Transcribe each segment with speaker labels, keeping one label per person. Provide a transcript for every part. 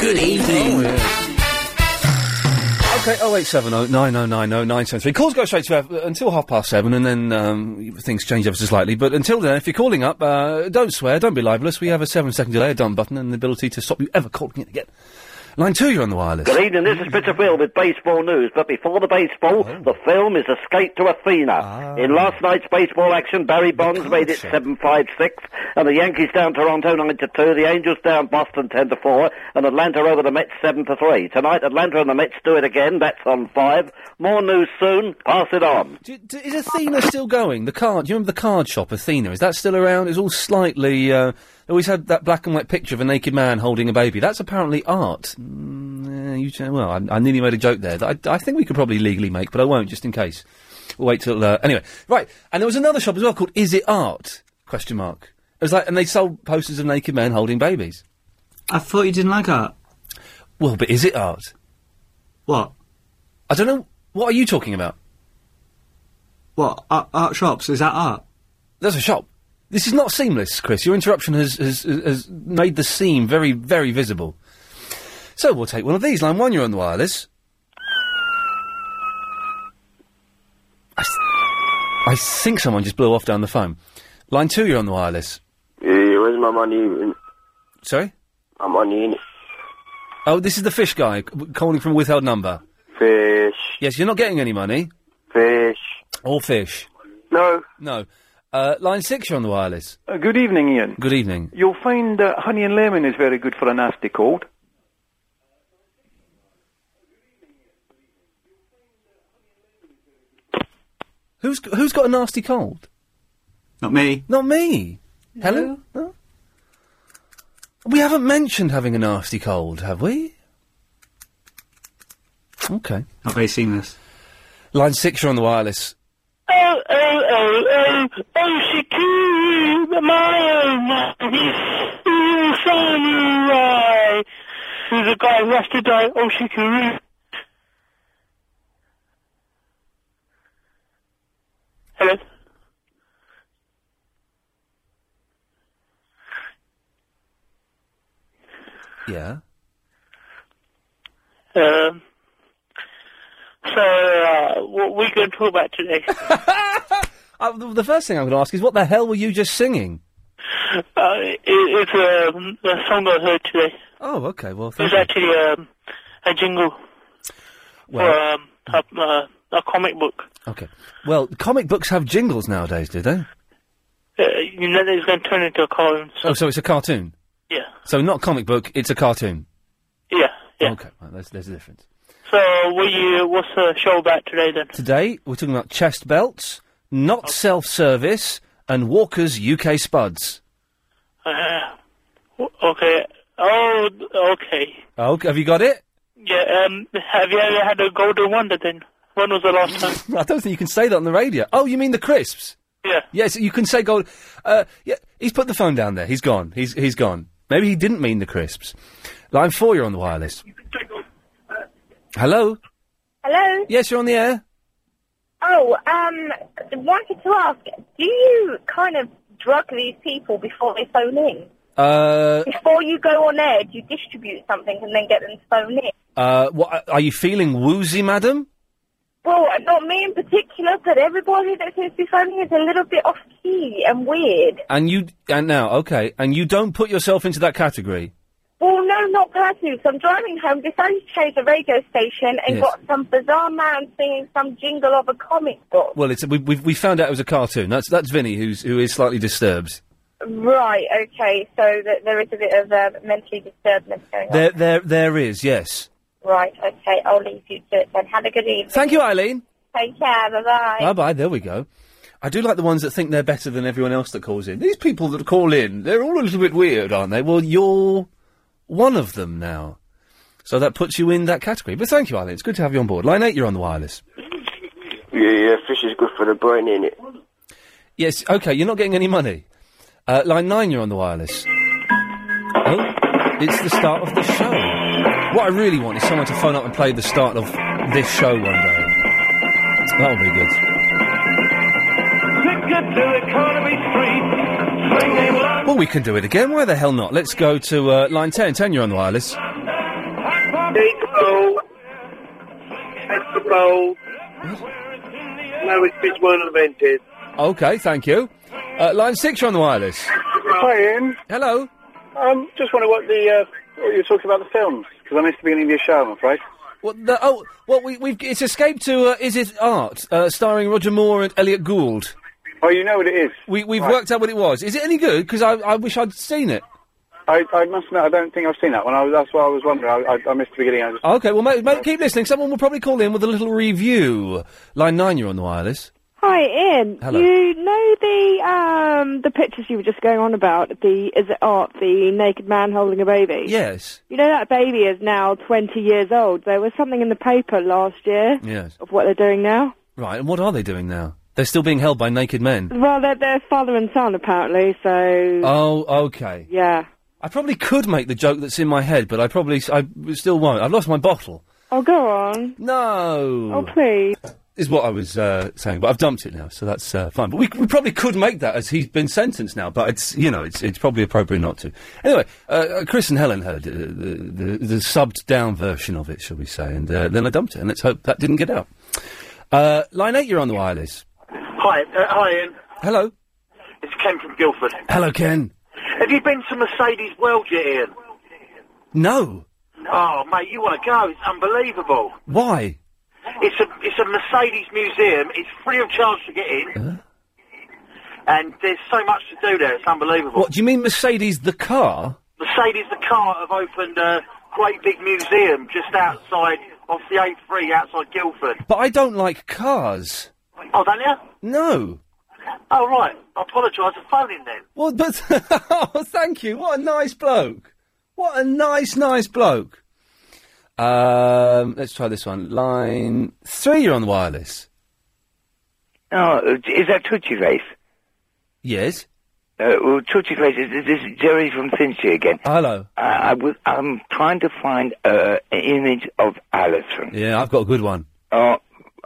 Speaker 1: Good
Speaker 2: Oh,
Speaker 1: evening.
Speaker 2: Okay, 0870 9090 973. Calls go straight to uh, until half past seven, and then um, things change ever so slightly. But until then, if you're calling up, uh, don't swear, don't be libelous. We have a seven second delay, a done button, and the ability to stop you ever calling it again. Line two, you're on the wireless.
Speaker 3: Good evening, this is Peter Phil with baseball news. But before the baseball,
Speaker 4: Oh.
Speaker 3: the film is Escape to Athena.
Speaker 4: Ah.
Speaker 3: In last night's baseball action, Barry Bonds made it 7-5-6, and the Yankees down Toronto 9-2, the Angels down Boston 10-4, and Atlanta over the Mets 7-3. Tonight, Atlanta and the Mets do it again, that's on 5. More news soon, pass it on.
Speaker 2: D- d- is Athena still going? The card, do you remember the card shop, Athena? Is that still around? It's all slightly. Uh, they always had that black and white picture of a naked man holding a baby. That's apparently art. Mm, eh, you ch- well, I, I nearly made a joke there that I, I think we could probably legally make, but I won't just in case. We'll wait till uh, anyway. Right, and there was another shop as well called Is It Art? Question mark. It was like, and they sold posters of naked men holding babies. I thought you didn't like art. Well, but is it art? What? I don't know. What are you talking about? What art, art shops? Is that art? That's a shop. This is not seamless, Chris. Your interruption has has, has made the seam very very visible. So we'll take one of these. Line one, you're on the wireless. I, s- I think someone just blew off down the phone. Line two, you're on the wireless.
Speaker 5: Yeah, where's my money?
Speaker 2: Sorry.
Speaker 5: My money in
Speaker 2: Oh, this is the fish guy c- calling from a withheld number.
Speaker 5: fish.
Speaker 2: Yes, you're not getting any money.
Speaker 5: Fish.
Speaker 2: All fish.
Speaker 6: No.
Speaker 2: No. Uh, line six, you're on the wireless.
Speaker 6: Uh, good evening, Ian.
Speaker 2: Good evening.
Speaker 6: You'll find that honey and lemon is very good for a nasty cold.
Speaker 2: Who's who's got a nasty cold? Not me. Not me. Helen. No? We haven't mentioned having a nasty cold, have we? Okay. Not very seamless. Line six, you're on the wireless.
Speaker 7: Oh, oh, oh, oh, oh, Shakira, my oh, my, oh, samurai. There's a guy who has to die, oh, Shakira. Hello?
Speaker 2: Yeah.
Speaker 7: Um, so, uh, what we going to talk about today?
Speaker 2: Uh, the, the first thing I'm going to ask is, what the hell were you just singing?
Speaker 7: uh, it, it's um, a song I heard today.
Speaker 2: Oh, okay. Well,
Speaker 7: It's
Speaker 2: thank you.
Speaker 7: actually um, a jingle for
Speaker 2: Well,
Speaker 7: um, a, uh, a comic book.
Speaker 2: okay. Well, comic books have jingles nowadays, do they?
Speaker 7: Uh, you know that it's going to turn into a column.
Speaker 2: Oh, so it's a cartoon.
Speaker 7: Yeah.
Speaker 2: So not comic book, it's a cartoon.
Speaker 7: Yeah.
Speaker 2: Okay, right, there's, there's a difference.
Speaker 7: So, what you, what's the show about today then?
Speaker 2: Today, we're talking about chest belts, not self-service, and Walker's UK spuds.
Speaker 7: Uh, w- okay. Oh, okay.
Speaker 2: Oh, have you got it?
Speaker 7: Yeah. Um, have you ever had a golden wonder then? When was the last time?
Speaker 2: I don't think you can say that on the radio. Oh, you mean the crisps?
Speaker 7: Yeah.
Speaker 2: Yes, you can say gold. Uh, yeah, he's put the phone down there. He's gone. He's he's gone. Maybe he didn't mean the crisps. Line four, you're on the wireless. Hello.
Speaker 8: Hello.
Speaker 2: Yes, you're on the air.
Speaker 8: Oh, um, wanted to ask, do you kind of drug these people before they phone in?
Speaker 2: Uh,
Speaker 8: Before you go on air, do you distribute something and then get them to phone in?
Speaker 2: uh, what, are you feeling woozy, madam?
Speaker 8: Well, not me in particular, but everybody that seems to be phoning is a little bit off key and weird.
Speaker 2: And you and now, okay, and you don't put yourself into that category.
Speaker 8: Well, no, not personally. So I'm driving home, decided to change the radio station and
Speaker 2: Yes.
Speaker 8: got some bizarre man singing some jingle of a comic book.
Speaker 2: Well, it's we we, we found out it was a cartoon. That's that's Vinny who's who is slightly disturbed.
Speaker 8: Right, okay, so th- there is a bit of uh, mentally disturbance going on.
Speaker 2: There there there is yes.
Speaker 8: Right, okay, I'll leave you to it then. Have a good evening.
Speaker 2: Thank you, Eileen.
Speaker 8: Take care, bye-bye.
Speaker 2: Bye bye. There we go. I do like the ones that think they're better than everyone else that calls in. These people that call in, they're all a little bit weird, aren't they? Well, you're one of them now. So that puts you in that category. But thank you, Eileen. It's good to have you on board. Line 8, you're on the wireless.
Speaker 5: Yeah, yeah, fish is good for the brain, ain't it?
Speaker 2: Yes, okay, you're not getting any money. Uh, line 9, you're on the wireless. Oh, it's the start of the show. What I really want is someone to phone up and play the start of this show one day. That would be good. Well, we can do it again. Why the hell not? Let's go to uh, line 10. 10, you're on the wireless.
Speaker 9: Take bowl. Take the bowl. No, it's Miss One of the Vented.
Speaker 2: Okay, thank you. Uh, line six, you're on the wireless.
Speaker 10: Hi, Ian.
Speaker 2: Hello.
Speaker 10: Um, just wonder what the uh, what you were talking about the films because I missed the beginning of your show. I'm afraid.
Speaker 2: What the, oh, what we, we've, it's escaped to uh, Is It Art, uh, starring Roger Moore and Elliot Gould.
Speaker 10: Oh, you know what it is.
Speaker 2: We, we've worked out what it was. Is it any good? Because I, I wish I'd seen it.
Speaker 10: I, I must admit, I don't think I've seen that one. I, was- that's why I was wondering. I, I, I missed the beginning. I just,
Speaker 2: Okay, well, mate, mate, keep listening. Someone will probably call in with a little review. Line nine, you're on the wireless.
Speaker 5: Hi, Ian.
Speaker 2: Hello.
Speaker 5: You know the um, the pictures you were just going on about the is it art the naked man holding a baby?
Speaker 2: Yes.
Speaker 5: You know that baby is now 20 years old. There was something in the paper last year
Speaker 2: Yes.
Speaker 5: of what they're doing now.
Speaker 2: Right, and what are they doing now? They're still being held by naked men.
Speaker 5: Well, they're, they're father and son apparently. So
Speaker 2: Oh, okay.
Speaker 5: yeah.
Speaker 2: I probably could make the joke that's in my head, but I probably, s- I still won't. I've lost my bottle.
Speaker 5: Oh, go on.
Speaker 2: No.
Speaker 5: Oh, please.
Speaker 2: is what I was uh, saying, but I've dumped it now, so that's uh, fine. But we, we probably could make that as he's been sentenced now, but it's you know it's it's probably appropriate not to. Anyway, uh, uh, Chris and Helen heard uh, the, the the subbed down version of it, shall we say, and uh, then I dumped it, and let's hope that didn't get out. Uh, line eight, you're on the wireless.
Speaker 9: Hi, uh, hi, Ian.
Speaker 2: Hello,
Speaker 9: It's Ken from Guildford.
Speaker 2: hello, Ken.
Speaker 9: Have you been to Mercedes World yet, Ian?
Speaker 2: No,
Speaker 9: Oh, mate, you want to go? It's unbelievable.
Speaker 2: why?
Speaker 9: It's a it's a Mercedes museum. It's free of charge to get in, and there's so much to do there. It's unbelievable.
Speaker 2: What do you mean, Mercedes the car?
Speaker 9: Mercedes, the car, have opened a great big museum just outside off the A3 outside Guildford.
Speaker 2: But I don't like cars.
Speaker 9: Oh, don't you?
Speaker 2: No.
Speaker 9: Oh, right. I apologise. I phoned in then.
Speaker 2: Well, but oh, thank you. What a nice bloke. What a nice, nice bloke. Um, let's try this one. Line three, you're on the wireless.
Speaker 4: Oh, is that Tootsie Face?
Speaker 2: Yes.
Speaker 4: Uh, well, Tootsie Face, this this is Jerry from Finchley again.
Speaker 2: Hello.
Speaker 4: I, I was, I'm trying to find uh, an image of Alison.
Speaker 2: Yeah, I've got a good one.
Speaker 4: Oh,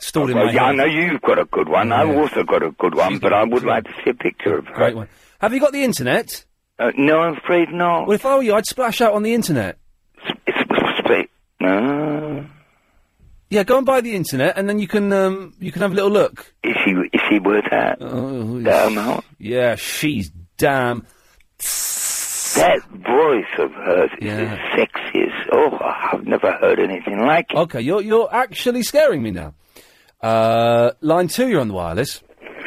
Speaker 2: Stored in
Speaker 4: well,
Speaker 2: my
Speaker 4: yeah, I
Speaker 2: head.
Speaker 4: know you've got a good one. I've
Speaker 2: Yeah.
Speaker 4: also got a good one, but I would like to see a picture of her.
Speaker 2: Great one. Have you got the internet?
Speaker 4: Uh, no, I'm afraid not.
Speaker 2: Well, if I were you, I'd splash out on the internet.
Speaker 4: No.
Speaker 2: Yeah, go and buy the internet, and then you can um, you can have a little look.
Speaker 4: Is she is she worth that?
Speaker 2: Oh,
Speaker 4: that amount?
Speaker 2: Yeah, she's damn.
Speaker 4: That voice of hers is the sexiest. Oh, I've never heard anything like it.
Speaker 2: Okay, you're you're actually scaring me now. Uh, line two, you're on the wireless.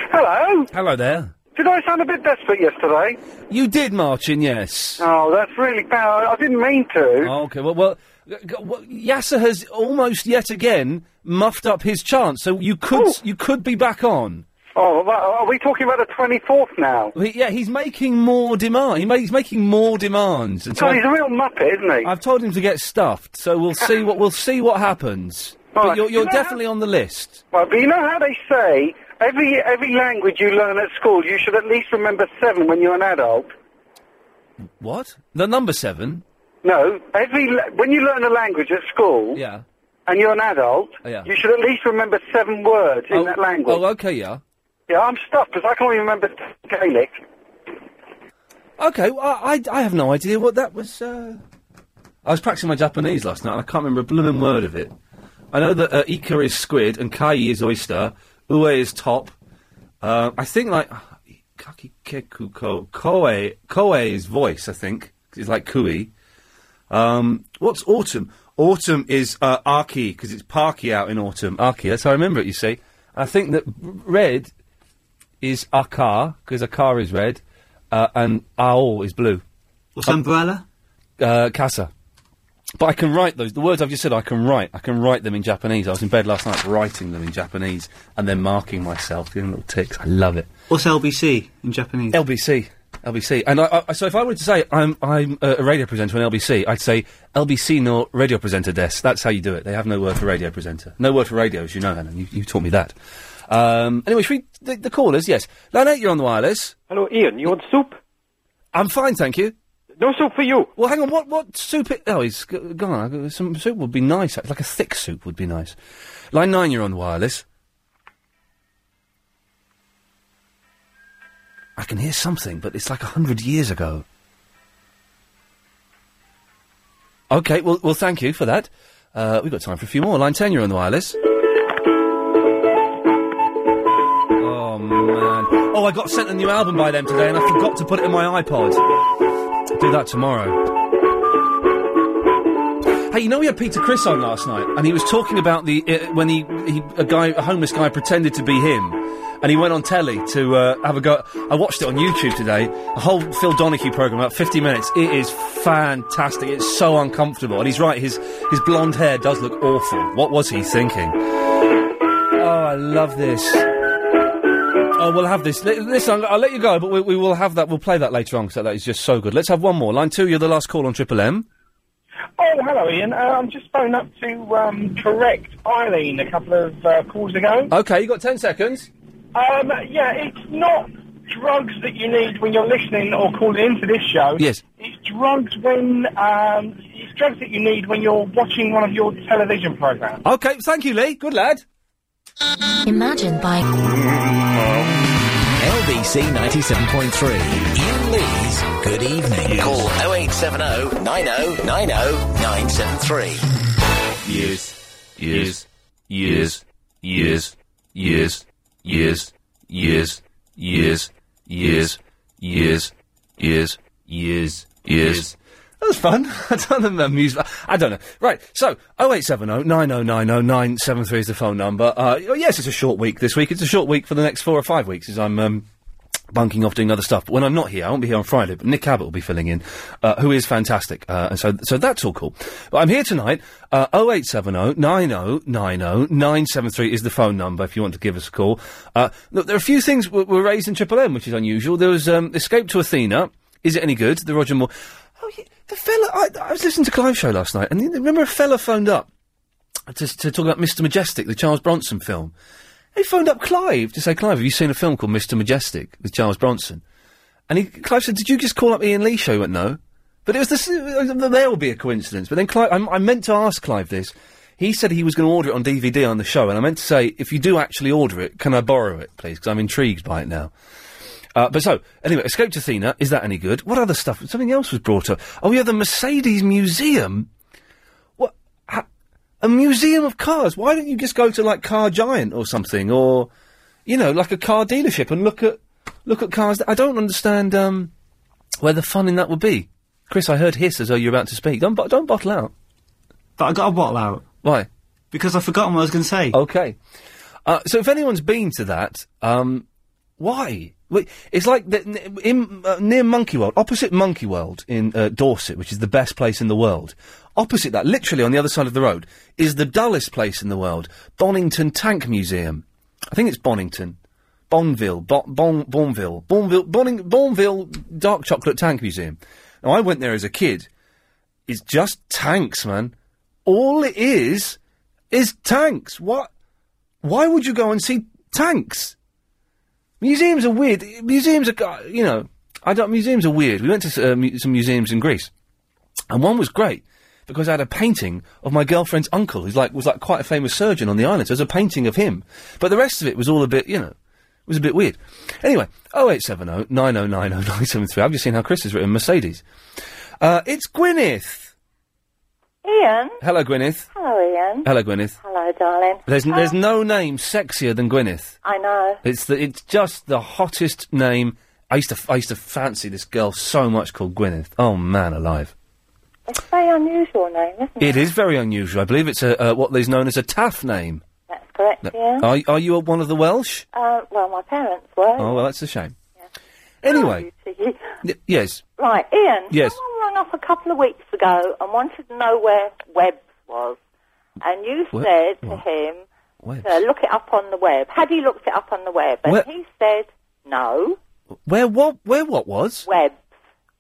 Speaker 11: Hello.
Speaker 2: Hello there.
Speaker 11: Did I sound a bit desperate yesterday?
Speaker 2: You did, Martin, yes. Oh,
Speaker 11: Oh, that's really bad. I I didn't mean to.
Speaker 2: Okay, well, well, g- g- well, Yasser has almost yet again muffed up his chance, so you could you could be back on.
Speaker 11: Oh, well, are we talking about the 24th now?
Speaker 2: He- yeah, he's making more demand. He ma- he's making more demands. And so
Speaker 11: God, he's
Speaker 2: I've-
Speaker 11: a real muppet, isn't he?
Speaker 2: I've told him to get stuffed, so we'll see what we'll see what happens.
Speaker 11: All
Speaker 2: But
Speaker 11: right.
Speaker 2: you're, you're
Speaker 11: You know how-
Speaker 2: definitely on the list.
Speaker 11: Well, but you know how they say every every language you learn at school, you should at least remember seven when you're an adult.
Speaker 2: What? The number seven?
Speaker 11: No, every la- when you learn a language at school,
Speaker 2: yeah, Oh,
Speaker 11: and you're an adult,
Speaker 2: Yeah.
Speaker 11: you should at least remember seven words in that language.
Speaker 2: Oh, okay, yeah.
Speaker 11: Yeah, I'm stuffed because I can't even remember Gaelic.
Speaker 2: Okay, well, I, I I have no idea what that was. Uh... I was practicing my Japanese last night, and I can't remember a blooming word of it. I know that uh, Ika is squid, and Kai is oyster, Ue is top. Uh, I think like Kakikekuko, Koe, Koe is voice. I think it's like Kui. Um, what's autumn? Autumn is uh, Aki because it's Parky out in autumn. Aki, that's how I remember it. You see, I think that r- red is Akar because Akar is red, uh, and Ao is blue. What's umbrella? Uh, Kasa. But I can write those. The words I've just said, I can write. I can write them in Japanese. I was in bed last night writing them in Japanese and then marking myself, doing little ticks. I love it.
Speaker 12: What's LBC in Japanese?
Speaker 2: LBC. LBC. And I, I, so if I were to say I'm I'm uh, a radio presenter on LBC, I'd say LBC no radio presenter des. That's how you do it. They have no word for radio presenter. No word for radio, as you know, Helen. You, you taught me that. Um, anyway, should we, the, the callers, yes. Line 8, you're on the wireless. Hello, Ian. You want soup? I'm fine, thank you. No soup for you. Well, hang on. What what soup? i- oh, he's g- gone. I- Some soup would be nice. Like a thick soup would be nice. Line 9, you're on the wireless. I can hear something, but it's like a hundred years ago. Okay, well, well, thank you for that. Uh, we've got time for a few more. Line 10, you're on the wireless. Oh, man. Oh, I got sent a new album by them today and I forgot to put it in my iPod. Do that tomorrow. Hey, you know we had Peter Chris on last night, and he was talking about the uh, when he, he a guy a homeless guy pretended to be him, and he went on telly to uh, have a go. I watched it on YouTube today, a whole Phil Donahue program about fifty minutes. It is fantastic. It's so uncomfortable, and he's right. His his blonde hair does look awful. What was he thinking? Oh, I love this. Oh, we'll have this. Li- Listen, I'll, I'll let you go, but we, we will have that. We'll play that later on because that is just so good. Let's have one more. Line two, you're the last call on Triple M.
Speaker 13: Oh, hello, Ian. Uh, I'm just phoning up to um, correct Eileen a couple of uh, calls ago.
Speaker 2: Okay, you got ten seconds.
Speaker 13: Um, yeah, it's not drugs that you need when you're listening or calling into this show.
Speaker 2: Yes.
Speaker 13: It's drugs when um, it's drugs that you need when you're watching one of your television programs.
Speaker 2: Okay, thank you, Lee. Good lad.
Speaker 14: Imagine by
Speaker 15: LBC 97.3. Ian Lee's Good Evening. Call 0870 90 90 973.
Speaker 16: Years, years, years, years, years, years, years, years, years, years, years, years, years.
Speaker 2: That was fun. I don't remember music. I don't know. Right, so 0870 9090973 is the phone number. Uh, oh, yes, it's a short week this week. It's a short week for the next four or five weeks as I'm um, bunking off doing other stuff. But when I'm not here, I won't be here on Friday, but Nick Abbott will be filling in, uh, who is fantastic. Uh, and so, so that's all cool. But I'm here tonight. Uh, 0870 9090973 is the phone number if you want to give us a call. Uh, look, there are a few things w- were raised in Triple M, which is unusual. There was um, Escape to Athena. Is it any good? The Roger Moore. The fella, I, I was listening to Clive's show last night, and you remember a fella phoned up to, to talk about Mr. Majestic, the Charles Bronson film. He phoned up Clive to say, Clive, have you seen a film called Mr. Majestic with Charles Bronson? And he, Clive said, Did you just call up Ian Lee show? He went, No. But it was this, there will be a coincidence. But then Clive, I, I meant to ask Clive this. He said he was going to order it on DVD on the show, and I meant to say, if you do actually order it, can I borrow it, please? Because I'm intrigued by it now. Uh, but so, anyway, Escape to Athena, is that any good? What other stuff? Something else was brought up. Oh, yeah, the Mercedes Museum. What? Ha- a museum of cars. Why don't you just go to, like, Car Giant or something? Or, you know, like a car dealership and look at, look at cars. I don't understand, um, where the fun in that would be. Chris, I heard hiss as though you're about to speak. Don't, bo- don't bottle out.
Speaker 12: But I got a bottle out.
Speaker 2: Why?
Speaker 12: Because I've forgotten what I was going to say.
Speaker 2: Okay. Uh, so if anyone's been to that, um, why? Wait, It's like the, n- in, uh, near Monkey World, opposite Monkey World in uh, Dorset, which is the best place in the world. Opposite that, literally on the other side of the road, is the dullest place in the world, Bonington Tank Museum. I think it's Bonington. Bonville, Bo- bon- Bonville, Bonville, Boning- Bonville Dark Chocolate Tank Museum. Now, I went there as a kid. It's just tanks, man. All it is is tanks. What? Why would you go and see tanks? Museums are weird. Museums are, uh, you know, I don't. Museums are weird. We went to uh, mu- some museums in Greece, and one was great because I had a painting of my girlfriend's uncle, who's like was like quite a famous surgeon on the island. So it was a painting of him, but the rest of it was all a bit, you know, it was a bit weird. Anyway, 0870 oh, 9090973. I've just seen how Chris has written Mercedes. Uh, it's Gwyneth.
Speaker 17: Ian.
Speaker 2: Hello, Gwyneth.
Speaker 17: Hello, Ian.
Speaker 2: Hello, Gwyneth.
Speaker 17: Hello, darling. Ah,
Speaker 2: There's there's no name sexier than Gwyneth.
Speaker 17: I know.
Speaker 2: It's the, it's just the hottest name. I used to I used to fancy this girl so much called Gwyneth. Oh man, alive!
Speaker 17: It's a very unusual name, isn't it?
Speaker 2: It is very unusual. I believe it's a uh, what is known as a Taff name.
Speaker 17: That's correct,
Speaker 2: No-
Speaker 17: Ian.
Speaker 2: Are are you a, one of the Welsh?
Speaker 17: Uh, well, my parents were.
Speaker 2: Oh well, that's a shame. Anyway,
Speaker 17: Cheeky.
Speaker 2: y- yes,
Speaker 17: Right, Ian.
Speaker 2: Yes.
Speaker 17: Someone rang up a couple of weeks ago and wanted to know where Webbs was. And you
Speaker 2: Web- oh,
Speaker 17: said to
Speaker 2: what?
Speaker 17: him
Speaker 2: Webbs?
Speaker 17: to look it up on the web. Had he looked it up on the web? And
Speaker 2: Web-
Speaker 17: he said no.
Speaker 2: where what where what was
Speaker 17: Webbs.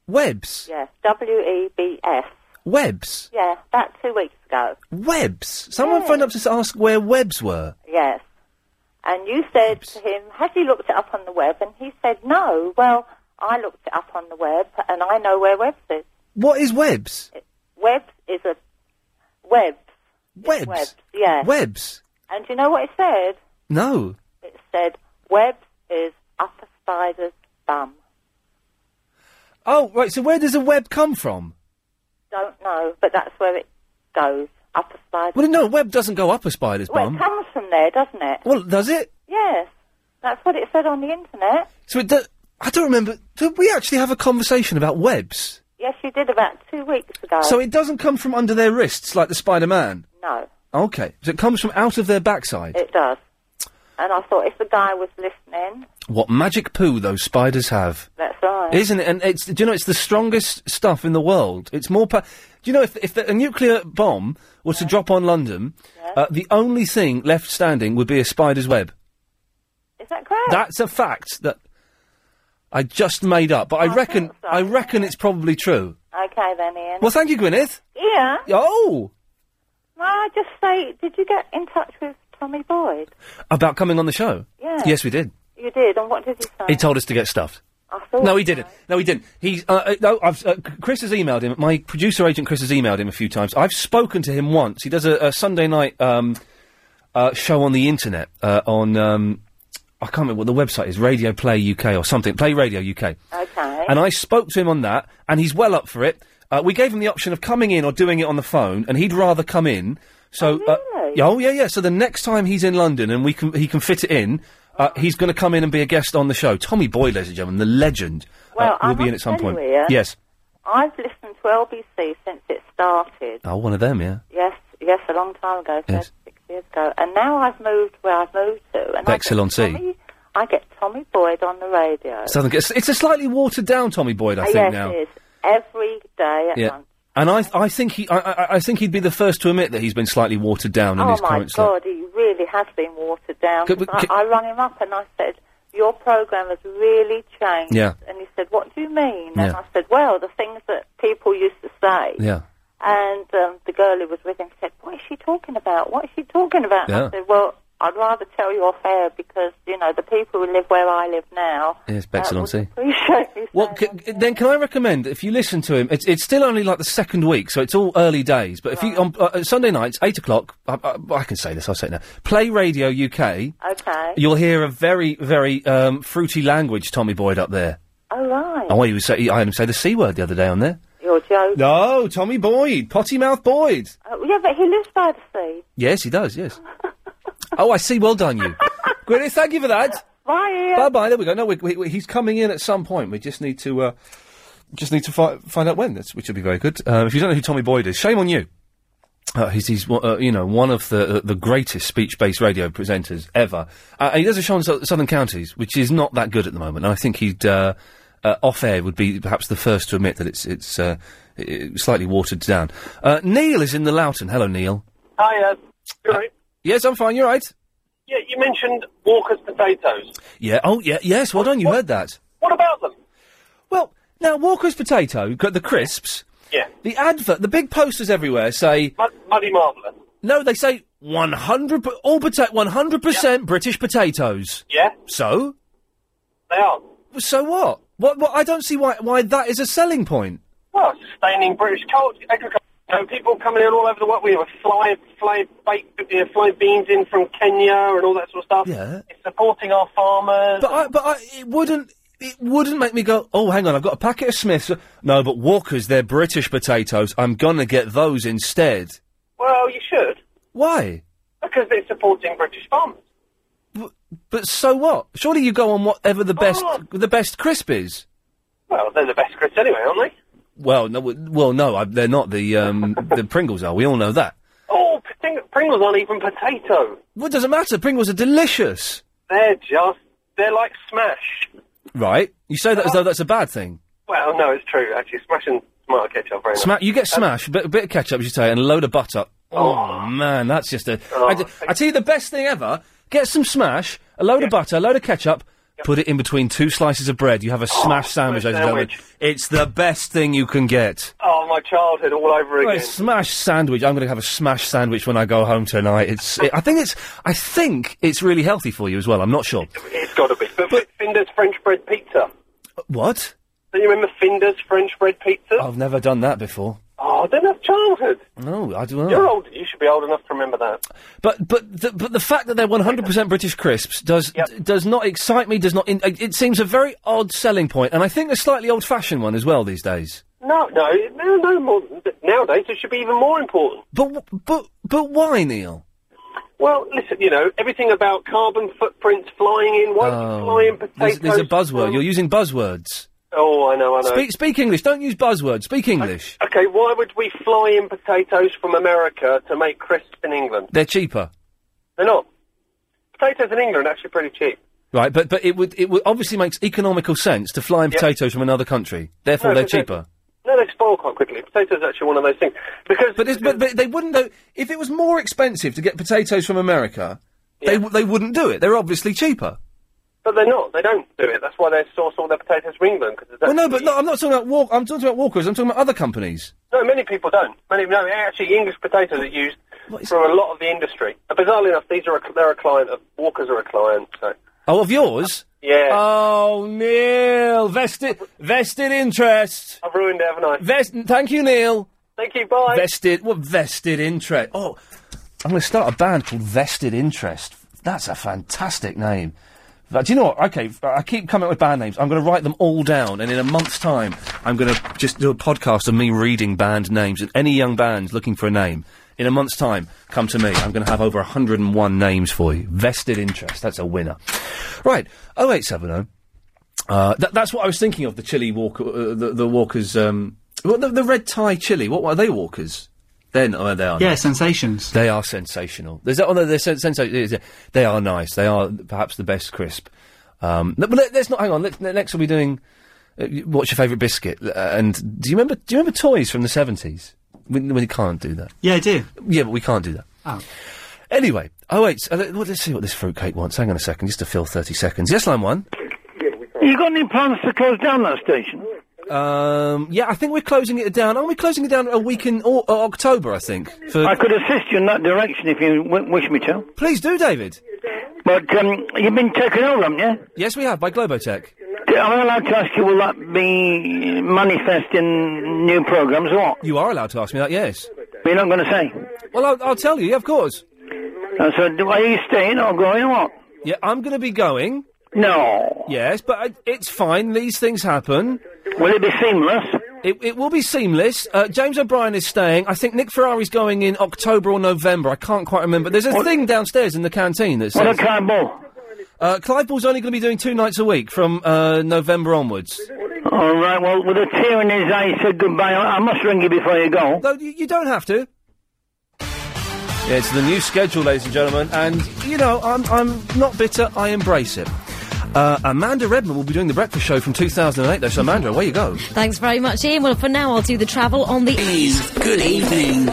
Speaker 2: Webs
Speaker 17: Yeah. W E B S.
Speaker 2: webs
Speaker 17: Yeah, about two weeks ago.
Speaker 2: webs? Someone phoned up to ask where webs were.
Speaker 17: Yes. And you said to him, Have you looked it up on the web? And he said, No. Well, I looked it up on the web and I know where Webs is.
Speaker 2: What is webs?
Speaker 17: Web is a web.
Speaker 2: Webs.
Speaker 17: Webs, yeah.
Speaker 2: Webs.
Speaker 17: And you know what it said?
Speaker 2: No.
Speaker 17: It said, Webs is upper spider's bum.
Speaker 2: Oh right. So where does a web come from?
Speaker 17: Don't know, but that's where it goes. up a spider's
Speaker 2: Well, no, web doesn't go up a spider's
Speaker 17: Well,
Speaker 2: bum.
Speaker 17: it comes from there, doesn't it?
Speaker 2: Well, does it?
Speaker 17: Yes. That's what it said on the internet.
Speaker 2: So it does. I don't remember. Did we actually have a conversation about webs?
Speaker 17: Yes, you did about two weeks ago.
Speaker 2: So it doesn't come from under their wrists like the Spider Man.
Speaker 17: No,
Speaker 2: Okay, so it comes from out of their backside.
Speaker 17: it does. And I thought if the guy was listening,
Speaker 2: What magic poo those spiders have,
Speaker 17: that's right.
Speaker 2: isn't it? And it's do you know it's the strongest stuff in the world. It's more. Pa- do you know if if the, a nuclear bomb were to drop on London, uh, the only thing left standing would be a spider's web.
Speaker 17: Is that correct?
Speaker 2: That's a fact that I just made up, but I, reckon I reckon it's probably true.
Speaker 17: Okay then, Ian.
Speaker 2: Well, thank you, Gwyneth.
Speaker 17: Yeah.
Speaker 2: Oh,
Speaker 17: May I just say, did you get in touch with Tommy Boyd?
Speaker 2: about coming on the show.
Speaker 17: Yeah.
Speaker 2: Yes, we did.
Speaker 17: You did, and what did he say?
Speaker 2: He told us to get stuffed.
Speaker 17: I thought
Speaker 2: No, he didn't. No, he didn't. He's uh, uh, no. I've, uh, C- Chris has emailed him. My producer agent Chris has emailed him a few times. I've spoken to him once. He does a, a Sunday night um, uh, show on the internet uh, on um, I can't remember what the website is. Radio Play UK or something. Play Radio UK.
Speaker 17: Okay.
Speaker 2: And I spoke to him on that, and he's well up for it. Uh, we gave him the option of coming in or doing it on the phone, and he'd rather come in. So, oh, really? oh yeah, yeah. So the next time he's in London and we can he can fit it in, uh,
Speaker 17: Oh.
Speaker 2: he's going to come in and be a guest on the show. Tommy Boyd, ladies and gentlemen, the legend,
Speaker 17: Well,
Speaker 2: uh,
Speaker 17: I
Speaker 2: will be in
Speaker 17: must
Speaker 2: at some
Speaker 17: tell
Speaker 2: point.
Speaker 17: you, Ian.
Speaker 2: Yes.
Speaker 17: I've listened to LBC since it started.
Speaker 2: Oh, one of them, yeah.
Speaker 17: Yes, yes, a long time ago, 36 years ago. And now I've moved where I've moved to. And I
Speaker 2: Bexhill on
Speaker 17: get
Speaker 2: Sea.
Speaker 17: Tommy- I get Tommy Boyd on the radio.
Speaker 2: Southern. It's, it's a slightly watered down Tommy Boyd,
Speaker 17: Oh.
Speaker 2: I
Speaker 17: Uh,
Speaker 2: think
Speaker 17: yes,
Speaker 2: now.
Speaker 17: it is. Every day at
Speaker 2: Yeah.
Speaker 17: lunch.
Speaker 2: And I, I think he, I, I, I think he'd be the first to admit that he's been slightly watered down in
Speaker 17: Oh
Speaker 2: his
Speaker 17: my
Speaker 2: current slot.
Speaker 17: God, he really has been watered down.
Speaker 2: Could we-
Speaker 17: 'Cause
Speaker 2: could-
Speaker 17: I, I rang him up and I said, "Your program has really changed."
Speaker 2: Yeah.
Speaker 17: And he said, "What do you mean?" And
Speaker 2: Yeah.
Speaker 17: I said, "Well, the things that people used to say."
Speaker 2: Yeah.
Speaker 17: And um, the girl who was with him said, "What is she talking about? What is she talking about?"
Speaker 2: Yeah.
Speaker 17: I said, "Well, I'd rather tell you off air because you know the people who live where I live now
Speaker 2: Yes, Bexhill on Sea.
Speaker 17: appreciate you."
Speaker 2: Well, c- then can I recommend that if you listen to him? It's, it's still only like the second week, so it's all early days. But if you on uh, Sunday nights, eight o'clock, I, I, I can say this. I'll say it now. Play Radio UK.
Speaker 17: Okay.
Speaker 2: You'll hear a very, very um, fruity language, Tommy Boyd, up there.
Speaker 17: All right.
Speaker 2: Oh, he was say, I heard him say the c word the other day on there.
Speaker 17: You're joking.
Speaker 2: No, Tommy Boyd, potty mouth Boyd.
Speaker 9: Uh,
Speaker 17: Oh, yeah, but he lives by the sea.
Speaker 2: Yes, he does. Yes. oh, I see. Well done, you. Gwyneth, thank you for that.
Speaker 17: Bye.
Speaker 2: Bye bye. There we go. No, we, we, we- he's coming in at some point. We just need to uh, just need to fi- find out when. That's which would be very good. Uh, if you don't know who Tommy Boyd is, shame on you. Uh, he's, he's one- uh, you know one of the the greatest speech based radio presenters ever. Uh, he does a show in Sou- Southern Counties, which is not that good at the moment. And I think he'd uh, uh, off air would be perhaps the first to admit that it's it's uh, i- slightly watered down. Uh, Neil is in the Loughton. Hello, Neil.
Speaker 10: Hi, uh, you all right?
Speaker 2: Yes, I'm fine. You're right.
Speaker 10: Yeah, you mentioned Walker's potatoes.
Speaker 2: Yeah. Oh, yeah. Yes. Well done. You heard that.
Speaker 10: What about them?
Speaker 2: Well, now Walker's potato, got the crisps.
Speaker 10: Yeah.
Speaker 2: The advert, the big posters everywhere say
Speaker 10: Muddy Marvellous.
Speaker 2: no. They say one hundred per- all potato, one hundred percent British potatoes.
Speaker 10: Yeah.
Speaker 2: So
Speaker 10: They are.
Speaker 2: so what? What? What? I don't see why why that is a selling point.
Speaker 10: Well, sustaining British culture, agriculture. You know, people coming in all over the world. We have fly, fly, baked, you know, fly beans in from Kenya and all that sort of stuff.
Speaker 2: Yeah.
Speaker 10: It's supporting our farmers.
Speaker 2: But I, but I, it wouldn't it wouldn't make me go. Oh, hang on, I've got a packet of Smiths. No, but Walkers, they're British potatoes. I'm gonna get those instead.
Speaker 10: well, you should
Speaker 2: Why?
Speaker 10: because they're supporting British farmers.
Speaker 2: But so what? Surely you go on whatever the best
Speaker 10: Oh.
Speaker 2: the best crisp is.
Speaker 10: Well, they're the best crits anyway, aren't they?
Speaker 2: Well, no, w- well, no, I, they're not. The um, the Pringles are. We all know that.
Speaker 10: Oh, p- thing- Pringles aren't even potato.
Speaker 2: What does it matter? Pringles are delicious,
Speaker 10: They're just they're like smash.
Speaker 2: right? You say that as though that's a bad thing.
Speaker 10: Well, no, it's true actually. Smash and tomato ketchup, very
Speaker 2: Sma-
Speaker 10: nice.
Speaker 2: you get smash, bit, a bit of ketchup, as you say, and a load of butter. Oh, man, that's just a. I d- I tell you, the best thing ever: get some smash, a load of butter, a load of ketchup. Put it in between two slices of bread. You have a Oh, smash sandwich, ladies and gentlemen. It's the best thing you can get.
Speaker 10: Oh, my childhood all over
Speaker 2: Well,
Speaker 10: again.
Speaker 2: a smash sandwich. I'm going to have a smash sandwich when I go home tonight. It's. It, I think it's. I think it's really healthy for you as well. I'm not sure.
Speaker 10: It's got to be. But, Finder's French bread pizza.
Speaker 2: What?
Speaker 10: Do you remember Finder's French bread pizza?
Speaker 2: I've never done that before.
Speaker 10: Oh, I don't have childhood.
Speaker 2: No, I don't know.
Speaker 10: You're old. You should be old enough to remember that.
Speaker 2: But but the, but the fact that they're 100% British crisps does d- does not excite me. Does not. In, it seems a very odd selling point, and I think a slightly old-fashioned one as well these days.
Speaker 10: No, no, no, no. More, nowadays, it should be even more important.
Speaker 2: But w- but but why, Neil?
Speaker 10: Well, listen, you know everything about carbon footprints, flying in, white flying
Speaker 2: Oh. There's,
Speaker 10: potatoes.
Speaker 2: there's a buzzword. You're using buzzwords.
Speaker 10: Oh, I know, I know.
Speaker 2: Speak speak English. Don't use buzzwords. Speak English.
Speaker 10: Okay, why would we fly in potatoes from America to make crisps in England?
Speaker 2: They're cheaper.
Speaker 10: They're not. Potatoes in England are actually pretty cheap.
Speaker 2: Right, but but it would it would obviously makes economical sense to fly in
Speaker 10: Yeah.
Speaker 2: potatoes from another country. Therefore,
Speaker 10: No,
Speaker 2: they're
Speaker 10: but they're-
Speaker 2: cheaper.
Speaker 10: No, they spoil quite quickly. Potatoes are actually one of those things. Because
Speaker 2: but, it's- but, but they wouldn't though. If it was more expensive to get potatoes from America, they w- they wouldn't do it. They're obviously cheaper.
Speaker 10: But they're not. They don't do it. That's why they source all their potatoes from England. Cause
Speaker 2: Well, no, but no, I'm not talking about walk. I'm talking about Walkers. I'm talking about other companies.
Speaker 10: no, many people don't. Many no, actually, English potatoes are used for a lot of the industry. Uh, bizarrely enough, these are a, they're a client of Walkers are a client. So
Speaker 2: Oh, of yours?
Speaker 10: Yeah.
Speaker 2: Oh, Neil, vested vested interest.
Speaker 10: I've ruined it, haven't I?
Speaker 2: Vest. Thank you, Neil.
Speaker 10: Thank you. Bye.
Speaker 2: Vested. What vested interest? Oh, I'm going to start a band called Vested Interest. That's a fantastic name. But do you know what? Okay, f- I keep coming up with band names. I'm going to write them all down, and in a month's time, I'm going to just do a podcast of me reading band names. And any young bands looking for a name, in a month's time, come to me. I'm going to have over 101 names for you. Vested Interest. That's a winner. Right. 0870. Uh, that, that's what I was thinking of. The chili walker, uh, the, the walkers. Um, what the, the red tie chili? What, what are they walkers? Then oh, they are.
Speaker 12: Yeah,
Speaker 2: nice.
Speaker 12: sensations.
Speaker 2: They are sensational. There's that. Oh no, they're sen- sensational. They are nice. They are perhaps the best crisp. Um, no, but let, us not hang on. Let, let- next, we'll be doing. Uh, y- what's your favourite biscuit? Uh, and do you remember? Do you remember toys from the seventies? We, we can't do that.
Speaker 12: Yeah, I do.
Speaker 2: Yeah, but we can't do that.
Speaker 12: Oh.
Speaker 2: Anyway, oh wait, so let, let's see what this fruitcake wants. Hang on a second, just to fill thirty seconds. Yes, line one.
Speaker 18: You got any plans to close down that station?
Speaker 2: Um, yeah, I think we're closing it down. Aren't we closing it down a week in au- uh, October? I think. For...
Speaker 18: I could assist you in that direction if you w- wish me to.
Speaker 2: Please do, David.
Speaker 18: But um, you've been taken ill, haven't you?
Speaker 2: Yes, we have by Globotech.
Speaker 18: D- Am I allowed to ask you, will that be manifest in new programmes or what?
Speaker 2: You are allowed to ask me that. Yes.
Speaker 18: But you're not going to say.
Speaker 2: Well, I'll, I'll tell you. Yeah, of course.
Speaker 18: Uh, so, do, are you staying or going or what?
Speaker 2: Yeah, I'm going to be going.
Speaker 18: No.
Speaker 2: Yes, but I, it's fine. These things happen.
Speaker 18: Will it be seamless?
Speaker 2: It, it will be seamless. Uh, James O'Brien is staying. I think Nick Ferrari's going in October or November. I can't quite remember. There's a thing downstairs in the canteen that says.
Speaker 18: What a Clive Ball?
Speaker 2: Uh, Clive Ball's only going to be doing two nights a week from uh, November onwards.
Speaker 18: All right, well, with a tear in his eye, he said goodbye. I, I must ring you before you go.
Speaker 2: No, you, you don't have to. Yeah, it's the new schedule, ladies and gentlemen, and you know I'm I'm not bitter. I embrace it. Uh, Amanda Redmond will be doing the breakfast show from 2008, though. So Amanda, away you go.
Speaker 14: Thanks very much, Ian. Well, for now, I'll do the travel on the.
Speaker 15: Good evening.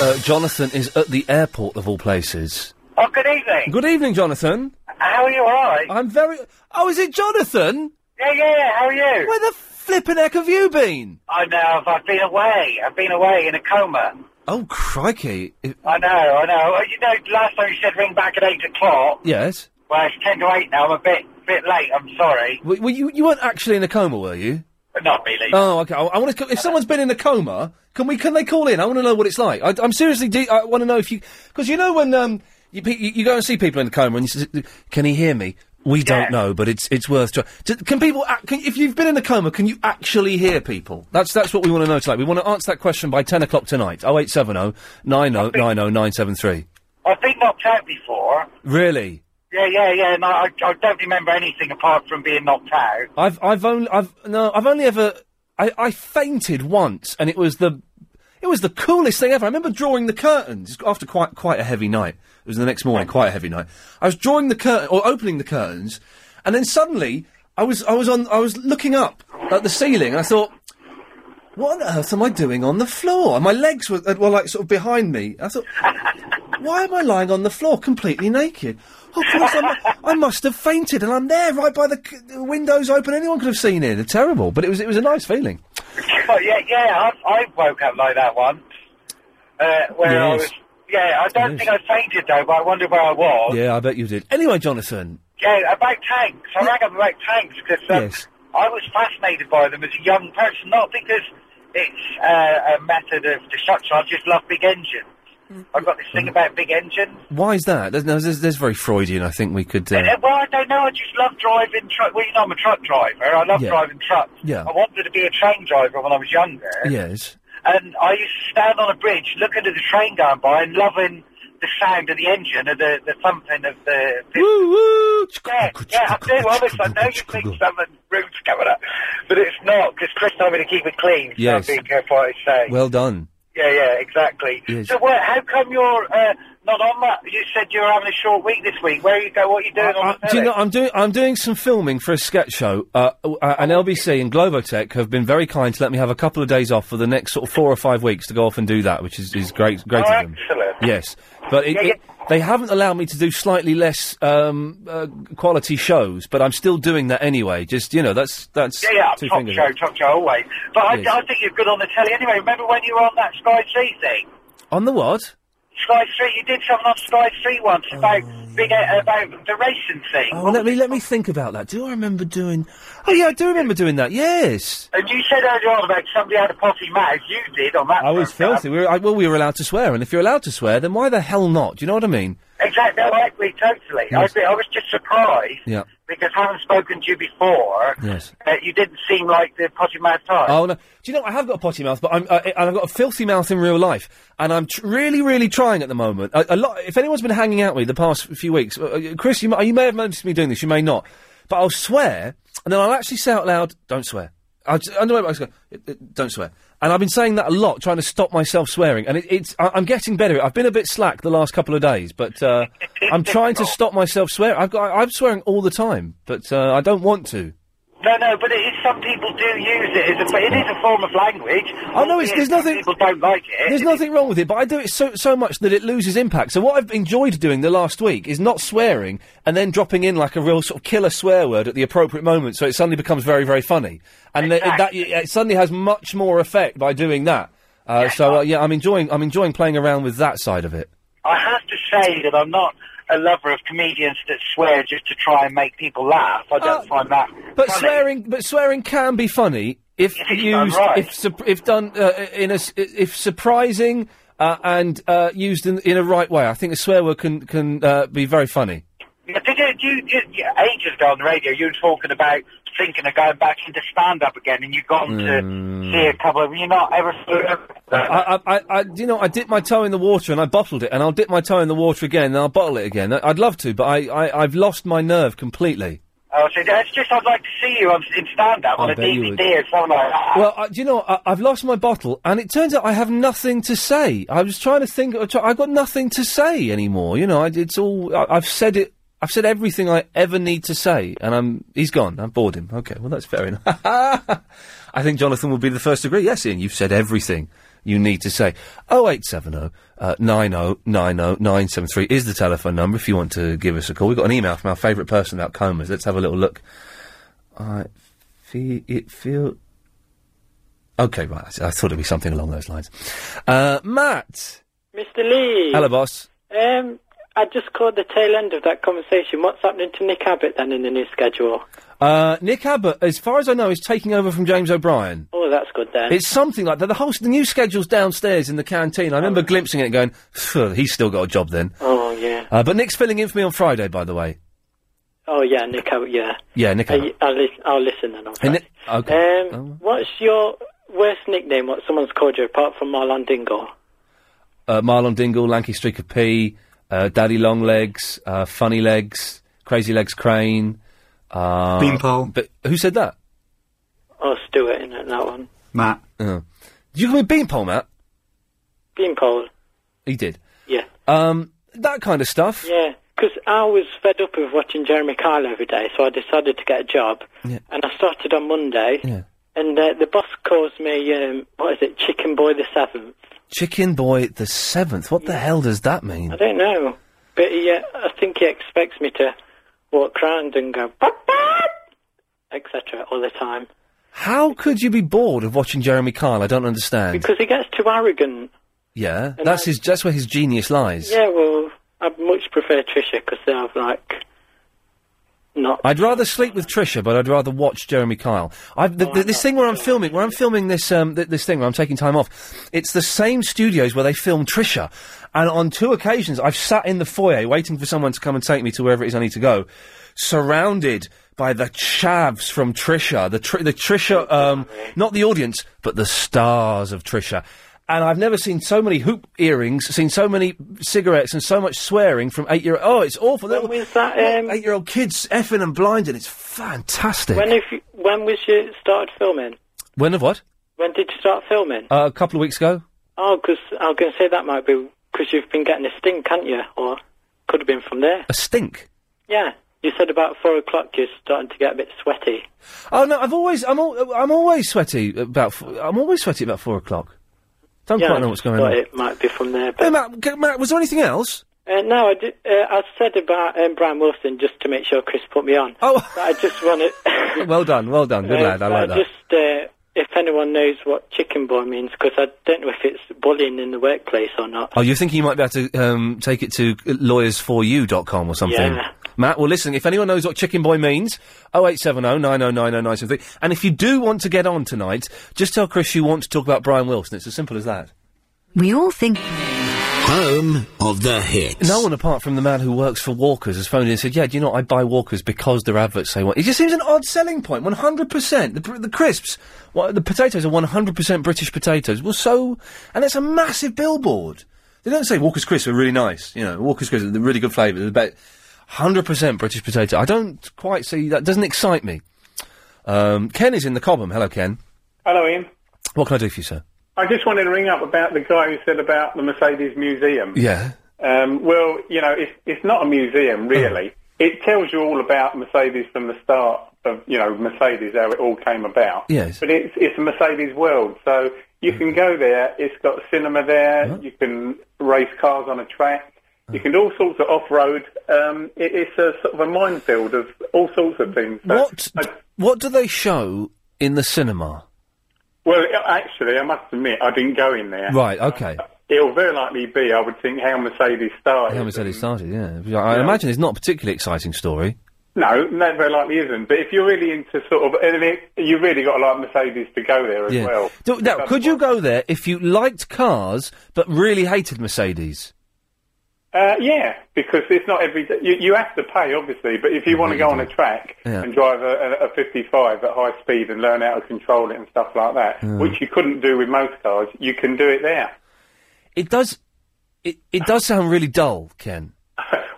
Speaker 2: Uh, Jonathan is at the airport of all places.
Speaker 19: Oh, good evening.
Speaker 2: Good evening, Jonathan.
Speaker 19: How are you? All right.
Speaker 2: I'm very. Oh, is it Jonathan?
Speaker 19: Yeah, yeah, yeah. How are you?
Speaker 2: Where the flippin' heck have you been?
Speaker 19: I know. I've, I've been away. I've been away in a coma.
Speaker 2: Oh crikey! It-
Speaker 19: I know. I know. Well, You know, last time you said ring back at eight o'clock.
Speaker 2: yes.
Speaker 19: Well, it's ten to eight now. I'm a bit, bit late. I'm sorry.
Speaker 2: Well, you you weren't actually in a coma, were you?
Speaker 19: But not really.
Speaker 2: Oh, okay. I, I want to. If someone's been in a coma, can we? Can they call in? I want to know what it's like. I, I'm seriously. De- I want to know if you, because you know when um you, pe- you you go and see people in a coma and you say, "Can he hear me?" We don't know, but it's it's worth trying. Can people? ac- Can, if you've been in a coma, can you actually hear people? That's that's what we want to know tonight. We want to answer that question by ten o'clock tonight. Oh eight seven oh nine oh nine oh nine seven three.
Speaker 19: I've been knocked out before.
Speaker 2: Really.
Speaker 19: Yeah, yeah, yeah. And I, I don't remember anything apart from being knocked out.
Speaker 2: I've I've only I've no I've only ever I, I fainted once and it was the it was the coolest thing ever. I remember drawing the curtains after quite quite a heavy night. It was the next morning, quite a heavy night. I was drawing the curtain or opening the curtains, and then suddenly I was I was on I was looking up at the ceiling. and I thought, what on earth am I doing on the floor? And my legs were, uh, were like sort of behind me. I thought, why am I lying on the floor completely naked? Of course, I, mu- I must have fainted, and I'm there right by the, c- the windows open. Anyone could have seen it. Terrible, but it was it was a nice feeling.
Speaker 19: Oh, yeah, yeah. I, I woke up like that once. Uh, where I
Speaker 2: Yes.
Speaker 19: was. Yeah, I don't
Speaker 2: Yes.
Speaker 19: think I fainted though, but I wonder where I was.
Speaker 2: Yeah, I bet you did. Anyway, Jonathan.
Speaker 19: Yeah, about tanks. I rang up about tanks because um,
Speaker 2: Yes.
Speaker 19: I was fascinated by them as a young person, not because it's uh, a method of destruction. I just love big engines.
Speaker 2: Mm.
Speaker 19: I've got this thing about big engines.
Speaker 2: Why is that? There's, no, there's, there's very Freudian. I think we could. Uh,
Speaker 19: And, uh, well, I don't know. I just love driving truck. Well, you know, I'm a truck driver. I love
Speaker 2: Yeah.
Speaker 19: driving trucks.
Speaker 2: Yeah.
Speaker 19: I wanted to be a train driver when I was younger.
Speaker 2: yes.
Speaker 19: And I used to stand on a bridge looking at the train going by and loving the sound of the engine and the, the thumping of the.
Speaker 2: Woo woo!
Speaker 19: Yeah, yeah, I do. Honest, I know you think something rude's coming up, but it's not because Chris told me to keep it clean.
Speaker 2: Yes.
Speaker 19: So I'm being careful what I say.
Speaker 2: Well done.
Speaker 19: Yeah, yeah, exactly.
Speaker 2: Yes.
Speaker 19: So, where, how come you're uh, not on that? You said you were having a short week this week. Where you go? What you doing on the
Speaker 2: Do you
Speaker 19: telly?
Speaker 2: know, I'm doing I'm doing some filming for a sketch show, uh, uh, and LBC and Globotech have been very kind to let me have a couple of days off for the next sort of four or five weeks to go off and do that, which is, is great great
Speaker 19: Oh,
Speaker 2: of them.
Speaker 19: excellent.
Speaker 2: Yes, but it, it, they haven't allowed me to do slightly less um, uh, quality shows, but I'm still doing that anyway. Just you know, that's that's
Speaker 19: Yeah, yeah,
Speaker 2: two
Speaker 19: top
Speaker 2: fingers.
Speaker 19: show, top show always. But I,
Speaker 2: Yes.
Speaker 19: I think you're good on the telly anyway. Remember when you were on that Sky C thing?
Speaker 2: On the what?
Speaker 19: Sky Three, you did something on Sky Three once about big uh, about the racing thing,
Speaker 2: Oh, let me let me think about that. Do I remember doing? Oh yeah, I do remember doing that. Yes.
Speaker 19: and you said earlier on about somebody had a potty mouth. You did on that.
Speaker 2: I was filthy. We were, I, well, we were allowed to swear, and if you're allowed to swear, then why the hell not? Do you know what I mean?
Speaker 19: Exactly, I agree totally. I,
Speaker 2: Yes.
Speaker 19: agree. I was just surprised
Speaker 2: Yeah.
Speaker 19: because having spoken to you before,
Speaker 2: Yes.
Speaker 19: uh, you didn't seem like the potty mouth type.
Speaker 2: Oh no! Do you know I have got a potty mouth, but I'm uh, and I've got a filthy mouth in real life, and I'm tr- really, really trying at the moment. A, a lot. If anyone's been hanging out with me the past few weeks, uh, uh, Chris, you, might, you may have noticed me doing this, you may not, but I'll swear, and then I'll actually say out loud, "Don't swear." I just, I know I was going, "Uh, uh, "Don't swear," and I've been saying that a lot, trying to stop myself swearing, and it, it's I, I'm getting better. at it. I've been a bit slack the last couple of days, but uh, I'm trying to stop myself swearing. I've got I, I'm swearing all the time, but uh, I don't want to.
Speaker 19: No, no, but it is, some people do use it as a, but it is a form of language.
Speaker 2: I know Oh, it's-
Speaker 19: albeit
Speaker 2: there's
Speaker 19: some
Speaker 2: nothing-
Speaker 19: People don't like it.
Speaker 2: There's nothing wrong with it, but I do it so so much that it loses impact. So what I've enjoyed doing the last week is not swearing and then dropping in like a real sort of killer swear word at the appropriate moment, so it suddenly becomes very very funny, and th- it, that it suddenly has much more effect by doing that. Uh, so uh, yeah, I'm enjoying I'm enjoying playing around with that side of it.
Speaker 19: I have to say that I'm not a lover of comedians that swear just to try and make people laugh. I don't
Speaker 2: Uh,
Speaker 19: find that.
Speaker 2: But
Speaker 19: funny.
Speaker 2: swearing but swearing can be funny if
Speaker 19: done
Speaker 2: used
Speaker 19: right.
Speaker 2: if sup- if done uh, in a s- if surprising. Uh, and uh, used in, in a right way, I think a swear word can can uh, be very funny.
Speaker 19: Yeah, Did you, do you, you- yeah, ages ago on the radio, you were talking about thinking of going back into stand-up again, and you've gone
Speaker 2: Mm.
Speaker 19: to see a couple of... You're not ever...
Speaker 2: I, I, I, I, you know, I dipped my toe in the water and I bottled it, and I'll dip my toe in the water again, and I'll bottle it again. I- I'd love to, but I, I, I've lost my nerve completely.
Speaker 19: Oh, so it's just I'd like to see you on, in stand-up
Speaker 2: I
Speaker 19: on a
Speaker 2: bet you would.
Speaker 19: DVD or something like that.
Speaker 2: Well, I, do you know, I, I've lost my bottle, and it turns out I have nothing to say. I was trying to think, I try- I've got nothing to say anymore. You know, I, it's all, I, I've said it, I've said everything I ever need to say, and I'm, he's gone. I've bored him. Okay, well, that's fair enough. I think Jonathan will be the first to agree. Yes, Ian, you've said everything you need to say. Oh, 0870 uh, oh, 9090973 is the telephone number if you want to give us a call. We've got an email from our favourite person about comas. Let's have a little look. I feel it feel. Okay, right. I s- I thought it'd be something along those lines. Uh, Matt,
Speaker 20: Mr. Lee.
Speaker 2: hello, boss.
Speaker 20: Um, I just caught the tail end of that conversation. What's happening to Nick Abbott then in the new schedule?
Speaker 2: Uh, Nick Abbott, as far as I know, is taking over from James O'Brien.
Speaker 20: Oh, that's good then.
Speaker 2: It's something like that. The whole the new schedule's downstairs in the canteen. I remember glimpsing it, and going, "Phew, "He's still got a job then."
Speaker 20: Oh yeah.
Speaker 2: Uh, but Nick's filling in for me on Friday, by the way.
Speaker 20: Oh yeah, Nick Abbott. Yeah.
Speaker 2: Yeah, Nick. Abbott.
Speaker 20: I, will lis- I'll listen then. on
Speaker 2: And
Speaker 20: Friday.
Speaker 2: Ni- okay. Oh.
Speaker 20: Um, What's your worst nickname? What someone's called you apart from Marlon Dingle?
Speaker 2: uh, Marlon Dingle, Lanky Streak of P, uh, Daddy Long Legs, uh, Funny Legs, Crazy Legs Crane, uh,
Speaker 12: Beanpole.
Speaker 2: But who said that?
Speaker 20: Oh, Stuart in it, that one.
Speaker 2: Matt. Oh. Did you call me Beanpole, Matt?
Speaker 20: Beanpole.
Speaker 2: He did.
Speaker 20: Yeah.
Speaker 2: Um, that kind of stuff.
Speaker 20: Yeah. Because I was fed up with watching Jeremy Kyle every day, so I decided to get a job.
Speaker 2: Yeah.
Speaker 20: And I started on Monday.
Speaker 2: Yeah.
Speaker 20: And uh, the boss calls me, um, what is it, Chicken Boy the Seventh.
Speaker 2: Chicken Boy the Seventh. What the hell does that mean?
Speaker 20: I don't know, but he, uh, I think he expects me to walk round and go etc. all the time
Speaker 2: How could you be bored of watching Jeremy Kyle? I don't understand.
Speaker 20: because he gets too arrogant.
Speaker 2: Yeah, that's his. That's where his genius lies.
Speaker 20: Yeah, well, I'd much prefer Trisha because they have like not.
Speaker 2: I'd rather sleep with Trisha, but I'd rather watch Jeremy Kyle. I've, th th this thing where I'm filming, where I'm filming this um, th- this thing where I'm taking time off, it's the same studios where they film Trisha, and on two occasions I've sat in the foyer waiting for someone to come and take me to wherever it is I need to go, surrounded by the chavs from Trisha, the tr- the Trisha, um, not the audience, but the stars of Trisha. And I've never seen so many hoop earrings, seen so many cigarettes, and so much swearing from eight year. Oh, it's awful. When was that?
Speaker 20: um,
Speaker 2: eight year old kids effing and blinding. It's fantastic.
Speaker 20: When if you, when was you started filming?
Speaker 2: When of what?
Speaker 20: When did you start filming?
Speaker 2: Uh, a couple of weeks ago.
Speaker 20: Oh, 'cause I was going to say that might be because you've been getting a stink, can't you? Or could have been from there.
Speaker 2: A stink.
Speaker 20: Yeah, you said about four o'clock you're starting to get a bit sweaty.
Speaker 2: Oh no, I've always I'm al- I'm always sweaty about f- I'm always sweaty about four o'clock. Don't
Speaker 20: yeah,
Speaker 2: quite know what's going
Speaker 20: thought
Speaker 2: on.
Speaker 20: It might be from there.
Speaker 2: Hey, Matt, g- Matt, was there anything else?
Speaker 20: Uh, no, I, did, uh, I said about um, Brian Wilson just to make sure Chris put me on.
Speaker 2: Oh,
Speaker 20: I just want to.
Speaker 2: well done, well done, good
Speaker 20: Uh,
Speaker 2: lad. I like that.
Speaker 20: Just uh, if anyone knows what chicken boy means, because I don't know if it's bullying in the workplace or not.
Speaker 2: Oh, you're thinking you might be able to um, take it to lawyersforyou.com or something.
Speaker 20: Yeah.
Speaker 2: Matt, well, listen, if anyone knows what Chicken Boy means, 0870 9090973. And if you do want to get on tonight, just tell Chris you want to talk about Brian Wilson. It's as simple as that.
Speaker 15: We all think. Home of the hits.
Speaker 2: No one apart from the man who works for Walkers has phoned in and said, yeah, do you know, I buy Walkers because their adverts say what. It just seems an odd selling point. 100%. The, pr- the crisps, well, the potatoes are 100% British potatoes. Well, so, and that's a massive billboard. They don't say Walker's crisps are really nice. You know, Walker's crisps are the really good flavour. They're about 100% British potato. I don't quite see that. Doesn't excite me. Um, Ken is in the Cobham. Hello, Ken.
Speaker 13: Hello, Ian.
Speaker 2: What can I do for you, sir?
Speaker 13: I just wanted to ring up about the guy who said about the Mercedes Museum.
Speaker 2: Yeah. Oh.
Speaker 13: Um, well, you know, it's, it's not a museum, really. It tells you all about Mercedes from the start of, you know, Mercedes, how it all came about.
Speaker 2: Yes. Mm.
Speaker 13: But it's, it's a Mercedes world, so you can go there. It's got a cinema there. You can race cars on a track. You can do all sorts of off-road. Um, it, it's a sort of a minefield of all sorts of things. So
Speaker 2: What, what do they show in the cinema?
Speaker 13: Well, actually, I must admit, I didn't go in there.
Speaker 2: Right, okay.
Speaker 13: It'll very likely be, I would think, how Mercedes started.
Speaker 2: How Mercedes started, yeah. I imagine it's not a particularly exciting story.
Speaker 13: No, that very likely isn't. But if you're really into sort of, and it, you really got to like Mercedes to go there as
Speaker 2: Yeah.
Speaker 13: well.
Speaker 2: Do- now, could you go there if you liked cars but really hated Mercedes?
Speaker 13: Uh, yeah, because it's not every day. You, you have to pay, obviously, but if you want to go on a track
Speaker 2: Yeah.
Speaker 13: and drive a, a, a 55 at high speed and learn how to control it and stuff like that,
Speaker 2: Yeah.
Speaker 13: which you couldn't do with most cars, you can do it there.
Speaker 2: It does. It, it does sound really dull, Ken.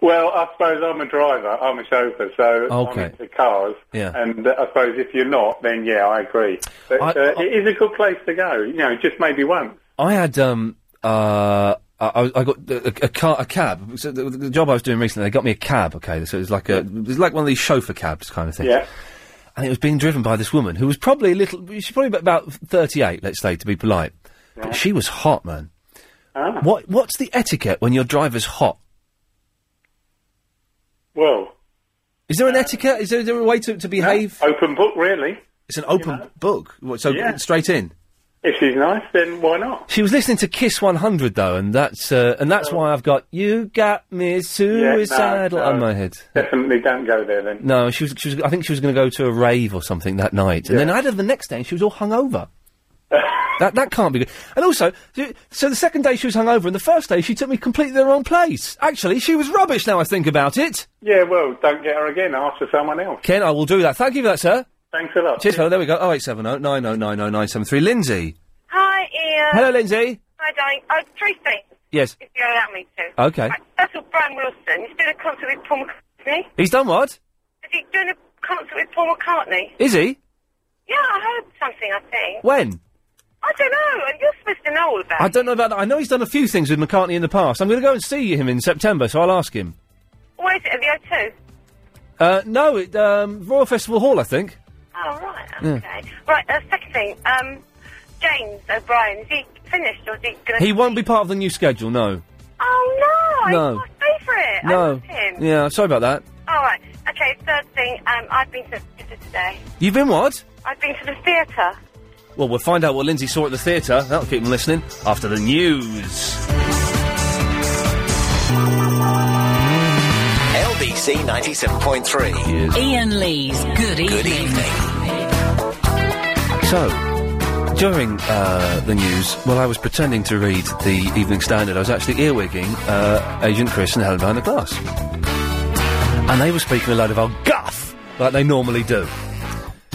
Speaker 13: Well, I suppose I'm a driver, I'm a chauffeur, so
Speaker 2: Okay.
Speaker 13: I'm into cars.
Speaker 2: Yeah.
Speaker 13: And uh, I suppose if you're not, then yeah, I agree. But uh, it is a good place to go. You know, just maybe once.
Speaker 2: I had um uh I, I got a, a car a cab. So the, the job I was doing recently, they got me a cab. Okay, so it was like a it was like one of these chauffeur cabs kind of thing.
Speaker 13: Yeah.
Speaker 2: And it was being driven by this woman who was probably a little. She's probably about thirty-eight, let's say, to be polite. But she was hot, man.
Speaker 13: Ah.
Speaker 2: What what's the etiquette when your driver's hot?
Speaker 13: Well,
Speaker 2: Is there an etiquette? Is there, is there a way to, to behave?
Speaker 13: open book, really.
Speaker 2: It's an open book. What, So
Speaker 13: Yeah.
Speaker 2: straight in.
Speaker 13: If she's nice, then why not?
Speaker 2: She was listening to Kiss 100 though, and that's uh, and
Speaker 13: Oh.
Speaker 2: that's why I've got "You Got Me Suicidal"
Speaker 13: no,
Speaker 2: on
Speaker 13: no.
Speaker 2: my head.
Speaker 13: Definitely don't go there then.
Speaker 2: No, she was. She was. I think she was going to go to a rave or something that night, and then I had her the next day, and she was all hungover. that that can't be good. And also, th- so the second day she was hungover, and the first day she took me completely the wrong place. Actually, she was rubbish. Now I think about it.
Speaker 13: Yeah, well, don't get her again. Ask for someone else.
Speaker 2: Ken, I will do that. Thank you for that, sir.
Speaker 13: Thanks a lot.
Speaker 2: Cheers, fellow. There we go. Oh eight seven oh nine oh nine oh nine seven three. Lindsay.
Speaker 8: Hi, Ian.
Speaker 2: Hello, Lindsay.
Speaker 8: Hi, darling. Oh, three things,
Speaker 2: Yes.
Speaker 8: if you allow me to.
Speaker 2: Okay.
Speaker 8: Right, First of all, Brian Wilson. He's doing a concert with Paul McCartney.
Speaker 2: He's done what?
Speaker 8: Is he doing a concert with Paul McCartney?
Speaker 2: Is he?
Speaker 8: Yeah, I heard something, I think.
Speaker 2: When?
Speaker 8: I don't know. And you're supposed to know all about
Speaker 2: I
Speaker 8: it.
Speaker 2: don't know about that. I know he's done a few things with McCartney in the past. I'm going to go and see him in September, so I'll ask him.
Speaker 8: Where is it? At the O2?
Speaker 2: Uh, no, it, um, Royal Festival Hall, I think.
Speaker 8: Oh, right.
Speaker 2: Yeah.
Speaker 8: Okay. Right, uh, second thing. Um, James O'Brien, is he finished or is he going to...
Speaker 2: He won't be part of the new schedule, no.
Speaker 8: Oh, no.
Speaker 2: No.
Speaker 8: He's my favourite. I
Speaker 2: no.
Speaker 8: love him.
Speaker 2: Yeah, sorry about that.
Speaker 8: All right. Okay, third thing. Um, I've been to the theatre today.
Speaker 2: You've been what?
Speaker 8: I've been to the theatre.
Speaker 2: Well, we'll find out what Lindsay saw at the theatre. That'll keep them listening after the news.
Speaker 15: Elvis
Speaker 21: BBC 97.3.
Speaker 22: Ian Lee's Good Evening.
Speaker 21: Good evening.
Speaker 2: So, during uh, the news, while I was pretending to read the Evening Standard, I was actually earwigging uh, Agent Chris and Helen behind the glass. And they were speaking a load of old guff, like they normally do.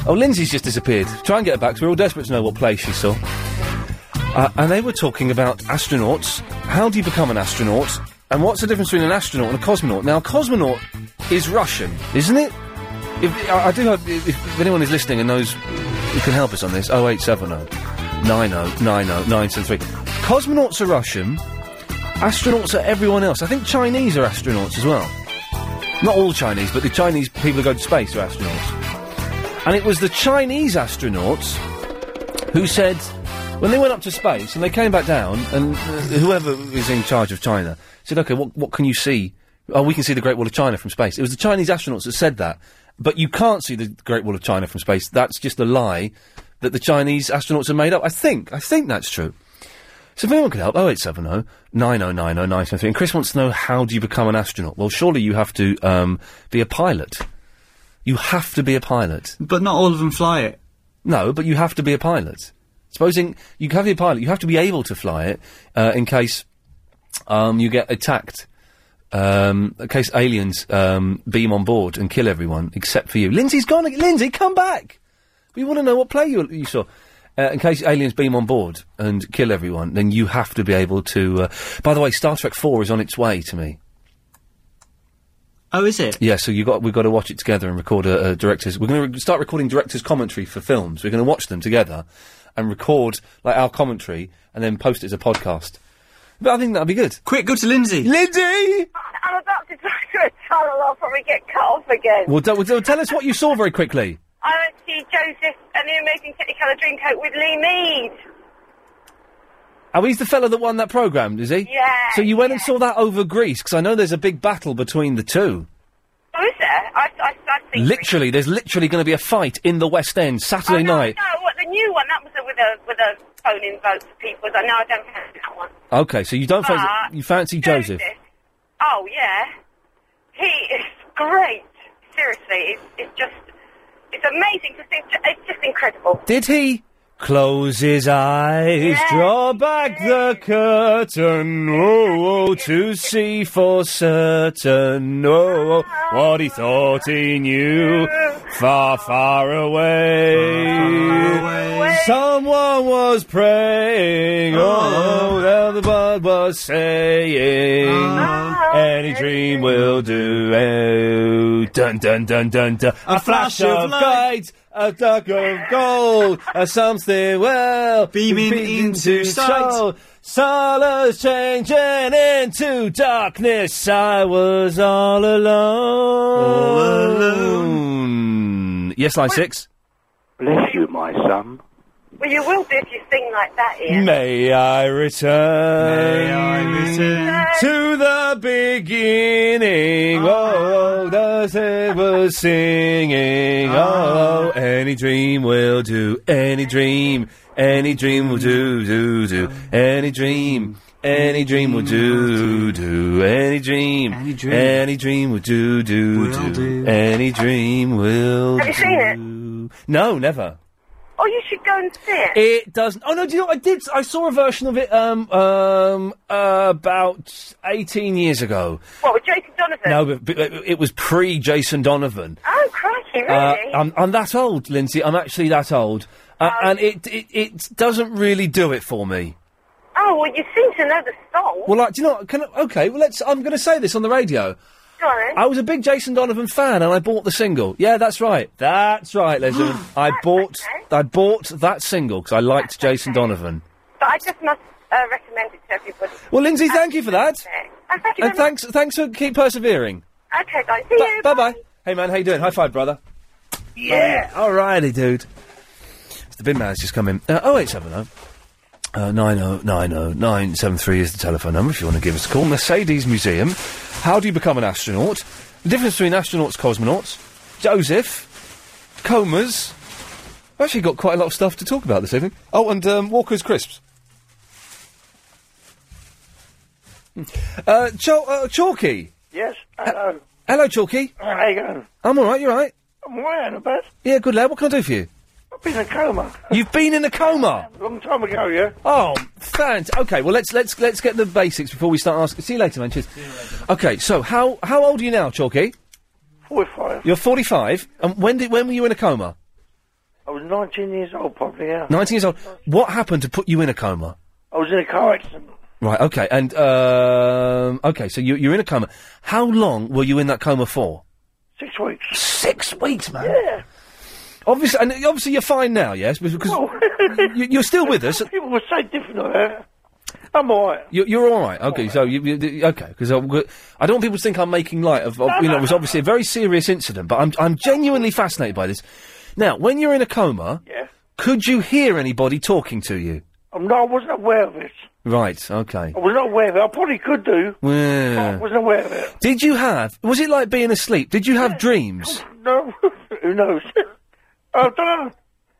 Speaker 2: Oh, Lindsay's just disappeared. Try and get her back, 'cause we're all desperate to know what play she saw. Uh, and they were talking about astronauts. How do you become an astronaut? And what's the difference between an astronaut and a cosmonaut? Now, a cosmonaut is Russian, isn't it? If, I, I do hope if, if anyone is listening and knows who can help us on this, 0870 90 90 973. Cosmonauts are Russian. Astronauts are everyone else. I think Chinese are astronauts as well. Not all Chinese, but the Chinese people who go to space are astronauts. And it was the Chinese astronauts who said when they went up to space and they came back down, and uh, whoever is in charge of China said, "Okay, what what can you see? Oh, we can see the Great Wall of China from space." It was the Chinese astronauts that said that, but you can't see the Great Wall of China from space. That's just a lie that the Chinese astronauts have made up. I think I think that's true. So if anyone could help, 0870 9090 973. And Chris wants to know how do you become an astronaut? Well, surely you have to um, be a pilot. You have to be a pilot. But not all of them fly it. No, but you have to be a pilot. Supposing you have to be a pilot, you have to be able to fly it uh, in case um, you get attacked. Um, in case aliens um, beam on board and kill everyone except for you. Lindsay's gone. ag- Lindsay, come back. We want to know what play you, you saw. Uh, in case aliens beam on board and kill everyone, then you have to be able to. Uh, by the way, Star Trek Four is on its way to me.
Speaker 12: Oh, is it?
Speaker 2: Yeah, so you got we've got to watch it together and record a, a directors. We're going to re- start recording directors' commentary for films. We're going to watch them together and record like our commentary and then post it as a podcast. But I think that'd be good. Quick, go to Lindsay. Lindsay.
Speaker 8: I'm about to talk to a tunnel off and we get cut off again.
Speaker 2: Well, do, well, tell us what you saw very quickly.
Speaker 8: I went to see Joseph and the Amazing Technicolor Dreamcoat with Lee Mead.
Speaker 2: Oh, he's the fellow that won that program, is he?
Speaker 8: Yeah,
Speaker 2: So you went and saw that over Greece because I know there's a big battle between the two.
Speaker 8: Who Oh, is there? I, I, I think.
Speaker 2: Literally, there's literally going to be a fight in the West End Saturday night.
Speaker 8: oh, No, what the new one? That was a, with a with a phone in vote for people. I know I don't fancy that one.
Speaker 2: Okay, so you don't fancy
Speaker 8: But
Speaker 2: you fancy Joseph?
Speaker 8: Oh yeah, he is great. Seriously, it's, it's just it's amazing to see. It's just incredible.
Speaker 2: Did he? Close his eyes, draw back the curtain, oh, oh, to see for certain, oh, oh, what he thought he knew, far, far away. Someone was praying, oh, oh, the bird was saying, any dream will do, oh, dun, dun, dun, dun, dun, a flash of light. A duck of gold, a something well
Speaker 12: Beaming into sight.
Speaker 2: soul. Sorrows changing into darkness. I was all alone. Yes, line six.
Speaker 4: Bless you, my son.
Speaker 8: Well, you will do if you sing like that, Ian.
Speaker 2: May I return? to the beginning? Oh, oh, does it was singing? Oh, any dream will do. Any dream, any dream will do, do, do. Any dream, any dream will do, do. Any dream, any
Speaker 12: dream.
Speaker 2: dream will do, do, do. Any dream will.
Speaker 8: Have you seen it?
Speaker 2: do. No, never.
Speaker 8: Oh, you should go and see it.
Speaker 2: It doesn't. Oh no! Do you know what I did? I saw a version of it um um uh, about eighteen years ago.
Speaker 8: What with Jason Donovan?
Speaker 2: No, but, but it was pre Jason Donovan.
Speaker 8: Oh, crikey, really?
Speaker 2: Uh, I'm, I'm that old, Lindsay. I'm actually that old, uh, and it, it it doesn't really do it for me.
Speaker 8: oh, well, you seem to know the song.
Speaker 2: Well, like, do you know? what? Can I, okay. Well, let's. I'm going to say this on the radio.
Speaker 8: Go on then.
Speaker 2: I was a big Jason Donovan fan, and I bought the single. Yeah, that's right. That's right, ladies and gentlemen. I bought I bought that single because I liked Jason Donovan.
Speaker 8: But I just must uh, recommend it to everybody.
Speaker 2: Well, Lindsay, thank you for that.
Speaker 8: And thank you
Speaker 2: And
Speaker 8: very
Speaker 2: thanks, thanks for keep persevering.
Speaker 8: much. Okay, guys. See you.
Speaker 2: Bye bye. Hey man, how you doing? High five, brother.
Speaker 8: Yeah.
Speaker 2: Alrighty, dude. The bin man's just come in. Uh, 0870 uh, 9090 973 is the telephone number if you want to give us a call. Mercedes Museum. How do you become an astronaut? The difference between astronauts, cosmonauts, Joseph, comas. I've actually got quite a lot of stuff to talk about this evening. Oh, and um, Walker's crisps. Uh, Cho- uh, Chalky.
Speaker 3: Yes, hello.
Speaker 2: Hello, Chalky.
Speaker 23: How you going?
Speaker 2: I'm all right. You're right.
Speaker 23: I'm wearing a bit.
Speaker 2: Yeah, good lad. What can I do for you?
Speaker 23: I've been in a coma.
Speaker 2: You've been in a coma.
Speaker 23: Long time ago, yeah?
Speaker 2: Oh, fant. Okay, well let's let's let's get the basics before we start asking. See you later, man. Cheers. Okay, so how how old are you now, Chalky?
Speaker 23: 45.
Speaker 2: You're 45. And when did when were you in a coma?
Speaker 23: I was 19 years old, probably, yeah.
Speaker 2: 19 years old. What happened to put you in a coma?
Speaker 23: I was in a car accident.
Speaker 2: Right. Okay. And um, okay, so you, you're in a coma. How long were you in that coma for?
Speaker 23: Six weeks.
Speaker 2: Six weeks, man.
Speaker 23: Yeah.
Speaker 2: Obviously, and obviously you're fine now. Yes, because you, you're still with us.
Speaker 23: People were so different on that. I'm all right.
Speaker 2: You're, you're all right. Okay, so you, you okay? Because I don't want people to think I'm making light of. of you know, it was obviously a very serious incident, but I'm I'm genuinely fascinated by this. Now, when you're in a coma,
Speaker 23: Yeah.
Speaker 2: could you hear anybody talking to you?
Speaker 23: I'm not, I wasn't aware of it.
Speaker 2: Right. Okay.
Speaker 23: I was not aware of it. I probably could do. I
Speaker 2: Yeah.
Speaker 23: wasn't aware of Oh, it.
Speaker 2: Did you have? Was it like being asleep? Did you have dreams?
Speaker 23: No, who knows? I don't know.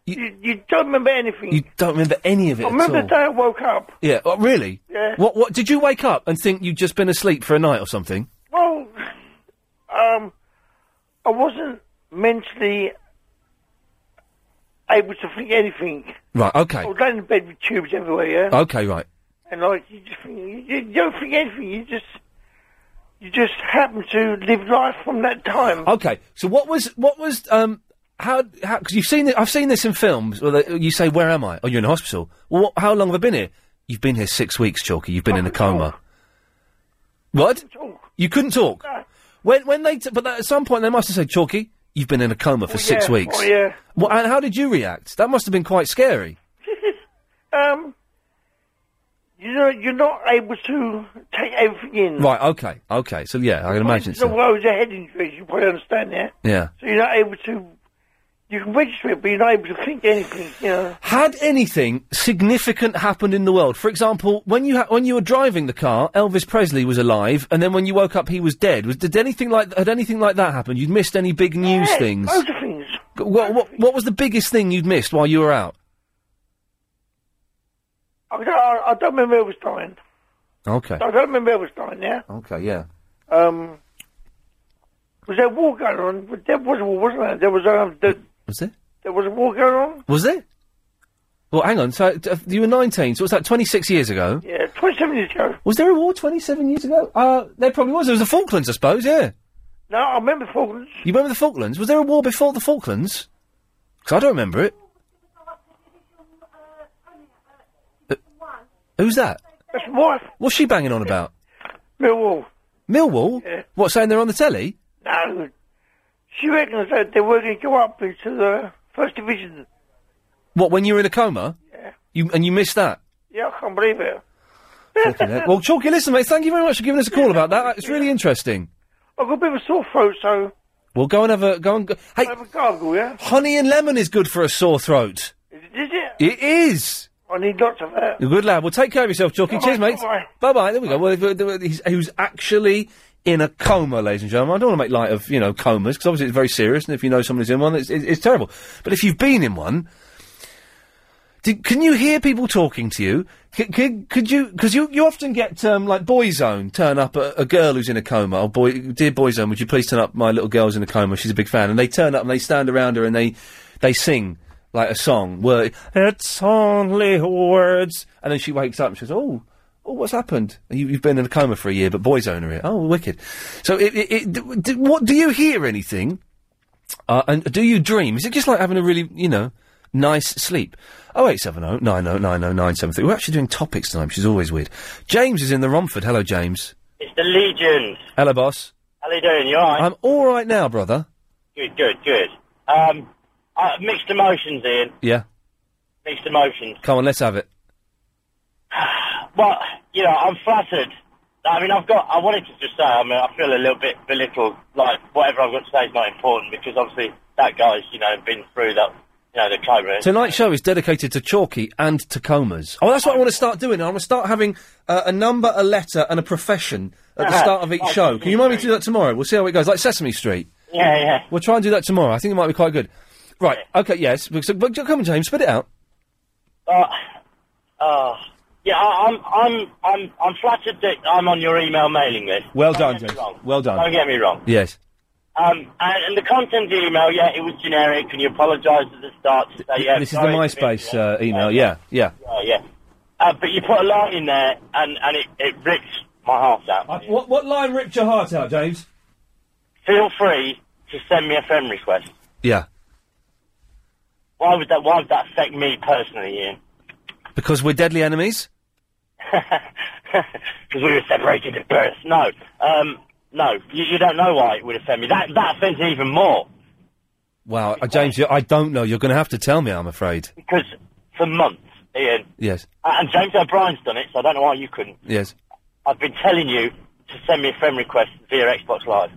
Speaker 23: You, you don't remember anything.
Speaker 2: You don't remember any of it
Speaker 23: I remember
Speaker 2: at
Speaker 23: the
Speaker 2: all.
Speaker 23: day I woke up.
Speaker 2: Yeah. Oh, really?
Speaker 23: Yeah.
Speaker 2: What? What? Did you wake up and think you'd just been asleep for a night or something?
Speaker 23: Well, um, I wasn't mentally able to think anything.
Speaker 2: Right. Okay. Oh,
Speaker 23: I was laying in bed with tubes everywhere, yeah?
Speaker 2: Okay. Right.
Speaker 23: And, like, you just think, you, you don't think anything. You just, you just happen to live life from that time.
Speaker 2: Okay. So what was what was um how how because you've seen it, I've seen this in films where they, you say where am I? Oh, you're in a hospital. Well, what, how long have I been here? You've been here six weeks, Chalky. You've been in a coma. What? You couldn't talk. When when they t- but at some point they must have said Chalky, you've been in a coma for six
Speaker 23: yeah.
Speaker 2: weeks.
Speaker 23: Oh, yeah.
Speaker 2: Well, and how did you react? That must have been quite scary.
Speaker 23: um, you know, you're not able to take everything in.
Speaker 2: Right. Okay. Okay. So yeah, I can imagine
Speaker 23: It's the
Speaker 2: so.
Speaker 23: world's a head injury, you probably understand that.
Speaker 2: Yeah.
Speaker 23: So you're not able to, you can register it, but you're not able to think anything, you know.
Speaker 2: Had anything significant happened in the world? For example, when you ha- when you were driving the car, Elvis Presley was alive, and then when you woke up, he was dead. Was, did anything like had anything like that happened? You'd missed any big news
Speaker 23: Yeah,
Speaker 2: things?
Speaker 23: Loads of things.
Speaker 2: G- What, what, what was the biggest thing you'd missed while you were out?
Speaker 23: I don't, I, I don't remember Elvis dying.
Speaker 2: Okay.
Speaker 23: I don't remember Elvis dying, yeah?
Speaker 2: Okay. Yeah.
Speaker 23: Um, was there a war going on? But There was a war, wasn't there? There was, um, there,
Speaker 2: Was there?
Speaker 23: there was a war going on?
Speaker 2: Was there? Well, hang on. So uh, you were nineteen. So what's that? Twenty six years ago.
Speaker 23: Yeah, 27 years ago.
Speaker 2: Was there a war twenty seven years ago? Uh, there probably was. There was the Falklands, I suppose. Yeah.
Speaker 23: No, I remember Falklands.
Speaker 2: You remember the Falklands? Was there a war before the Falklands? Because I don't remember it. Uh, who's that?
Speaker 23: That's wife.
Speaker 2: What's she banging on about?
Speaker 23: Millwall.
Speaker 2: Millwall?
Speaker 23: Yeah.
Speaker 2: What, saying they're on the telly?
Speaker 23: No. She reckons that they were going to go up into the first division.
Speaker 2: What, when you were in a coma?
Speaker 23: Yeah.
Speaker 2: You, and you missed that?
Speaker 23: Yeah, I can't believe it.
Speaker 2: Fucking hell. well, Chalky, listen, mate, thank you very much for giving us a call about that. It's really interesting.
Speaker 23: I've got a bit of a sore throat, so
Speaker 2: Well, go and have a, go and go. Hey,
Speaker 23: I have a gargle, yeah?
Speaker 2: honey and lemon is good for a sore throat.
Speaker 23: Is it?
Speaker 2: It is!
Speaker 23: I need lots of that.
Speaker 2: You're a good lad. Well, take care of yourself, Chalky.
Speaker 23: Bye-bye,
Speaker 2: Cheers, mate.
Speaker 23: bye-bye.
Speaker 2: Bye bye. There we go. Well, there- there- he's, who's actually in a coma, ladies and gentlemen. I don't want to make light of you know comas because obviously it's very serious, and if you know somebody's in one, it's, it's, it's terrible. But if you've been in one. Did, can you hear people talking to you? C- c- could you? Because you, you often get um, like boyzone turn up a, a girl who's in a coma. Oh boy, dear boyzone, would you please turn up? My little girl's in a coma. She's a big fan, and they turn up and they stand around her and they they sing like a song. Word, it's only words, and then she wakes up and she says, "Oh, oh, what's happened? You, you've been in a coma for a year, but boyzone are here. Oh, wicked. So, it, it, it, d- d- what do you hear anything? Uh, and do you dream? Is it just like having a really, you know, nice sleep? Oh, 0870 90 90 973. We're actually doing topics tonight, which is always weird. James is in the Romford. Hello, James.
Speaker 3: It's the Legion.
Speaker 2: Hello, boss.
Speaker 3: How you doing? You alright?
Speaker 2: I'm all right now, brother.
Speaker 3: Good, good, good. Um, uh, mixed emotions, Ian.
Speaker 2: Yeah.
Speaker 3: Mixed emotions.
Speaker 2: Come on, let's have it.
Speaker 3: Well, you know, I'm flattered. I mean, I've got. I wanted to just say. I mean, I feel a little bit belittled. Like whatever I've got to say is not important because obviously that guy's, you know, been through that, you know, the coma.
Speaker 2: Tonight's show is dedicated to Chalky and Tacomas. Oh, that's what I want to start doing. I want to start having uh, a number, a letter, and a profession at the
Speaker 3: Yeah.
Speaker 2: start of each
Speaker 3: Oh,
Speaker 2: show. Can you mind me to do that tomorrow? We'll see how it goes. Like Sesame Street.
Speaker 3: Yeah, yeah.
Speaker 2: We'll try and do that tomorrow. I think it might be quite good. Right. Okay. Yes. So, but come on, James. Spit it out.
Speaker 3: Uh, uh, Yeah, I, I'm, I'm, I'm, I'm flattered that I'm on your email mailing list.
Speaker 24: Well
Speaker 3: Don't
Speaker 24: done,
Speaker 3: get me
Speaker 24: James.
Speaker 3: wrong.
Speaker 24: Well done.
Speaker 3: Don't get me wrong.
Speaker 2: Yes.
Speaker 3: Um, and, and the content of the email, yeah, it was generic, and you apologised at the start to say, yeah,
Speaker 2: this is the
Speaker 3: sorry, it's
Speaker 2: MySpace uh, email. Yeah, yeah.
Speaker 3: Oh, yeah. Uh, but you put a line in there, and, and it, it rips my heart out.
Speaker 24: Uh, What, what line ripped your heart out, James?
Speaker 3: Feel free to send me a friend request.
Speaker 2: Yeah.
Speaker 3: Why would that? Why would that affect me personally, Ian?
Speaker 2: Because we're deadly enemies.
Speaker 3: Because we were separated at birth. No, um, no, you, you don't know why it would offend me. That that offends me even more
Speaker 2: Wow, uh, James, you, I don't know. You're going to have to tell me. I'm afraid.
Speaker 3: because for months, Ian,
Speaker 2: Yes,
Speaker 3: uh, and James O'Brien's done it, so I don't know why you couldn't.
Speaker 2: yes.
Speaker 3: I've been telling you to send me a friend request via Xbox Live.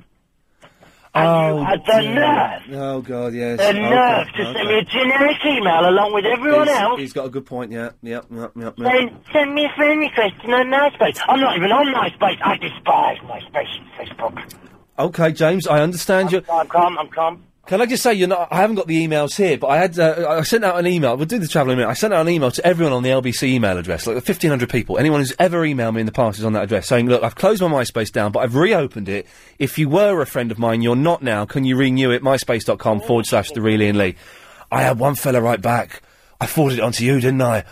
Speaker 2: oh,
Speaker 3: had the
Speaker 2: dear.
Speaker 3: nerve.
Speaker 2: Oh God, yes.
Speaker 3: the nerve to send me a generic email along with everyone
Speaker 2: He's-
Speaker 3: else.
Speaker 2: He's got a good point. Yeah, yep, yep, yep. yep.
Speaker 3: Then send me a friend request and on MySpace. I'm not even on MySpace. I despise MySpace and Facebook.
Speaker 2: Okay, James, I understand you.
Speaker 3: I'm calm. I'm calm.
Speaker 2: Can I just say you're not? I haven't got the emails here, but I had. Uh, I sent out an email. We'll do the travel in a minute. I sent out an email to everyone on the LBC email address, like 1,500 people. Anyone who's ever emailed me in the past is on that address, saying, "Look, I've closed my MySpace down, but I've reopened it. If you were a friend of mine, you're not now. Can you renew it? MySpace.com forward slash the Reilly and Lee." I had one fella right back. I forwarded it onto you, didn't I?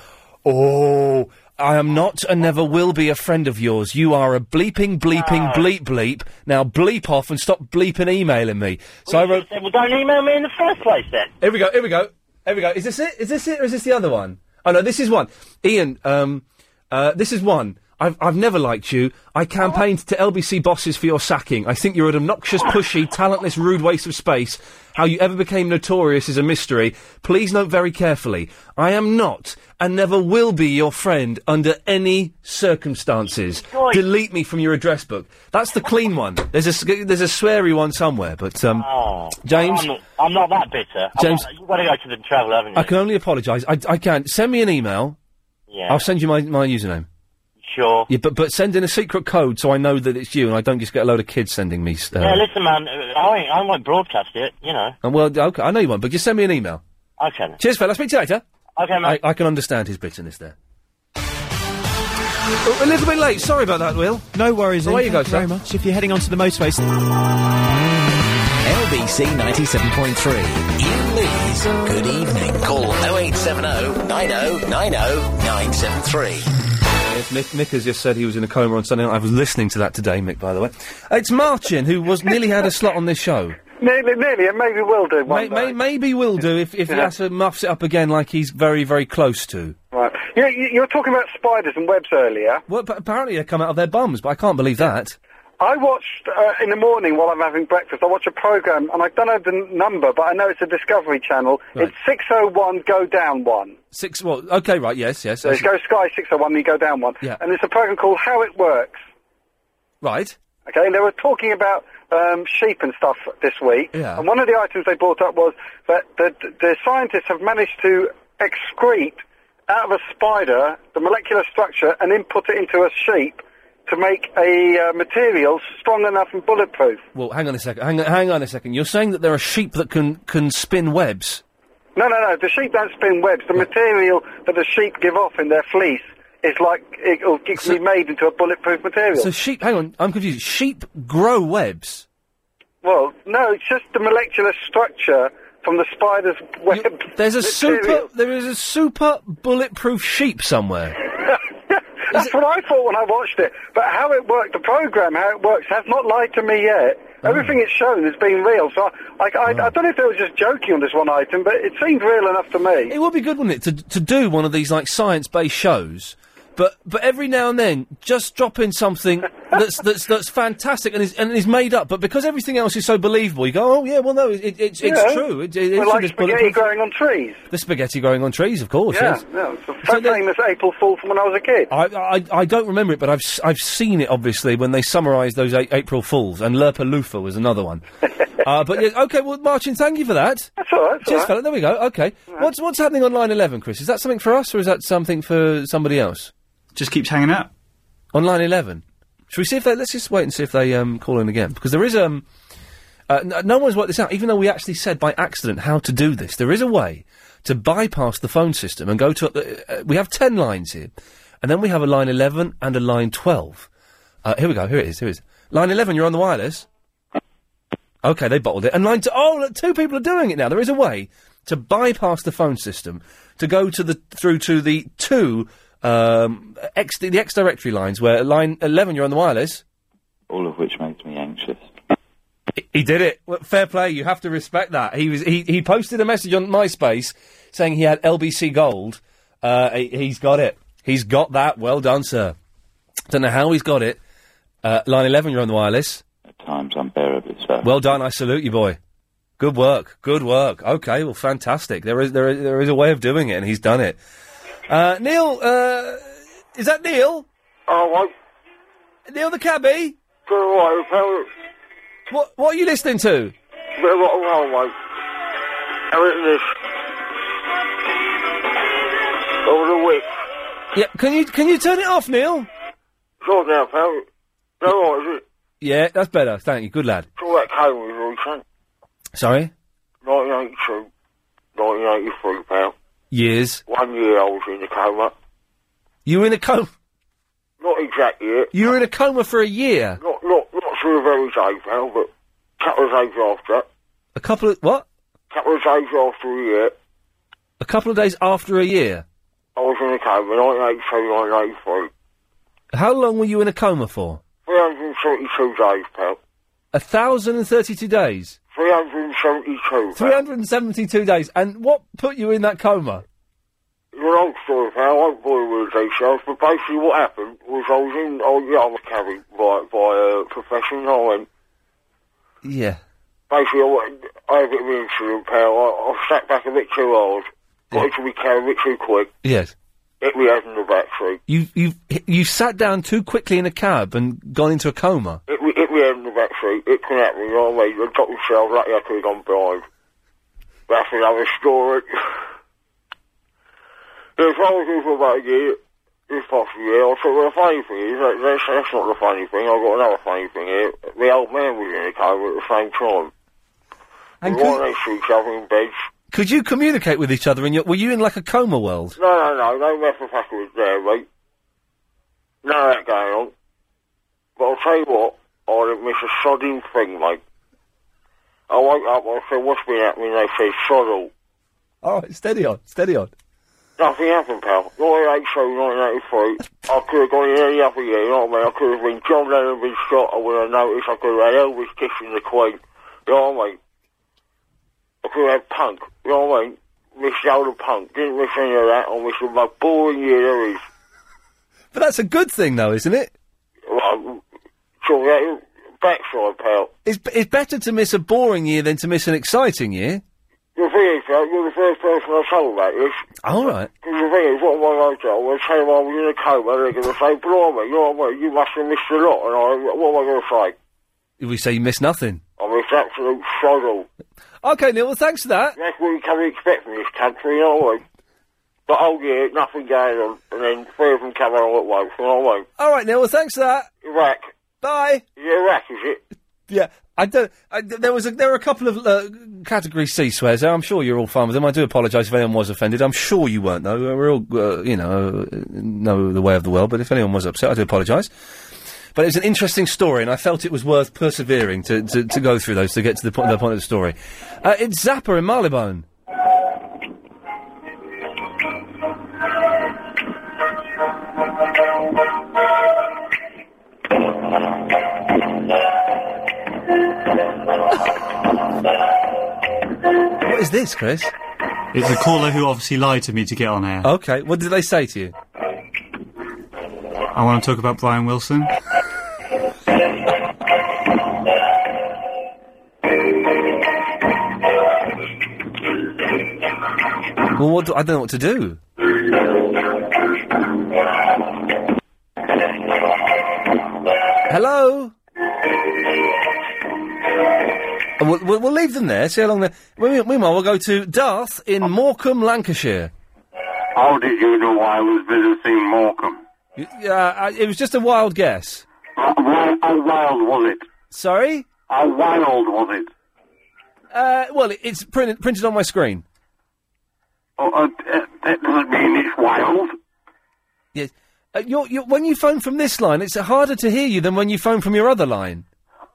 Speaker 2: Oh, I am not and never will be a friend of yours. You are a bleeping, bleeping, bleep, bleep. Now bleep off and stop bleeping emailing me. So I wrote.
Speaker 3: Well, don't email me in the first place then.
Speaker 2: Here we go, here we go, here we go. Is this it? Is this it or is this the other one? Oh no, this is one. Ian, um, uh, this is one. I've, I've never liked you. I campaigned to LBC bosses for your sacking. I think you're an obnoxious, pushy, talentless, rude waste of space. How you ever became notorious is a mystery. Please note very carefully. I am not and never will be your friend under any circumstances. Delete me from your address book. That's the clean one. There's a, s- there's a sweary one somewhere, but, um, James.
Speaker 3: I'm not, I'm not that bitter. I'm
Speaker 2: James-
Speaker 3: not- you've got to go to the travel, haven't you?
Speaker 2: I can only apologise. I, I can't. Send me an email.
Speaker 3: Yeah.
Speaker 2: I'll send you my, my username.
Speaker 3: Sure.
Speaker 2: Yeah, but, but send in a secret code so I know that it's you and I don't just get a load of kids sending me. Uh,
Speaker 3: yeah, listen, man. uh, I ain't- I won't broadcast it. You know.
Speaker 2: and well, okay, I know you won't, but just send me an email.
Speaker 3: Okay. Then.
Speaker 2: Cheers, fella. I'll speak to you later.
Speaker 3: Okay,
Speaker 2: mate. I, I can understand his bitterness there. Oh, a little bit late. Sorry about that, Will.
Speaker 24: No worries.
Speaker 2: Away
Speaker 24: Ian.
Speaker 2: you go,
Speaker 24: Thank
Speaker 2: sir.
Speaker 24: very much. If you're heading onto the motorway,
Speaker 21: LBC 97.3. Ian Lee's Good Evening. Call 0870 90 90 oh, 973.
Speaker 2: Yes, Mick, Mick has just said he was in a coma on Sunday night. I was listening to that today, Mick, by the way. It's Martin, who was nearly had a slot on this show.
Speaker 11: Nearly, nearly, and maybe will do
Speaker 2: May,
Speaker 11: one
Speaker 2: may,
Speaker 11: day.
Speaker 2: maybe will do if, if
Speaker 11: Yeah.
Speaker 2: Yasser muffs it up again like he's very, very close to.
Speaker 11: Right. You, you, you were talking about spiders and webs earlier.
Speaker 2: Well, but apparently they come out of their bums, Uh, but I can't believe that.
Speaker 11: I watched uh, in the morning while I'm having breakfast. I watch a program, and I don't know the n- number, but I know it's a Discovery Channel. It's 601 Go Down One.
Speaker 2: Six. Well, okay, right. Yes, yes.
Speaker 11: So
Speaker 2: yes.
Speaker 11: you go Sky 601, then you go down one.
Speaker 2: Yeah.
Speaker 11: And it's a program called How It Works.
Speaker 2: Right.
Speaker 11: Okay, and they were talking about um, sheep and stuff this week.
Speaker 25: Yeah.
Speaker 11: And one of the items they brought up was that the, the scientists have managed to excrete out of a spider the molecular structure and input it into a sheep to make a uh, material strong enough and bulletproof.
Speaker 2: Well, hang on a second. Hang on, hang on a second. You're saying that there are sheep that can can spin webs.
Speaker 11: No, no, no. The sheep don't spin webs. The material that the sheep give off in their fleece is like it, will it can be made into a bulletproof material.
Speaker 2: So sheep. Hang on. I'm confused. Sheep grow webs.
Speaker 11: Well, no, it's just the molecular structure from the spider's web.
Speaker 2: There's a
Speaker 11: material.
Speaker 2: super. There is a super bulletproof sheep somewhere.
Speaker 11: That's what I thought when I watched it. But how it worked, the program, how it works, has not lied to me yet.
Speaker 2: Ah.
Speaker 11: Everything it's shown has been real. So I, I, I, I don't know if they were just joking on this one item, but it seemed real enough to me.
Speaker 2: It would be good, wouldn't it, to to do one of these like science based shows. But but every now and then, just drop in something that's that's that's fantastic and is and is made up. But because everything else is so believable, you go, oh yeah, well no, it, it, it's
Speaker 11: You know,
Speaker 2: it's true. It, it,
Speaker 11: we're
Speaker 2: it's
Speaker 11: like
Speaker 2: this
Speaker 11: spaghetti
Speaker 2: bulletproof-
Speaker 11: growing on trees.
Speaker 2: The spaghetti growing on trees, of course.
Speaker 11: yeah,
Speaker 2: yes.
Speaker 11: yeah, it's a famous April Fool from when I was a kid.
Speaker 2: I, I I don't remember it, but I've s- I've seen it obviously when they summarised those a- April Fools and Lerpa Lufa was another one. uh, but yeah, okay, well, Martin, thank you for that.
Speaker 11: That's all right. that's all
Speaker 2: Cheers,
Speaker 11: right.
Speaker 2: fella. There we go. Okay, what's what's happening on line eleven, Chris? Is that something for us or is that something for somebody else?
Speaker 24: Just keeps hanging out.
Speaker 2: On line eleven, should we see if they? Let's just wait and see if they um, call in again because there is um. Uh, n- no one's worked this out, even though we actually said by accident how to do this. There is a way to bypass the phone system and go to. Uh, uh, we have ten lines here, And then we have a line 11 and a line 12. Uh, here we go. Here it is. Here it is. Line 11, you're on the wireless. Okay, they bottled it. And line two, oh, look, two people are doing it now. There is a way to bypass the phone system to go to the through to the two um, X the, X directory lines where line eleven you're on the wireless.
Speaker 25: All of which makes me anxious.
Speaker 2: He- He did it. Well, fair play. You have to respect that. He was he, he posted a message on MySpace saying he had LBC gold. Uh, he, he's got it. He's got that. Well done, sir. Don't know how he's got it. Uh, line eleven, you're on the wireless.
Speaker 25: Times unbearably so.
Speaker 2: Well done. I salute you, boy. Good work. Good work. Okay. Well, fantastic. There is there is, there is a way of doing it, and he's done it. Uh, Neil, uh, is that Neil?
Speaker 5: Oh,
Speaker 2: what? Neil the cabbie.
Speaker 5: Good morning,
Speaker 2: What What are you listening to?
Speaker 5: Bit of rock and roll, mate. Eric Lish. Over the week.
Speaker 2: Yeah. Can you Can you turn it off, Neil?
Speaker 5: Sure now, pal. No, all right, is it?
Speaker 2: Yeah, that's better. Thank you. Good lad.
Speaker 5: It's all that came with you, son.
Speaker 2: Sorry.
Speaker 5: 1982, 1983, pal.
Speaker 2: Years.
Speaker 5: One year I was in the coma.
Speaker 2: You were in a coma.
Speaker 5: Not exactly it.
Speaker 2: You were in a coma for a year.
Speaker 5: Not, not, not to the very day, pal, but couple of days after.
Speaker 2: A couple of what?
Speaker 5: Couple of days after a year,
Speaker 2: A couple of days after a year.
Speaker 5: I was in a coma, 1982, 1983.
Speaker 2: How long were you in a coma for?
Speaker 5: 372 days, pal.
Speaker 2: A thousand and thirty-two days.
Speaker 5: 372.
Speaker 2: Three hundred and seventy-two days. And what put you in that coma?
Speaker 5: It's an old story, pal. I won't bore you with the details, but basically what happened was I was in, oh yeah, I'm a cabin by, by uh, profession. I went,
Speaker 2: Yeah.
Speaker 5: basically I, went, I had a bit of an incident, pal. I, I sat back a bit too hard, got into my cab a bit too quick,
Speaker 2: Yes.
Speaker 5: hit me head in the backseat.
Speaker 2: You you you sat down too quickly in a cab and gone into a coma.
Speaker 5: It, me- hit me head in the backseat, it came at me, you know what I mean? I got myself lucky I could have gone blind. That's another story. There's whole thing for about a year, if possible, yeah. I thought, well, the funny thing is, that, that's, that's not the funny thing, I've got another funny thing here. The old man was in the coma at the same time.
Speaker 2: And
Speaker 5: we were all next to each other in beds.
Speaker 2: Could you communicate with each other? In your were you in like a coma world?
Speaker 5: No, no, no, no motherfucker was there, mate. None of that going on. But I'll tell you what, I didn't miss a sodding thing, mate. I woke up, I said, what's been happening? They said, sod all.
Speaker 2: All right, Oh, steady on, steady on.
Speaker 5: Nothing happened, pal. 1982, 1983. I could have gone in any other year, you know what I mean? I could have been John Lennon been shot, I would have noticed. I could have had Elvis kissing the Queen, you know what I mean? I could have had Punk, you know what I mean? Missed out on Punk. Didn't miss any of that. I missed the most boring year there is.
Speaker 2: But that's a good thing, though, isn't it?
Speaker 5: Well, so that backside, pal.
Speaker 2: It's it's better to miss a boring year than to miss an exciting year.
Speaker 5: The thing is, pal, you're the first person I told about this.
Speaker 2: All right.
Speaker 5: Because the thing is, what am I going to do? I'm going to tell them I was in a coma, they're going to say, blimey, you know what I mean? You must have missed a lot. And I, what am I going to say?
Speaker 2: We say you miss nothing.
Speaker 5: I missed absolute struggle.
Speaker 2: Okay, Neil. Well, thanks for that.
Speaker 5: That's what you can expect from this country, you know what I mean? The whole year, nothing going on, and then three of them come out all at once, you know what I mean?
Speaker 2: All right, Neil. Well, thanks for that.
Speaker 5: Iraq.
Speaker 2: Bye.
Speaker 5: Yeah, Iraq, is it?
Speaker 2: Yeah, I don't. I, th- there was a, there were a couple of uh, category C swears. there. I'm sure you're all fine with them. I do apologise if anyone was offended. I'm sure you weren't though. Uh, We're all uh, you know uh, know the way of the world. But if anyone was upset, I do apologise. But it was an interesting story, and I felt it was worth persevering to, to, to go through those to get to the point, the point of the story. Uh, it's Zappa in Marylebone. What is this, Chris?
Speaker 24: It's a caller who obviously lied to me to get on air.
Speaker 2: Okay, what did they say to you?
Speaker 24: I want to talk about Brian Wilson.
Speaker 2: Well, what do, I don't know what to do. Hello. uh, And We'll, we'll, we'll leave them there. See how long they. Meanwhile, meanwhile, we'll go to Darth in Morecambe, Lancashire.
Speaker 7: How did you know I was visiting Morecambe?
Speaker 2: Y- Yeah, I, it was just a wild guess.
Speaker 7: How wild was it?
Speaker 2: Sorry.
Speaker 7: How wild was it?
Speaker 2: Uh, well, it, it's printed printed on my screen.
Speaker 7: Oh, uh, uh, that doesn't mean it's wild.
Speaker 2: Yes. Uh, you're, you're, when you phone from this line, it's uh, harder to hear you than when you phone from your other line.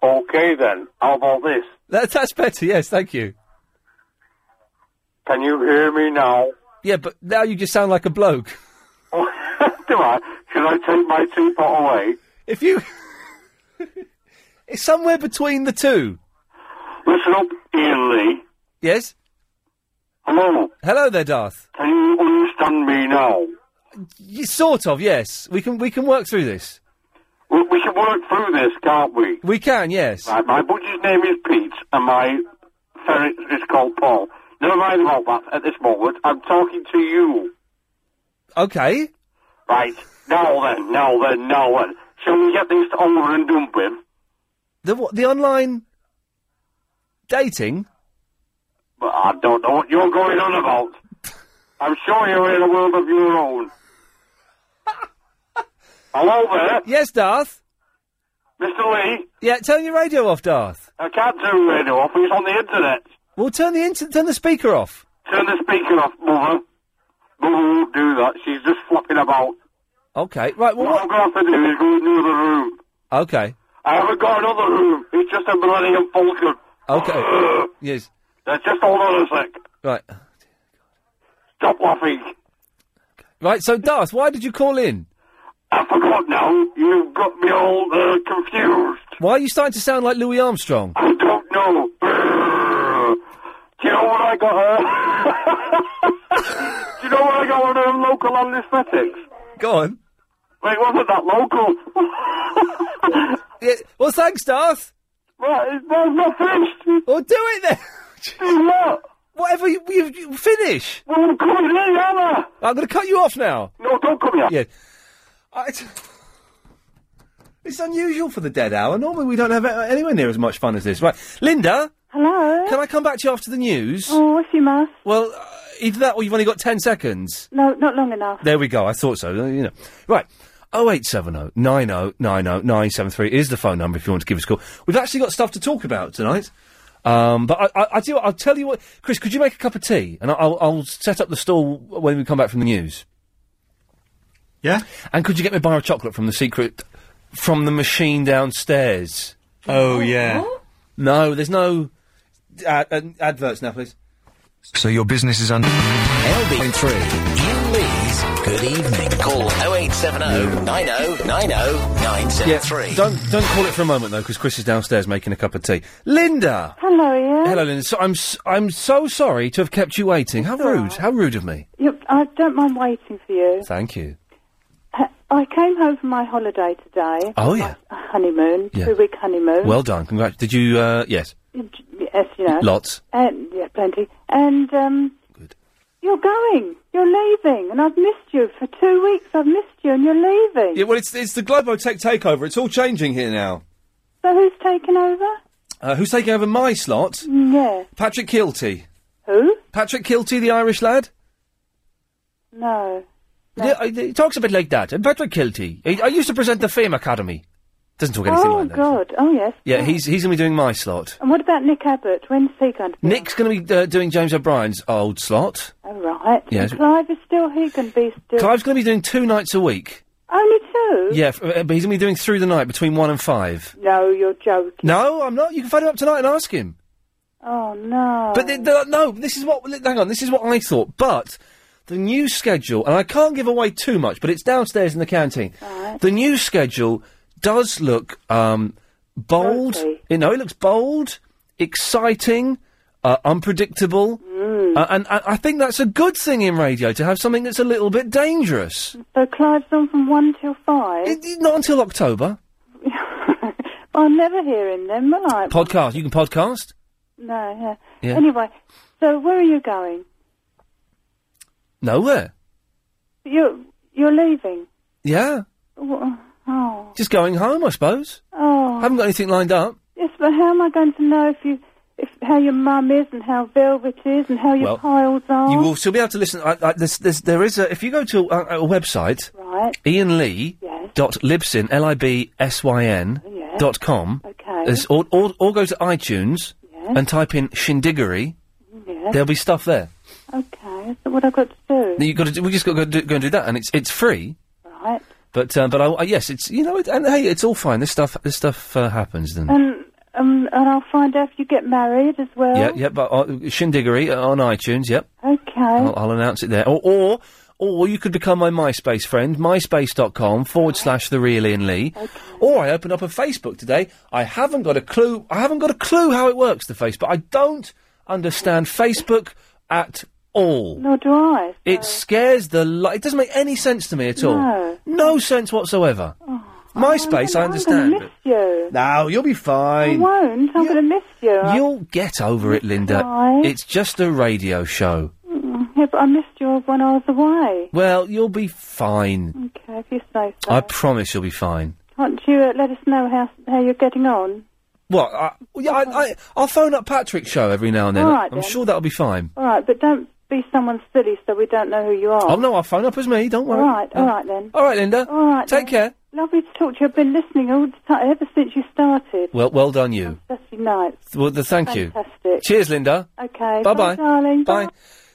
Speaker 7: Okay then, how about this?
Speaker 2: That, that's better, yes, thank you.
Speaker 7: Can you hear me now?
Speaker 2: Yeah, but now you just sound like a bloke.
Speaker 7: Do I? Should I take my teapot away?
Speaker 2: If you. It's somewhere between the two.
Speaker 7: Listen up, Ian Lee.
Speaker 2: Yes?
Speaker 7: Hello.
Speaker 2: Hello there, Darth.
Speaker 7: Can you understand me now?
Speaker 2: You, sort of, yes. We can we can work through this.
Speaker 7: We, we should work through this, can't we?
Speaker 2: We can, yes.
Speaker 7: Right, my butcher's name is Pete, and my ferret is called Paul. Never mind about that at this moment. I'm talking to you.
Speaker 2: Okay.
Speaker 7: Right. Now then, now then, now then. Shall we get this over and done with?
Speaker 2: The what, the online dating?
Speaker 7: But I don't know what you're going on about. I'm sure you're in a world of your own. Hello there.
Speaker 2: Yes, Darth.
Speaker 7: Mr. Lee,
Speaker 2: Yeah, turn your radio off, Darth.
Speaker 7: I can't turn the radio off. It's on the internet.
Speaker 2: Well, turn the inter- turn the speaker off.
Speaker 7: Turn the speaker off, mother. Mother won't do that. She's just flopping about.
Speaker 2: Okay, right. Well,
Speaker 7: what I'm going to have to do is go in the other room.
Speaker 2: Okay.
Speaker 7: I haven't got another room. It's just a Millennium Falcon.
Speaker 2: Okay. yes.
Speaker 7: Now, Uh, just hold on a sec.
Speaker 2: Right.
Speaker 7: Stop laughing.
Speaker 2: Right, so Darth, why did you call in?
Speaker 7: I forgot now. You've got me all uh, confused.
Speaker 2: Why are you starting to sound like Louis Armstrong?
Speaker 7: No. Do you know what I got? Uh... Do you know what I got on um, local anesthetics?
Speaker 2: Go on.
Speaker 7: Wait, wasn't that local?
Speaker 2: yeah, well, thanks, Darth.
Speaker 7: Right, it's well, not finished.
Speaker 2: Well, do it then.
Speaker 7: Do what?
Speaker 2: Whatever you, you, you finish.
Speaker 7: Well, I'm coming in, am I?
Speaker 2: I'm going to cut you off now.
Speaker 7: No, don't come here.
Speaker 2: Yeah. I t- it's unusual for the dead hour. Normally, we don't have a- anywhere near as much fun as this. Right, Linda.
Speaker 9: Hello.
Speaker 2: Can I come back to you after the news?
Speaker 9: Oh, if you must.
Speaker 2: Well, uh, either that or you've only got ten seconds.
Speaker 9: No, not long enough.
Speaker 2: There we go. I thought so. uh, You know. Right. 0870 90 90 973 is the phone number if you want to give us a call. We've actually got stuff to talk about tonight. Um, but I, I, I do, I'll tell you what, Chris, could you make a cup of tea? And I- I'll, I'll set up the stall when we come back from the news. Yeah? And could you get me a bar of chocolate from the secret, from the machine downstairs?
Speaker 24: Oh, yeah.
Speaker 2: No, there's no ad- ad- adverts now, please.
Speaker 15: So your business is under.
Speaker 21: LB3. Ian Lee's Good Evening. Call 0870 90 90
Speaker 2: Yeah,
Speaker 21: 973.
Speaker 2: don't don't call it for a moment though, because Chris is downstairs making a cup of tea. Linda,
Speaker 9: Hello, Ian.
Speaker 2: hello, Linda. So, I'm s- I'm so sorry to have kept you waiting. How rude! How rude of me.
Speaker 9: You, I don't mind waiting for you. Uh,
Speaker 2: Thank you.
Speaker 9: I came home from my holiday today.
Speaker 2: Oh yeah,
Speaker 9: A honeymoon,
Speaker 2: Yeah.
Speaker 9: two-week honeymoon.
Speaker 2: well done. Congrats. Did you? Uh, yes,
Speaker 9: yes, you know.
Speaker 2: lots.
Speaker 9: And yeah, plenty. And um, you're going. You're leaving, and I've missed you for two weeks. I've missed you, and you're leaving.
Speaker 2: Yeah, well, it's it's the Globotech takeover. It's all changing here now.
Speaker 9: So who's taking over?
Speaker 2: Uh, who's taking over my slot?
Speaker 9: Mm, Yeah.
Speaker 2: Patrick Kilty.
Speaker 9: Who?
Speaker 2: Patrick Kilty, the Irish lad.
Speaker 9: No.
Speaker 2: Yeah, uh, he talks a bit like that. And Patrick Kilty. I, I used to present the Fame Academy. Doesn't talk anything
Speaker 9: oh
Speaker 2: like that.
Speaker 9: God. Oh yes.
Speaker 2: Yeah, he's he's going to be doing my slot.
Speaker 9: And what about Nick Abbott? When's he going to?
Speaker 2: Nick's going to be uh, doing James O'Brien's old slot.
Speaker 9: All Oh, right.
Speaker 2: Yes.
Speaker 9: And Clive is still here. Can be still.
Speaker 2: Clive's going to be doing two nights a week.
Speaker 9: Only two.
Speaker 2: Yeah, f- uh, but he's going to be doing through the night between one and five.
Speaker 9: Mm-hmm. No, you're joking.
Speaker 2: No, I'm not. You can phone him up tonight and ask him.
Speaker 9: Oh no.
Speaker 2: But the, the, no, this is what. Hang on, this is what I thought. But the new schedule, and I can't give away too much, but it's downstairs in the canteen. The new schedule does look um, bold. You know, it looks bold, exciting, uh, unpredictable,
Speaker 9: Hmm.
Speaker 2: uh, and I, I think that's a good thing in radio to have something that's a little bit dangerous.
Speaker 9: So Clive's on from one till five.
Speaker 2: Not until October.
Speaker 9: I'll never hear him then, will I?
Speaker 2: Podcast. You can podcast.
Speaker 9: no. Yeah.
Speaker 2: Yeah.
Speaker 9: Anyway, so where are you going?
Speaker 2: Nowhere.
Speaker 9: You're you're leaving.
Speaker 2: Yeah.
Speaker 9: Wha- Oh,
Speaker 2: Just going home, I suppose.
Speaker 9: oh.
Speaker 2: Haven't got anything lined up.
Speaker 9: Yes, but how am I going to know if you if how your mum is and how velvet is and how your
Speaker 2: Well,
Speaker 9: piles are?
Speaker 2: You will still be able to listen. I, I, there's, there's, there is a. If you go to a, a website,
Speaker 9: Right.
Speaker 2: Ian Lee
Speaker 9: Yes.
Speaker 2: dot Libsyn L I B S Y N
Speaker 9: Yes.
Speaker 2: dot com.
Speaker 9: Okay.
Speaker 2: There's- Or, or, or go to iTunes
Speaker 9: Yes.
Speaker 2: and type in Shindiggery.
Speaker 9: Yes.
Speaker 2: There'll be stuff there.
Speaker 9: Okay. So what I've got to do?
Speaker 2: You got to. We just got to go, do, go and do that, and it's it's free.
Speaker 9: Right.
Speaker 2: But um, but I, I- yes, it's you know, it, and hey, it's all fine. This stuff this stuff uh, happens. Then
Speaker 9: And um, and I'll find out if you get married as well.
Speaker 2: yeah, yeah. But uh, Shindiggery uh, on iTunes. Yep.
Speaker 9: Okay.
Speaker 2: I'll, I'll announce it there. Or, or, or you could become my MySpace friend, myspace.com forward slash the real Ian Lee. Or I opened up a Facebook today. I haven't got a clue. I haven't got a clue how it works, the Facebook. I don't understand Facebook at all.
Speaker 9: Nor do I.
Speaker 2: It scares the li- It doesn't make any sense to me at all.
Speaker 9: No. Oh,
Speaker 2: No sense whatsoever. MySpace, I understand.
Speaker 9: Miss you.
Speaker 2: but- No, you'll be
Speaker 9: I
Speaker 2: fine.
Speaker 9: won't. I'm going to miss you. I-
Speaker 2: You'll get over it, Linda.
Speaker 9: Why?
Speaker 2: It's just a radio show.
Speaker 9: Mm, yeah, but I missed you when I was away.
Speaker 2: Well, you'll be fine.
Speaker 9: Okay, if you say so.
Speaker 2: I promise you'll be fine.
Speaker 9: Can't you uh, let us know how how you're getting on?
Speaker 2: What? I, well, yeah, I, I, I'll phone up Patrick's show every now and then.
Speaker 9: All right,
Speaker 2: I'm
Speaker 9: then.
Speaker 2: sure that'll be fine.
Speaker 9: All right, but don't be someone silly so we don't know who you are.
Speaker 2: Oh, no, I'll phone up as me. Don't worry.
Speaker 9: All right, all
Speaker 2: Uh,
Speaker 9: right then.
Speaker 2: All right, Linda.
Speaker 9: All right.
Speaker 2: Take care.
Speaker 9: Lovely to talk to you. I've been listening all the time ever since you started.
Speaker 2: Well, well done, you.
Speaker 9: Saturday night.
Speaker 2: Th- Well, th- thank you.
Speaker 9: Fantastic.
Speaker 2: Cheers, Linda.
Speaker 9: Okay. Bye,
Speaker 2: Bye-bye.
Speaker 9: darling.
Speaker 2: Bye.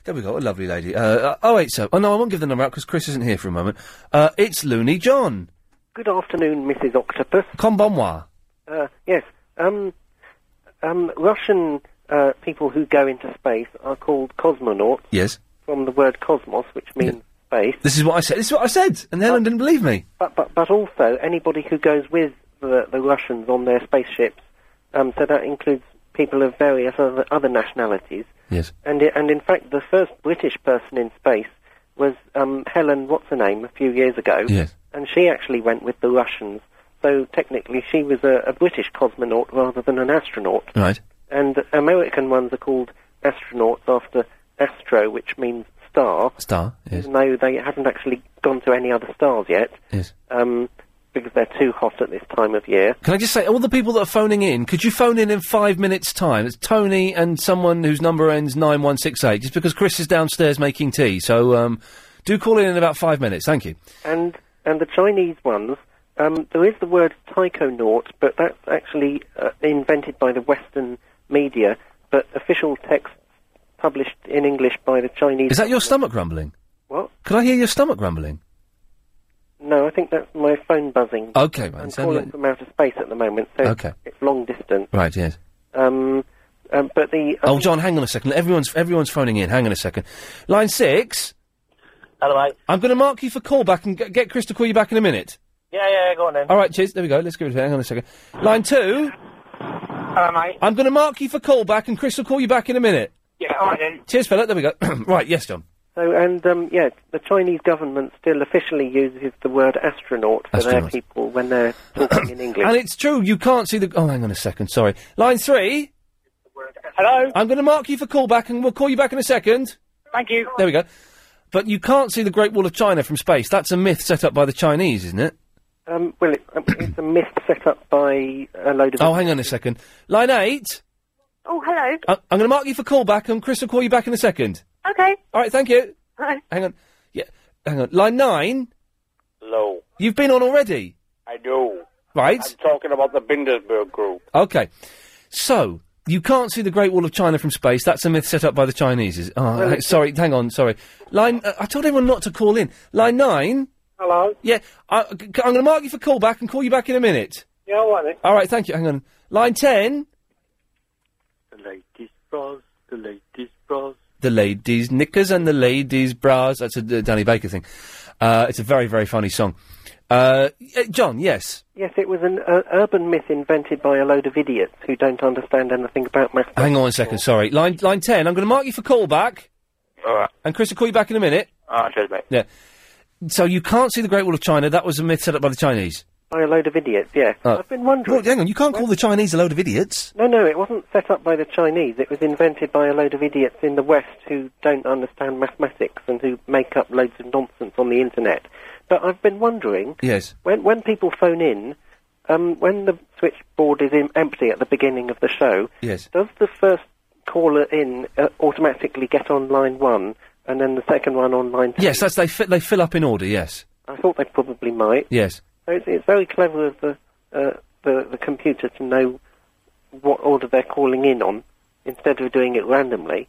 Speaker 2: There we go. A lovely lady. Uh, uh, oh wait, so oh no, I won't give the number out because Chris isn't here for a moment. Uh, it's Looney John.
Speaker 10: Good afternoon, Mrs. Octopus.
Speaker 2: Combonmoir.
Speaker 10: Uh, yes. Um, um, Russian uh, people who go into space are called cosmonauts
Speaker 2: Yes.
Speaker 10: from the word cosmos, which means space.
Speaker 2: This is what I said. This is what I said, and Helen didn't believe me.
Speaker 10: But, but, but also, anybody who goes with the, the Russians on their spaceships, um, so that includes people of various other, other nationalities.
Speaker 2: Yes.
Speaker 10: And, i- and in fact, the first British person in space was um, Helen, what's her name, a few years ago.
Speaker 2: Yes.
Speaker 10: And she actually went with the Russians. So technically, she was a, a British cosmonaut rather than an astronaut.
Speaker 2: Right.
Speaker 10: And American ones are called astronauts after astro, which means star.
Speaker 2: Star. Yes.
Speaker 10: Even though they haven't actually gone to any other stars yet.
Speaker 2: Yes.
Speaker 10: Um, because they're too hot at this time of year.
Speaker 2: Can I just say, all the people that are phoning in, could you phone in in five minutes' time? It's Tony and someone whose number ends 9168, just because Chris is downstairs making tea. So um, do call in in about five minutes. Thank you.
Speaker 10: And and the Chinese ones, um, there is the word taikonaut, but that's actually uh, invented by the Western media, but official text published in English by the Chinese.
Speaker 2: Is that your stomach rumbling?
Speaker 10: What?
Speaker 2: Could I hear your stomach rumbling?
Speaker 10: No, I think that's my phone buzzing.
Speaker 2: Okay, man.
Speaker 10: I'm
Speaker 2: sound
Speaker 10: calling
Speaker 2: like-
Speaker 10: from outer space at the moment, so
Speaker 2: Okay.
Speaker 10: it's long distance.
Speaker 2: Right, yes.
Speaker 10: Um, um, but the
Speaker 2: Oh, John, hang on a second. Everyone's everyone's phoning in. Hang on a second. Line six.
Speaker 10: Hello, mate.
Speaker 2: I'm going to mark you for callback and get, get Chris to call you back in a minute.
Speaker 10: Yeah, yeah, go on then.
Speaker 2: All right, cheers. There we go. Let's give it a hang on a second. Line two.
Speaker 10: Hello, mate.
Speaker 2: I'm going to mark you for callback and Chris will call you back in a minute.
Speaker 10: Yeah, all right then.
Speaker 2: Cheers, fella. There we go. right, yes, John.
Speaker 10: So, and um, yeah, the Chinese government still officially uses the word astronaut for their
Speaker 2: Astronaut.
Speaker 10: people when they're talking in English.
Speaker 2: And it's true, you can't see the. Oh, hang on a second, sorry. Line three.
Speaker 10: Hello.
Speaker 2: I'm going to mark you for callback and we'll call you back in a second.
Speaker 10: Thank you.
Speaker 2: There we go. But you can't see the Great Wall of China from space. That's a myth set up by the Chinese, isn't it?
Speaker 10: Um, well, it, um, it's a myth set up by uh, a load of.
Speaker 2: Oh, hang on a second. Line eight.
Speaker 16: Oh, hello.
Speaker 2: I- I'm going to mark you for callback and Chris will call you back in a second.
Speaker 16: Okay.
Speaker 2: All right, thank you.
Speaker 16: Hi.
Speaker 2: Hang on. Yeah, hang on. Line nine.
Speaker 17: Hello.
Speaker 2: You've been on already.
Speaker 17: I do.
Speaker 2: Right.
Speaker 17: I'm talking about the Bindesberg group.
Speaker 2: Okay. So, you can't see the Great Wall of China from space. That's a myth set up by the Chinese. is- Oh,
Speaker 17: Well,
Speaker 2: hey, sorry, hang on, sorry. Line, uh, I told everyone not to call in. Line 9?
Speaker 10: Hello?
Speaker 2: Yeah, uh, I, am going to mark you for callback and call you back in a minute.
Speaker 10: Yeah, all right then.
Speaker 2: All right, thank you. Hang on. Line 10?
Speaker 10: The latest bras, the latest bras.
Speaker 2: The ladies' knickers and the ladies' bras. That's a uh, Danny Baker thing. Uh, it's a very, very funny song. Uh, y- uh, John, yes.
Speaker 10: Yes, it was an uh, urban myth invented by a load of idiots who don't understand anything about math.
Speaker 2: Hang on a second, sorry. Line, line 10, I'm going to mark you for callback.
Speaker 10: All right.
Speaker 2: And Chris will call you back in a minute.
Speaker 10: All right, mate.
Speaker 2: Yeah. So you can't see the Great Wall of China. That was a myth set up by the Chinese.
Speaker 10: By a load of idiots, yeah.
Speaker 2: Oh.
Speaker 10: I've been wondering.
Speaker 2: Well, hang on, you can't call the Chinese a load of idiots.
Speaker 10: No, no, it wasn't set up by the Chinese. It was invented by a load of idiots in the West who don't understand mathematics and who make up loads of nonsense on the internet. But I've been wondering
Speaker 2: Yes.
Speaker 10: when when people phone in, um, when the switchboard is em empty at the beginning of the show,
Speaker 2: Yes.
Speaker 10: does the first caller in uh, automatically get on line one and then the second one on line two?
Speaker 2: Yes, that's they fi- they fill up in order. Yes.
Speaker 10: I thought they probably might.
Speaker 2: Yes.
Speaker 10: So it's, it's very clever of the, uh, the the computer to know what order they're calling in on instead of doing it randomly.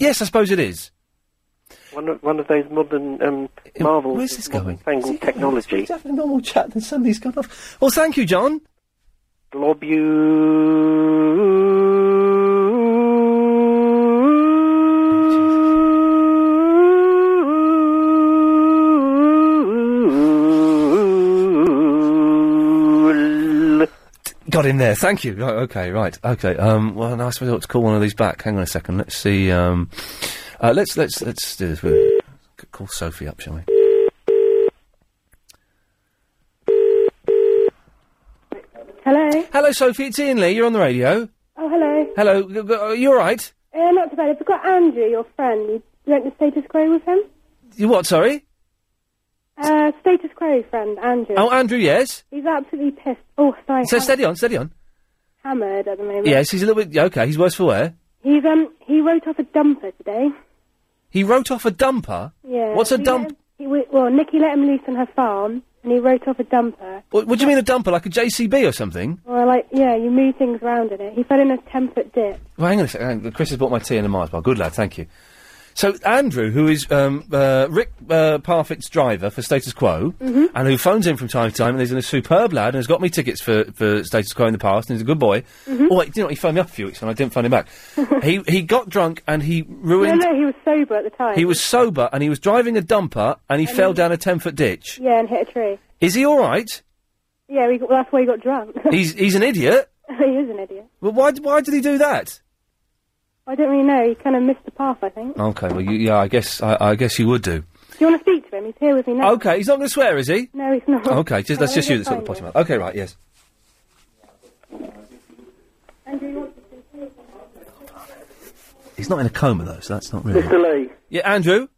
Speaker 2: Yes, I suppose it is.
Speaker 10: One of, one of those modern um, marvels. Where's this going? Fangled technology.
Speaker 2: having a normal chat, then suddenly he's gone off. Well, thank you, John.
Speaker 10: Globule.
Speaker 2: Got in there. Thank you. Right, okay, right. Okay. Um, well, now I suppose I ought to call one of these back. Hang on a second. Let's see. Um, uh, let's let's let's do this. We'll c- call Sophie up, shall we?
Speaker 14: Hello.
Speaker 2: Hello, Sophie. It's Ian Lee. You're on the radio.
Speaker 14: Oh, hello.
Speaker 2: Hello. G- g- Are you all right?
Speaker 14: Uh, not too bad. I've got Andrew, your friend. You don't the status quo with him?
Speaker 2: You what? Sorry.
Speaker 14: Uh, status quo friend, Andrew.
Speaker 2: Oh, Andrew. Yes.
Speaker 14: He's absolutely pissed. Oh, sorry.
Speaker 2: So
Speaker 14: ham-
Speaker 2: steady on, steady on.
Speaker 14: Hammered at the moment.
Speaker 2: Yes, he's a little bit yeah, okay. He's worse for wear.
Speaker 14: He's, um, he wrote off a dumper today.
Speaker 2: He wrote off a dumper.
Speaker 14: Yeah.
Speaker 2: What's a
Speaker 14: We
Speaker 2: dump?
Speaker 14: let- He, we, well, Nikki let him loose on her farm, and he wrote off a dumper.
Speaker 2: What, what do you mean a dumper? Like a JCB or something?
Speaker 14: Well, like, yeah, you move things around in it. He fell in a 10 foot dip.
Speaker 2: Well, hang on a second. hang on. Chris has bought my tea and a Mars bar. Good lad, thank you. So Andrew, who is um, uh, Rick uh, Parfitt's driver for Status Quo,
Speaker 14: Mhm.
Speaker 2: and who phones in from time to time, and he's a superb lad, and has got me tickets for, for Status Quo in the past, and he's a good boy.
Speaker 14: Mhm.
Speaker 2: Oh, wait, do you know what? He phoned me up a few weeks, and I didn't phone him back. he he got drunk and he ruined.
Speaker 14: No, no, he was sober at the time.
Speaker 2: He was sober and he was driving a dumper, and he
Speaker 14: And
Speaker 2: fell
Speaker 14: he-
Speaker 2: down a ten foot ditch.
Speaker 14: Yeah, and hit a tree.
Speaker 2: Is he all right?
Speaker 14: Yeah, we, got- well, that's why he got drunk.
Speaker 2: he's he's an idiot.
Speaker 14: he is an idiot.
Speaker 2: Well, why why did he do that?
Speaker 14: I don't really know. He kind of missed the path, I think.
Speaker 2: Okay, well, you, yeah, I guess I, I guess you would do.
Speaker 14: Do you want to speak to him? He's here with me now.
Speaker 2: Okay, he's not going to swear, is he?
Speaker 14: No, he's not.
Speaker 2: Okay, just, that's just you that's at the
Speaker 14: Fine.
Speaker 2: bottom of Okay, right, yes. He's not in a coma, though, so that's not really.
Speaker 26: Mr. Lee,
Speaker 2: Yeah, Andrew?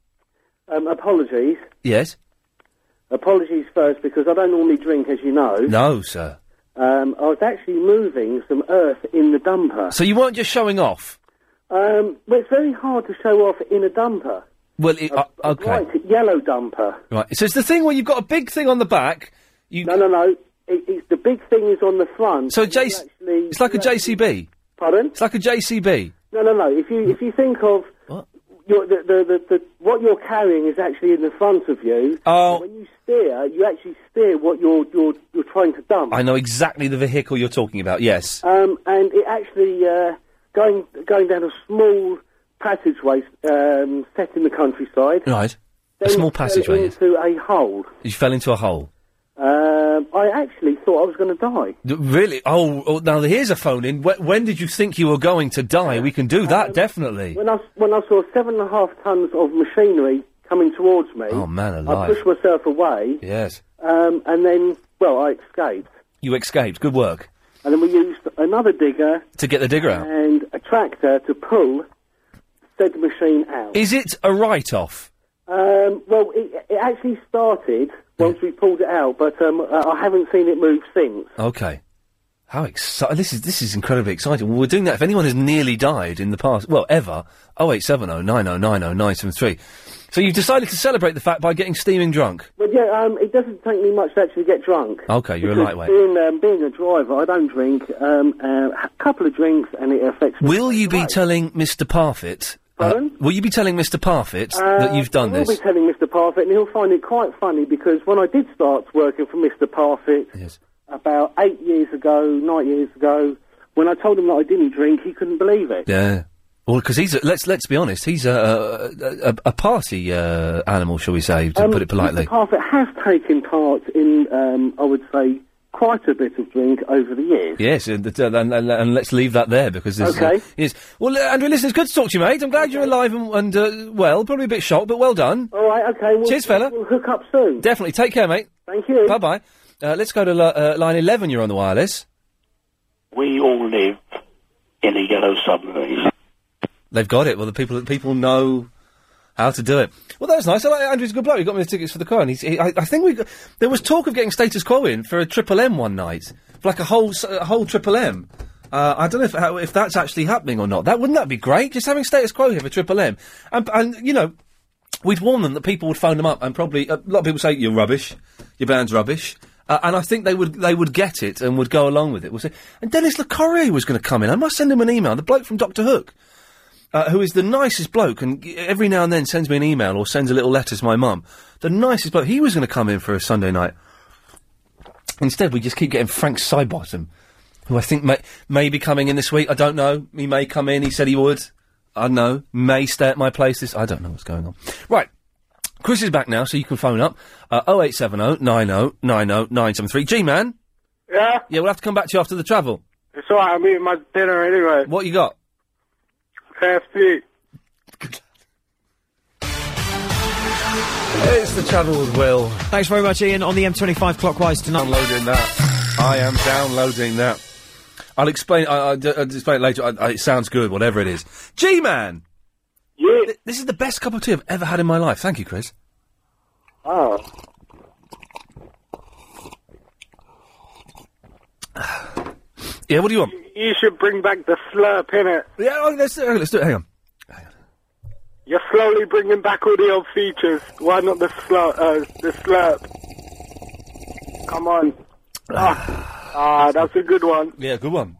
Speaker 26: um, apologies.
Speaker 2: Yes?
Speaker 26: Apologies first because I don't normally drink, as you know.
Speaker 2: No, sir.
Speaker 26: Um, I was actually moving some earth in the dumper.
Speaker 2: So you weren't just showing off?
Speaker 26: Um, well, it's very hard to show off in a dumper.
Speaker 2: Well, it, uh, okay.
Speaker 26: Right, yellow dumper.
Speaker 2: Right, so it's the thing where you've got a big thing on the back. You... No,
Speaker 26: no, no. It, it's the big thing is on the front.
Speaker 2: So, Jace. It's like a JCB.
Speaker 26: Pardon?
Speaker 2: It's like a JCB.
Speaker 26: No, no, no. If you if you think of Your, the, the, the, the, what you're carrying is actually in the front of you.
Speaker 2: Oh.
Speaker 26: When you steer, you actually steer what you're you're you're trying to dump.
Speaker 2: I know exactly the vehicle you're talking about, yes.
Speaker 26: Um, and it actually uh, going going down a small passageway um, set in the countryside.
Speaker 2: Right. A
Speaker 26: then
Speaker 2: small
Speaker 26: it fell
Speaker 2: passageway, yes.
Speaker 26: into a hole.
Speaker 2: You fell into a hole.
Speaker 26: Um, I actually thought I was going to die.
Speaker 2: D- Really? Oh, oh, now here's a phone in. Wh- when did you think you were going to die? We can do that, definitely.
Speaker 26: When I s- when I saw seven and a half tons of machinery coming towards me,
Speaker 2: Oh, man
Speaker 26: I
Speaker 2: alive.
Speaker 26: pushed myself away,
Speaker 2: Yes.
Speaker 26: um, and then well, I escaped.
Speaker 2: You escaped. Good work.
Speaker 26: And then we used another digger
Speaker 2: To get the digger out.
Speaker 26: and a tractor to pull said machine out.
Speaker 2: Is it a write off?
Speaker 26: Um, well, it, it actually started once we pulled it out, but um, I I haven't seen it move since.
Speaker 2: Okay. How exciting! This is this is incredibly exciting. Well, we're doing that. If anyone has nearly died in the past, well, ever, oh eight seven oh nine oh nine oh nine seven three. So you decided to celebrate the fact by getting steaming drunk.
Speaker 26: But yeah, um, it doesn't take me much to actually get drunk.
Speaker 2: Okay, you're a
Speaker 26: Because
Speaker 2: lightweight.
Speaker 26: Being, um, being a driver, I don't drink. Um, uh, a couple of drinks and it affects me.
Speaker 2: Will you be telling Mr. Parfitt? uh, will you be telling Mr. Parfitt that
Speaker 26: Uh,
Speaker 2: you've done
Speaker 26: I will
Speaker 2: this?
Speaker 26: be telling Mr. Parfitt, and he'll find it quite funny because when I did start working for Mr. Parfitt about eight years ago, nine years ago, when I told him that I didn't drink, he couldn't believe it.
Speaker 2: Yeah. Well, because he's a, let's let's be honest, he's a a, a, a party uh, animal, shall we say, to
Speaker 26: Um,
Speaker 2: put it politely.
Speaker 26: Mr. Parfitt has taken part in, um, I would say, quite a bit of drink over the years.
Speaker 2: Yes, and, and, and, and let's leave that there because this
Speaker 26: Okay.
Speaker 2: is, yes. Well, uh, Andrew, listen, it's good to talk to you, mate. I'm glad you're alive and, and uh, well. Probably a bit shocked, but well done.
Speaker 26: All right, okay. Uh, We'll,
Speaker 2: Cheers, fella.
Speaker 26: We'll hook up soon.
Speaker 2: Definitely. Take care, mate.
Speaker 26: Thank you.
Speaker 2: Bye bye. Uh, let's go to li- uh, line 11. You're on the wireless.
Speaker 3: We all live in a yellow submarine.
Speaker 2: They've got it. Well, the people people know how to do it. Well, that was nice. I like Andrew's a good bloke. He got me the tickets for the car, and he's, he, I, I think we got, there was talk of getting status quo in for a triple M one night, for like a whole s- a whole triple M. Uh, I don't know if how, if that's actually happening or not. That wouldn't that be great? Just having status quo here for triple M, and, and you know. We'd warn them that people would phone them up, and probably a lot of people say you're rubbish, your band's rubbish, uh, and I think they would they would get it and would go along with it. We'll say, and Dennis LeCorrier was going to come in. I must send him an email. The bloke from Doctor Hook, uh, who is the nicest bloke, and g- every now and then sends me an email or sends a little letter to my mum. The nicest bloke. He was going to come in for a Sunday night. Instead, we just keep getting Frank Sidebottom, who I think may may be coming in this week. I don't know. He may come in. He said he would. I don't know. May stay at my place. This I don't know what's going on. Right. Chris is back now, so you can phone up. Uh, 0870 90 90 973. G-Man?
Speaker 27: Yeah?
Speaker 2: Yeah, we'll have to come back to you after the travel.
Speaker 27: It's alright, I'm eating my dinner anyway.
Speaker 2: What you got?
Speaker 27: KFC.
Speaker 2: It's the travel with Will.
Speaker 7: Thanks very much, Ian. On the M25 clockwise tonight.
Speaker 2: Downloading that. I am downloading that. I'll explain. I, I, will explain it later. I, I, it sounds good, whatever it is. G-Man.
Speaker 27: Yeah.
Speaker 2: this is the best cup of tea I've ever had in my life. Thank you, Chris.
Speaker 27: Oh.
Speaker 2: Yeah. What do you want?
Speaker 27: You should bring back the slurp, innit?
Speaker 2: Yeah, oh, let's, do it, let's do it. Hang on.
Speaker 27: You're slowly bringing back all the old features. Why not the slurp? Uh, the slurp. Come on. Ah, ah, that's a good one.
Speaker 2: Yeah, good one.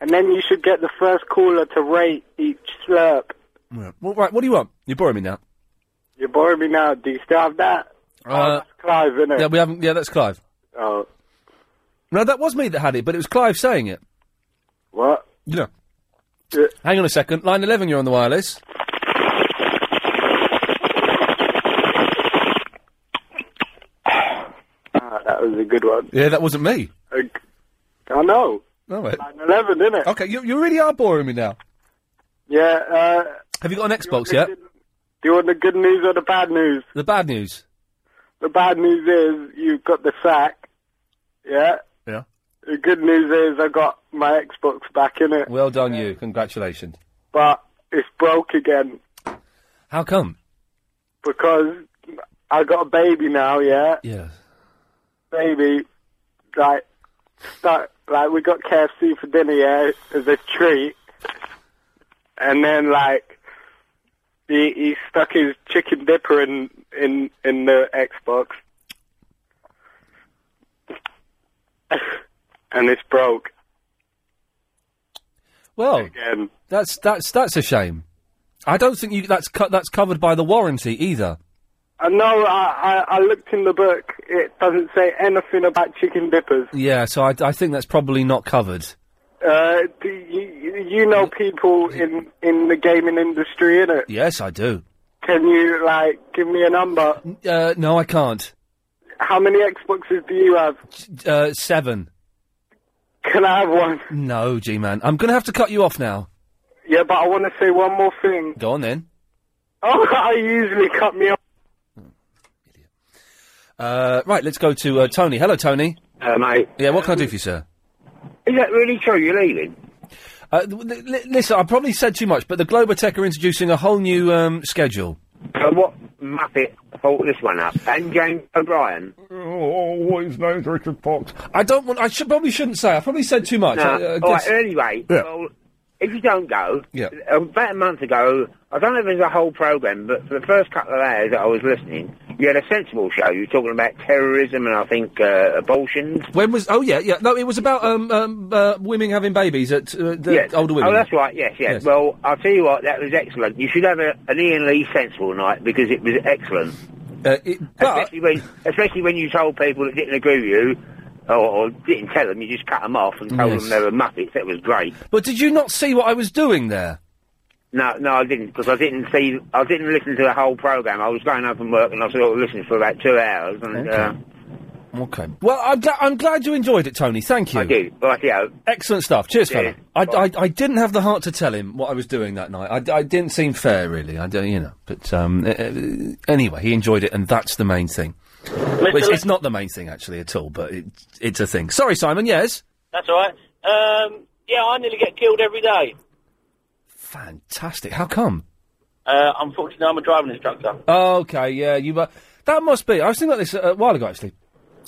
Speaker 27: And then you should get the first caller to rate each slurp.
Speaker 2: Right. Well, right. What do you want? You're boring me now.
Speaker 27: You're boring me now. Do you still have that?
Speaker 2: Uh,
Speaker 27: Clive, innit?
Speaker 2: yeah, we haven't. Yeah, that's Clive.
Speaker 27: Oh,
Speaker 2: No, that was me that had it, but it was Clive saying it.
Speaker 27: What?
Speaker 2: Yeah. Hang on a second. Line 11, you're on the wireless.
Speaker 27: ah, that was a good one. Uh,
Speaker 2: Yeah, that wasn't me.
Speaker 27: A g- I know.
Speaker 2: No, wait.
Speaker 27: 11, innit?
Speaker 2: Okay, you, you really are boring me now.
Speaker 27: Yeah, uh...
Speaker 2: Have you got an Xbox yet?
Speaker 27: Do you want the good news or the bad news?
Speaker 2: The bad news.
Speaker 27: The bad news is you've got the sack. Yeah?
Speaker 2: Yeah.
Speaker 27: The good news is I got my Xbox back, innit?
Speaker 2: Well done, you. Congratulations.
Speaker 27: But it's broke again
Speaker 2: How come?
Speaker 27: because I got a baby now, yeah?
Speaker 2: Yeah.
Speaker 27: Baby, like, start, like we got KFC for dinner, yeah, as a treat. And then, like, he, he stuck his chicken dipper in, in, in the Xbox. and it's broke
Speaker 2: Well,
Speaker 27: again.
Speaker 2: that's that's that's a shame. I don't think you that's cut that's covered by the warranty either.
Speaker 27: I know. I, I, I looked in the book. It doesn't say anything about chicken dippers.
Speaker 2: Yeah, so I, I think that's probably not covered.
Speaker 27: Uh, do you, you know people in in the gaming industry, innit?
Speaker 2: Yes, I do.
Speaker 27: Can you like give me a number?
Speaker 2: Uh, no, I can't.
Speaker 27: How many Xboxes do you have?
Speaker 2: Uh, seven.
Speaker 27: Can I have one?
Speaker 2: No, G man. I'm going to have to cut you off now.
Speaker 27: Yeah, but I want to say one more thing.
Speaker 2: Go on then.
Speaker 27: Oh, I usually cut me off.
Speaker 2: Uh, right, let's go to uh, Tony. Hello, Tony.
Speaker 27: Uh,
Speaker 1: Hello, mate.
Speaker 2: Yeah, what can I do for you, sir?
Speaker 1: Is that really true? You're leaving?
Speaker 2: Uh, th- li- li- listen, I probably said too much, but the Globotech are introducing a whole new um, schedule.
Speaker 1: So what muppet thought this one up? And James O'Brien?
Speaker 2: Oh, his name's Richard Fox. I don't want. I should probably shouldn't say. I probably said too much.
Speaker 1: No.
Speaker 2: I, I
Speaker 1: All
Speaker 2: uh, guess-
Speaker 1: right, anyway,
Speaker 2: Yeah.
Speaker 1: well, if you don't go, uh,
Speaker 2: Yeah.
Speaker 1: about a month ago, I don't know if it was a whole programme, but for the first couple of hours that I was listening, you had a sensible show. You were talking about terrorism and I think uh, abortions.
Speaker 2: When was? Oh yeah, yeah. No, it was about um, um uh, women having babies at uh, the
Speaker 1: Yes.
Speaker 2: older women.
Speaker 1: Oh, that's right. Yes, yes,
Speaker 2: Yes.
Speaker 1: Well, I'll tell you what, that was excellent. You should have a, an Ian Lee sensible night because it was excellent.
Speaker 2: Uh, it, but
Speaker 1: especially when, especially when you told people that didn't agree with you, or, or didn't tell them, you just cut them off and told
Speaker 2: Yes.
Speaker 1: them they were muppets. That was great.
Speaker 2: But did you not see what I was doing there?
Speaker 1: No, no, I didn't because I didn't see, I didn't listen to the whole program. I was going home from work and I sort of listened for about two hours. And uh,
Speaker 2: Okay. Well, I'm, gla- I'm glad you enjoyed it, Tony. Thank you. I
Speaker 1: did. Rightio.
Speaker 2: Excellent stuff. Cheers,
Speaker 1: Yeah.
Speaker 2: fella. I, I, I didn't have the heart to tell him what I was doing that night. I, I didn't seem fair, really. I don't, you know. But um, uh, uh, anyway, he enjoyed it, and that's the main thing. Well, it's, it's not the main thing actually at all, but it, it's a thing. Sorry, Simon. Yes.
Speaker 25: That's all right. Um, yeah, I nearly get killed every day.
Speaker 2: Fantastic. How come? Oh,
Speaker 25: Uh, unfortunately, I'm a driving instructor.
Speaker 2: Okay, yeah, you. mu- that must be. I was thinking about this a, a while ago actually,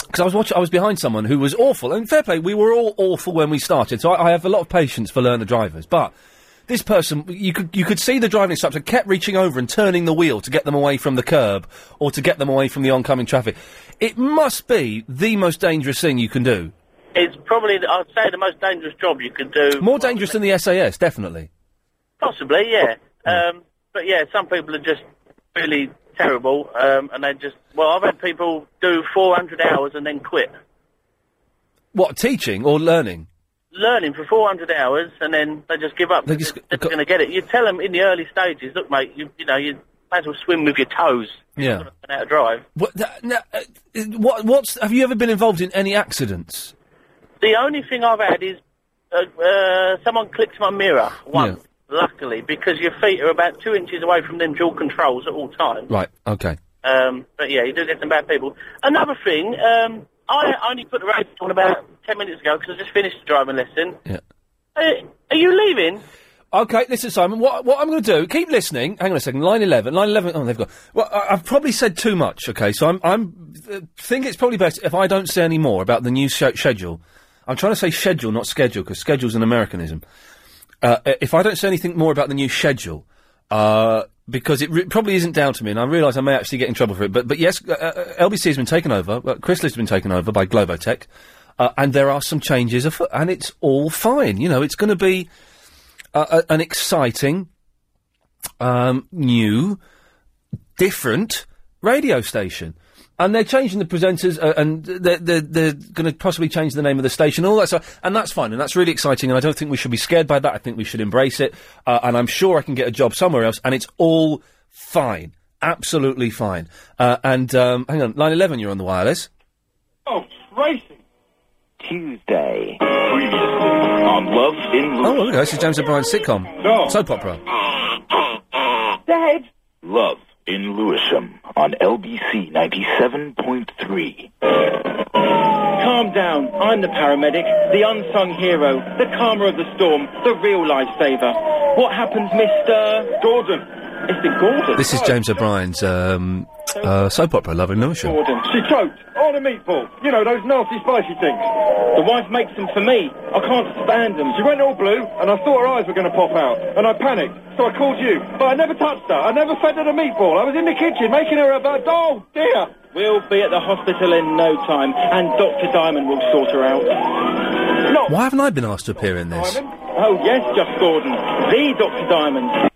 Speaker 2: because I was watching. I was behind someone who was awful. And fair play, we were all awful when we started. So I, I have a lot of patience for learner drivers. But this person, you could you could see the driving instructor kept reaching over and turning the wheel to get them away from the curb or to get them away from the oncoming traffic. It must be the most dangerous thing you can do.
Speaker 25: It's probably, I'd say, the most dangerous job you could do.
Speaker 2: More dangerous than the SAS, definitely.
Speaker 25: Possibly, yeah. Um, but yeah, some people are just really terrible, um, and they just well, I've had people do 400 hours and then quit.
Speaker 2: What teaching or learning?
Speaker 25: Learning for 400 hours and then they just give up. They're just going to get it. You tell them in the early stages, look, mate, you you know you might as well swim with your toes
Speaker 2: Yeah.
Speaker 25: and out of drive.
Speaker 2: What, th- no, uh, uh, what? What's? Have you ever been involved in any accidents?
Speaker 25: The only thing I've had is uh, uh, someone clicked my mirror
Speaker 2: One.
Speaker 25: luckily, because your feet are about two inches away from them dual controls at all times.
Speaker 2: Right. Okay.
Speaker 25: Um, but yeah, you do get some bad people. Another thing, um, I only put the radio on about ten minutes ago because I just finished the driving lesson.
Speaker 2: Yeah.
Speaker 25: Uh, are you leaving?
Speaker 2: Okay, listen, Simon. What what I'm going to do? Keep listening. Hang on a second. Line eleven. Line eleven. Oh, they've got. Well, I, I've probably said too much. Okay, so I'm I'm uh, think it's probably best if I don't say any more about the new sch- schedule. I'm trying to say schedule, not schedule, because schedule's an Americanism. Uh, i- if I don't say anything more about the new schedule, uh, because it re- probably isn't down to me, and I realise I may actually get in trouble for it. But but yes, uh, uh, LBC has been taken over. Uh, Chris has been taken over by Globotech, uh, and there are some changes afoot, and it's all fine. You know, it's going to be uh, a- an exciting, um, new, different radio station. And they're changing the presenters, uh, and they're, they're, they're going to possibly change the name of the station, all that stuff. And that's fine, and that's really exciting, and I don't think we should be scared by that. I think we should embrace it, uh, and I'm sure I can get a job somewhere else, and it's all fine. Absolutely fine. Uh, and, um, hang on, line 11, you're on the wireless.
Speaker 28: Oh, racing.
Speaker 2: Tuesday. On Love in Love. Oh, look, this is James O'Brien's sitcom.
Speaker 28: No.
Speaker 2: Soap opera.
Speaker 28: Dad.
Speaker 3: Love in Lewisham on LBC 97.3.
Speaker 7: Calm down. I'm the paramedic, the unsung hero, the calmer of the storm, the real lifesaver. What happens, Mr. Gordon? Mr. Gordon?
Speaker 2: This is James O'Brien's um, uh, soap opera, Love in Lewisham.
Speaker 7: Gordon. She choked on a meatball. You know, those nasty spicy things. The wife makes them for me. I can't stand them. She went all blue, and I thought her eyes were going to pop out. And I panicked, so I called you. But I never touched her. I never fed her the meatball. I was in the kitchen making her a... bu- Oh, dear. We'll be at the hospital in no time, and Dr. Diamond will sort her out.
Speaker 2: Why haven't I been asked to appear in this?
Speaker 7: Oh, yes, Just Gordon. The Dr. Diamond.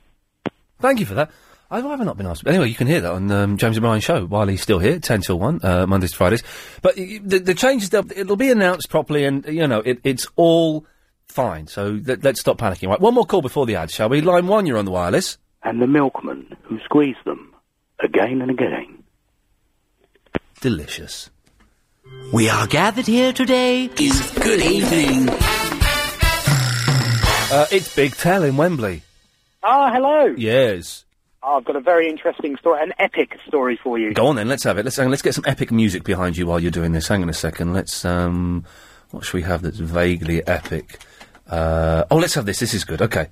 Speaker 2: Thank you for that. I've, I've not been asked. But anyway, you can hear that on um, James O'Brien's show while he's still here, 10 till 1, uh, Mondays to Fridays. But y- y- the, the changes, they'll- it'll be announced properly and, you know, it, it's all fine. So let, let's stop panicking. Right, one more call before the ad, shall we? Line 1, you're on the wireless.
Speaker 28: And the milkman who squeezed them again and again.
Speaker 2: Delicious.
Speaker 29: We are gathered here today. Is good evening.
Speaker 2: Uh, it's Big Tell in Wembley.
Speaker 12: Ah, hello.
Speaker 2: Yes.
Speaker 12: Ah, I've got a very interesting story, an epic story for you.
Speaker 2: Go on then, let's have it. Let's hang on, let's get some epic music behind you while you're doing this. Hang on a second. Let's um, what should we have that's vaguely epic? Uh, oh, let's have this. This is good. Okay.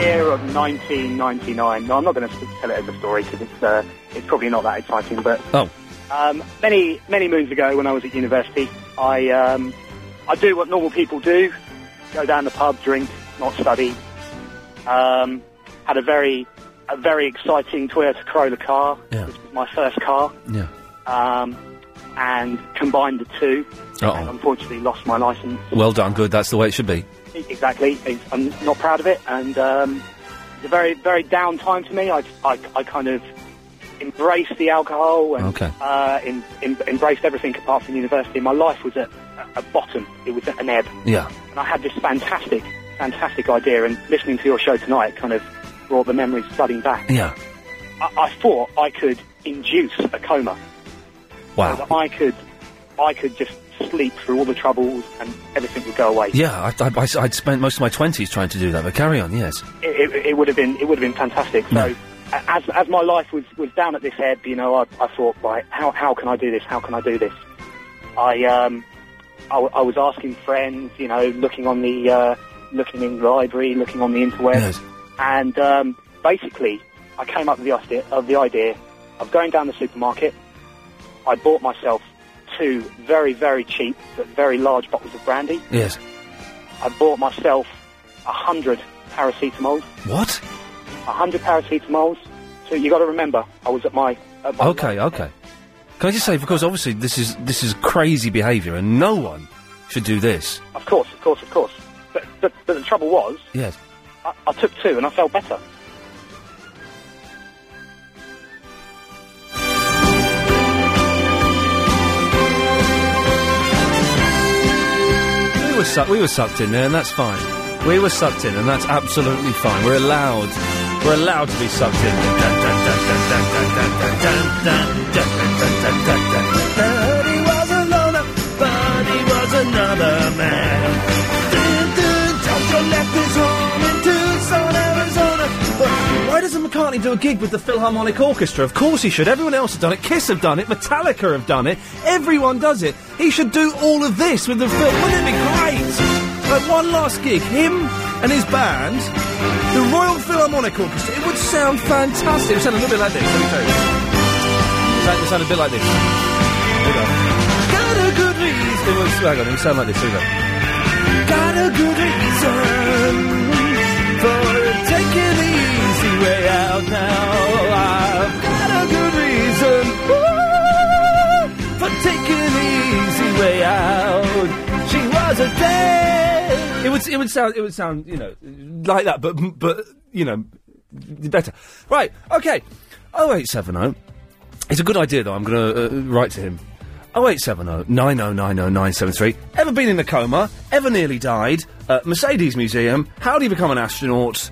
Speaker 12: Year of 1999. No, I'm not going to tell it as a story because it's uh, it's probably not that exciting. But
Speaker 2: Oh,
Speaker 12: um, many many moons ago, when I was at university, I um, I do what normal people do: go down the pub, drink, not study. Um, had a very a very exciting Toyota Corolla car. This was my first car.
Speaker 2: Yeah.
Speaker 12: Um, and combined the two, and
Speaker 2: Uh-oh.
Speaker 12: unfortunately lost my license.
Speaker 2: well done. Good. That's the way it should be.
Speaker 12: Exactly. It's- I'm not proud of it, and um, it's a very, very down time for me. I, I, I kind of embraced the alcohol and
Speaker 2: Okay.
Speaker 12: uh, in, in, embraced everything apart from university. My life was at a bottom. It was at an ebb,
Speaker 2: Yeah.
Speaker 12: and I had this fantastic, fantastic idea. And listening to your show tonight kind of brought the memories flooding back.
Speaker 2: Yeah.
Speaker 12: I, I thought I could induce a coma. So
Speaker 2: Wow.
Speaker 12: that I could, I could just sleep through all the troubles, and everything would go away.
Speaker 2: Yeah. I, I, would spent most of my twenties trying to do that, but carry on. Yes.
Speaker 12: it, it- it would have been it would have been fantastic. So, a as as my life was, was down at this ebb, you know, I, I thought, right, how how can I do this? How can I do this? I um, I, w- I was asking friends, you know, looking on the uh, looking in the library, looking on the interweb, and um, basically, I came up with the idea of the idea of going down the supermarket. I bought myself two very very cheap but very large bottles of brandy.
Speaker 2: Yes.
Speaker 12: I bought myself a hundred paracetamols.
Speaker 2: What?
Speaker 12: A 100 paracetamols. So you got to remember, I was at my. At my
Speaker 2: Okay. Okay. Can I just say, because obviously this is this is crazy behaviour, and no one should do this.
Speaker 12: Of course, of course, of course. But, but, but the trouble was,
Speaker 2: Yes.
Speaker 12: I, I took two and I felt better.
Speaker 2: We were, su- we were sucked in there, and that's fine. We were sucked in, and that's absolutely fine. We're allowed. We're allowed to be sucked in.
Speaker 23: But he was another, but he was another man. Dun, dun, Joshua left his home in Tucson, Arizona.
Speaker 2: Why doesn't McCartney do a gig with the Philharmonic Orchestra? Of course he should. Everyone else has done it. Kiss have done it. Metallica have done it. Everyone does it. He should do all of this with the Phil. Wouldn't it be great? Like one last gig, him and his band, the Royal Philharmonic Orchestra. It would sound fantastic. It would sound a little bit like this. Let me tell you. It sound- It sounded a bit like this. Here we go. Got a good reason. It was, hang on, it would sound like this. Here we go.
Speaker 23: Got a good reason for taking the easy way out now. I've got a good reason ooh, for taking the easy way out. She was a day.
Speaker 2: It would it would sound it would sound you know like that, but but you know better. Right? Okay. Oh eight seven oh. It's a good idea though. I'm going to uh, write to him. Oh eight seven oh nine oh nine oh nine seven three. Ever been in a coma? Ever nearly died? Uh, Mercedes Museum. How do you become an astronaut?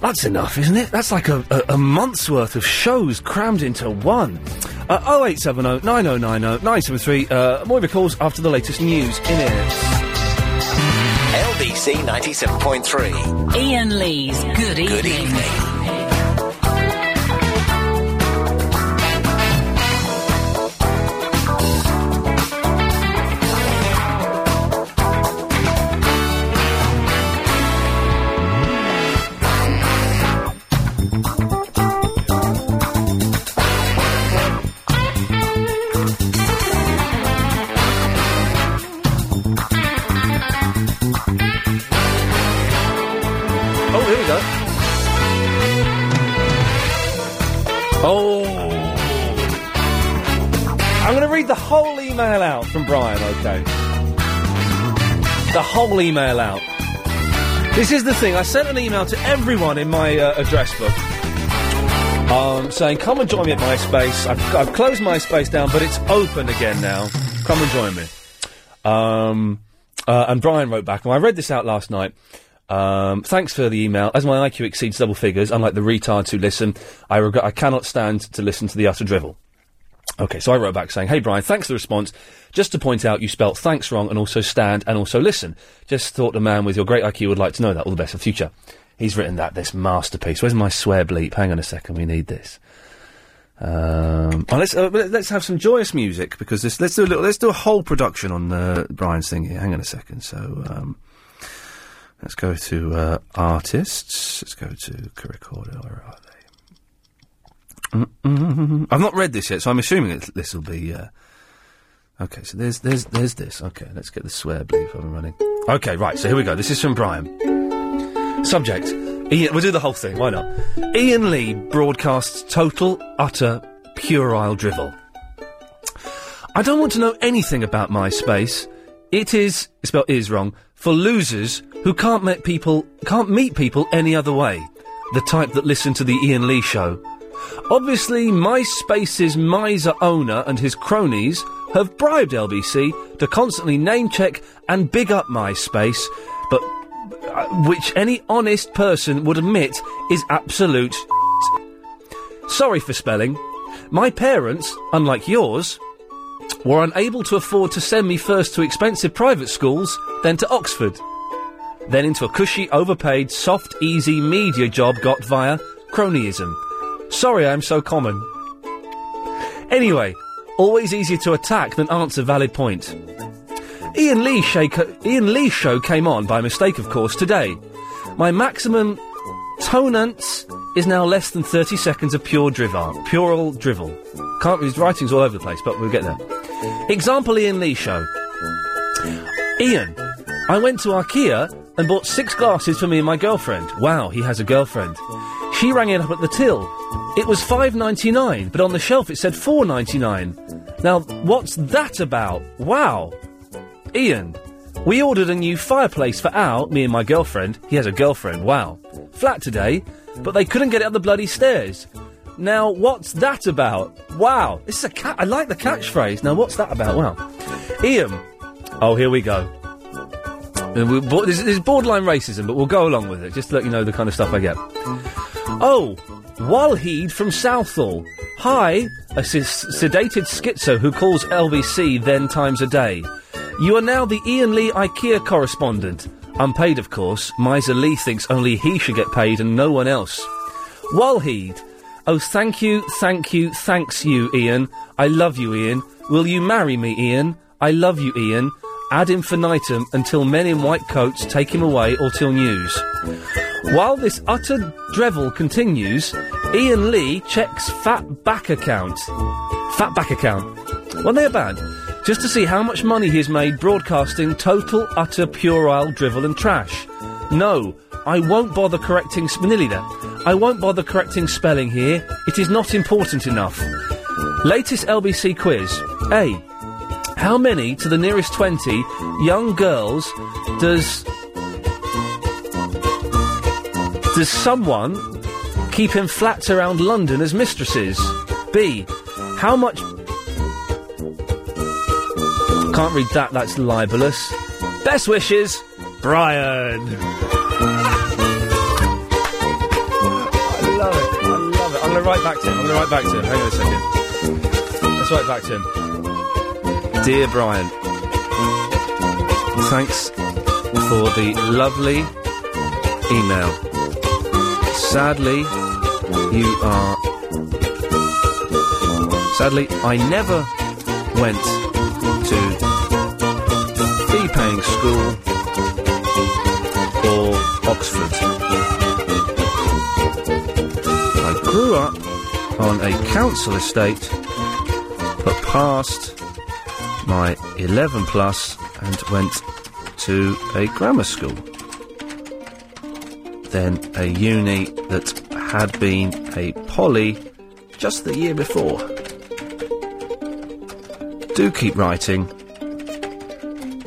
Speaker 2: That's enough, isn't it? That's like a, a, a month's worth of shows crammed into one. Uh, 0870 9090 973. Uh, more of your calls after the latest news in it.
Speaker 21: LBC 97.3.
Speaker 11: Ian Lee's Good Evening.
Speaker 21: Good evening.
Speaker 2: Oh, here we go. Oh. I'm going to read the whole email out from Brian, okay? The whole email out. This is the thing. I sent an email to everyone in my uh, address book um, saying, come and join me at MySpace. I've, I've closed MySpace down, but it's open again now. Come and join me. Um, uh, and Brian wrote back, and I read this out last night. Um, thanks for the email. As my IQ exceeds double figures, unlike the retards who listen, I regret I cannot stand to listen to the utter drivel. Okay, so I wrote back saying, Hey Brian, thanks for the response. Just to point out, you spelt thanks wrong and also stand and also listen. Just thought a man with your great IQ would like to know that. All the best for the future. He's written that, this masterpiece. Where's my swear bleep? Hang on a second, we need this. Um, oh, let's uh, let- let's have some joyous music because this let's do a little let's do a whole production on uh, Brian's thing here. Hang on a second. So um, let's go to uh, artists. Let's go to Curricorder. Where are they? Mm-mm-mm-mm. Mm-hmm. I've not read this yet, so I'm assuming it, this will be. Uh, okay, so there's there's there's this. Okay, let's get the swear bleep up and running. Okay, right. So here we go. This is from Brian. Subject. Ian, we'll do the whole thing, why not? Ian Lee broadcasts total, utter, puerile drivel. I don't want to know anything about MySpace. It is, it's spelled is wrong, for losers who can't meet people, can't meet people any other way. The type that listen to the Ian Lee show. Obviously, MySpace's miser owner and his cronies have bribed LBC to constantly name check and big up MySpace, but uh, which any honest person would admit is absolute. Sorry for spelling. My parents, unlike yours, were unable to afford to send me first to expensive private schools, then to Oxford, then into a cushy, overpaid, soft, easy media job got via cronyism. Sorry I'm so common. Anyway, always easier to attack than answer valid point. Ian Lee, shake- Ian Lee show came on by mistake, of course, today. My maximum tonance is now less than 30 seconds of pure drivel. Pural drivel. Can't, his writing's all over the place, but we'll get there. Example Ian Lee show. Ian, I went to Ikea and bought six glasses for me and my girlfriend. Wow, he has a girlfriend. She rang it up at the till. It was five ninety nine, but on the shelf it said four ninety nine. Now, what's that about? Wow, Ian, we ordered a new fireplace for Al, me and my girlfriend. He has a girlfriend. Wow, flat today, but they couldn't get it up the bloody stairs. Now, what's that about? Wow, this is a cat. I like the catchphrase. Now, what's that about? Wow, Ian. Oh, here we go. Uh, we- bo- This this is borderline racism, but we'll go along with it, just to let you know the kind of stuff I get. Oh, Walheed from Southall. Hi, a s- sedated schizo who calls LBC then times a day. You are now the Ian Lee IKEA correspondent. Unpaid, of course. Miser Lee thinks only he should get paid and no one else. Walheed. Oh, thank you, thank you, thanks you, Ian. I love you, Ian. Will you marry me, Ian? I love you, Ian. Ad infinitum until men in white coats take him away or till news. While this utter drevel continues, Ian Lee checks fat back account. Fat back account. Well, they're bad. Just to see how much money he's made broadcasting total, utter, puerile drivel and trash. No, I won't bother correcting. Sp- nearly there. I won't bother correcting spelling here. It is not important enough. Latest LBC quiz. A. How many to the nearest 20 young girls does does someone keep in flats around London as mistresses? B. How much. Can't read that, that's libelous. Best wishes, Brian. I love it, I love it. I'm gonna write back to him, I'm gonna write back to him. Hang on a second. Let's write back to him. Dear Brian, thanks for the lovely email. Sadly, you are. Sadly, I never went to fee paying school or Oxford. I grew up on a council estate but passed my 11 plus and went to a grammar school then a uni that had been a poly just the year before. Do keep writing.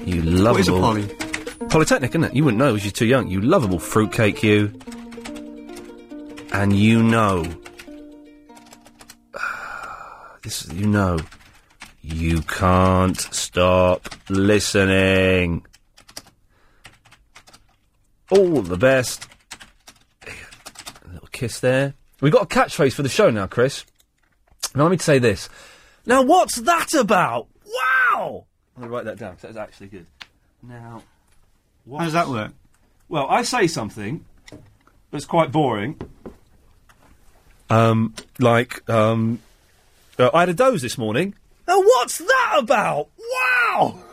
Speaker 2: You lovable.
Speaker 7: What is a poly?
Speaker 2: Polytechnic, isn't it? You wouldn't know because you're too young. You lovable fruitcake, you. And you know. this, you know. You can't stop listening. All the best. A little kiss there. We've got a catchphrase for the show now, Chris. Now, let me say this. Now, what's that about? Wow! I'm going to write that down 'cause that's actually good. Now,
Speaker 7: How does that work?
Speaker 2: Well, I say something that's quite boring. Um, like, um, uh, I had a doze this morning. Now, what's that about? Wow!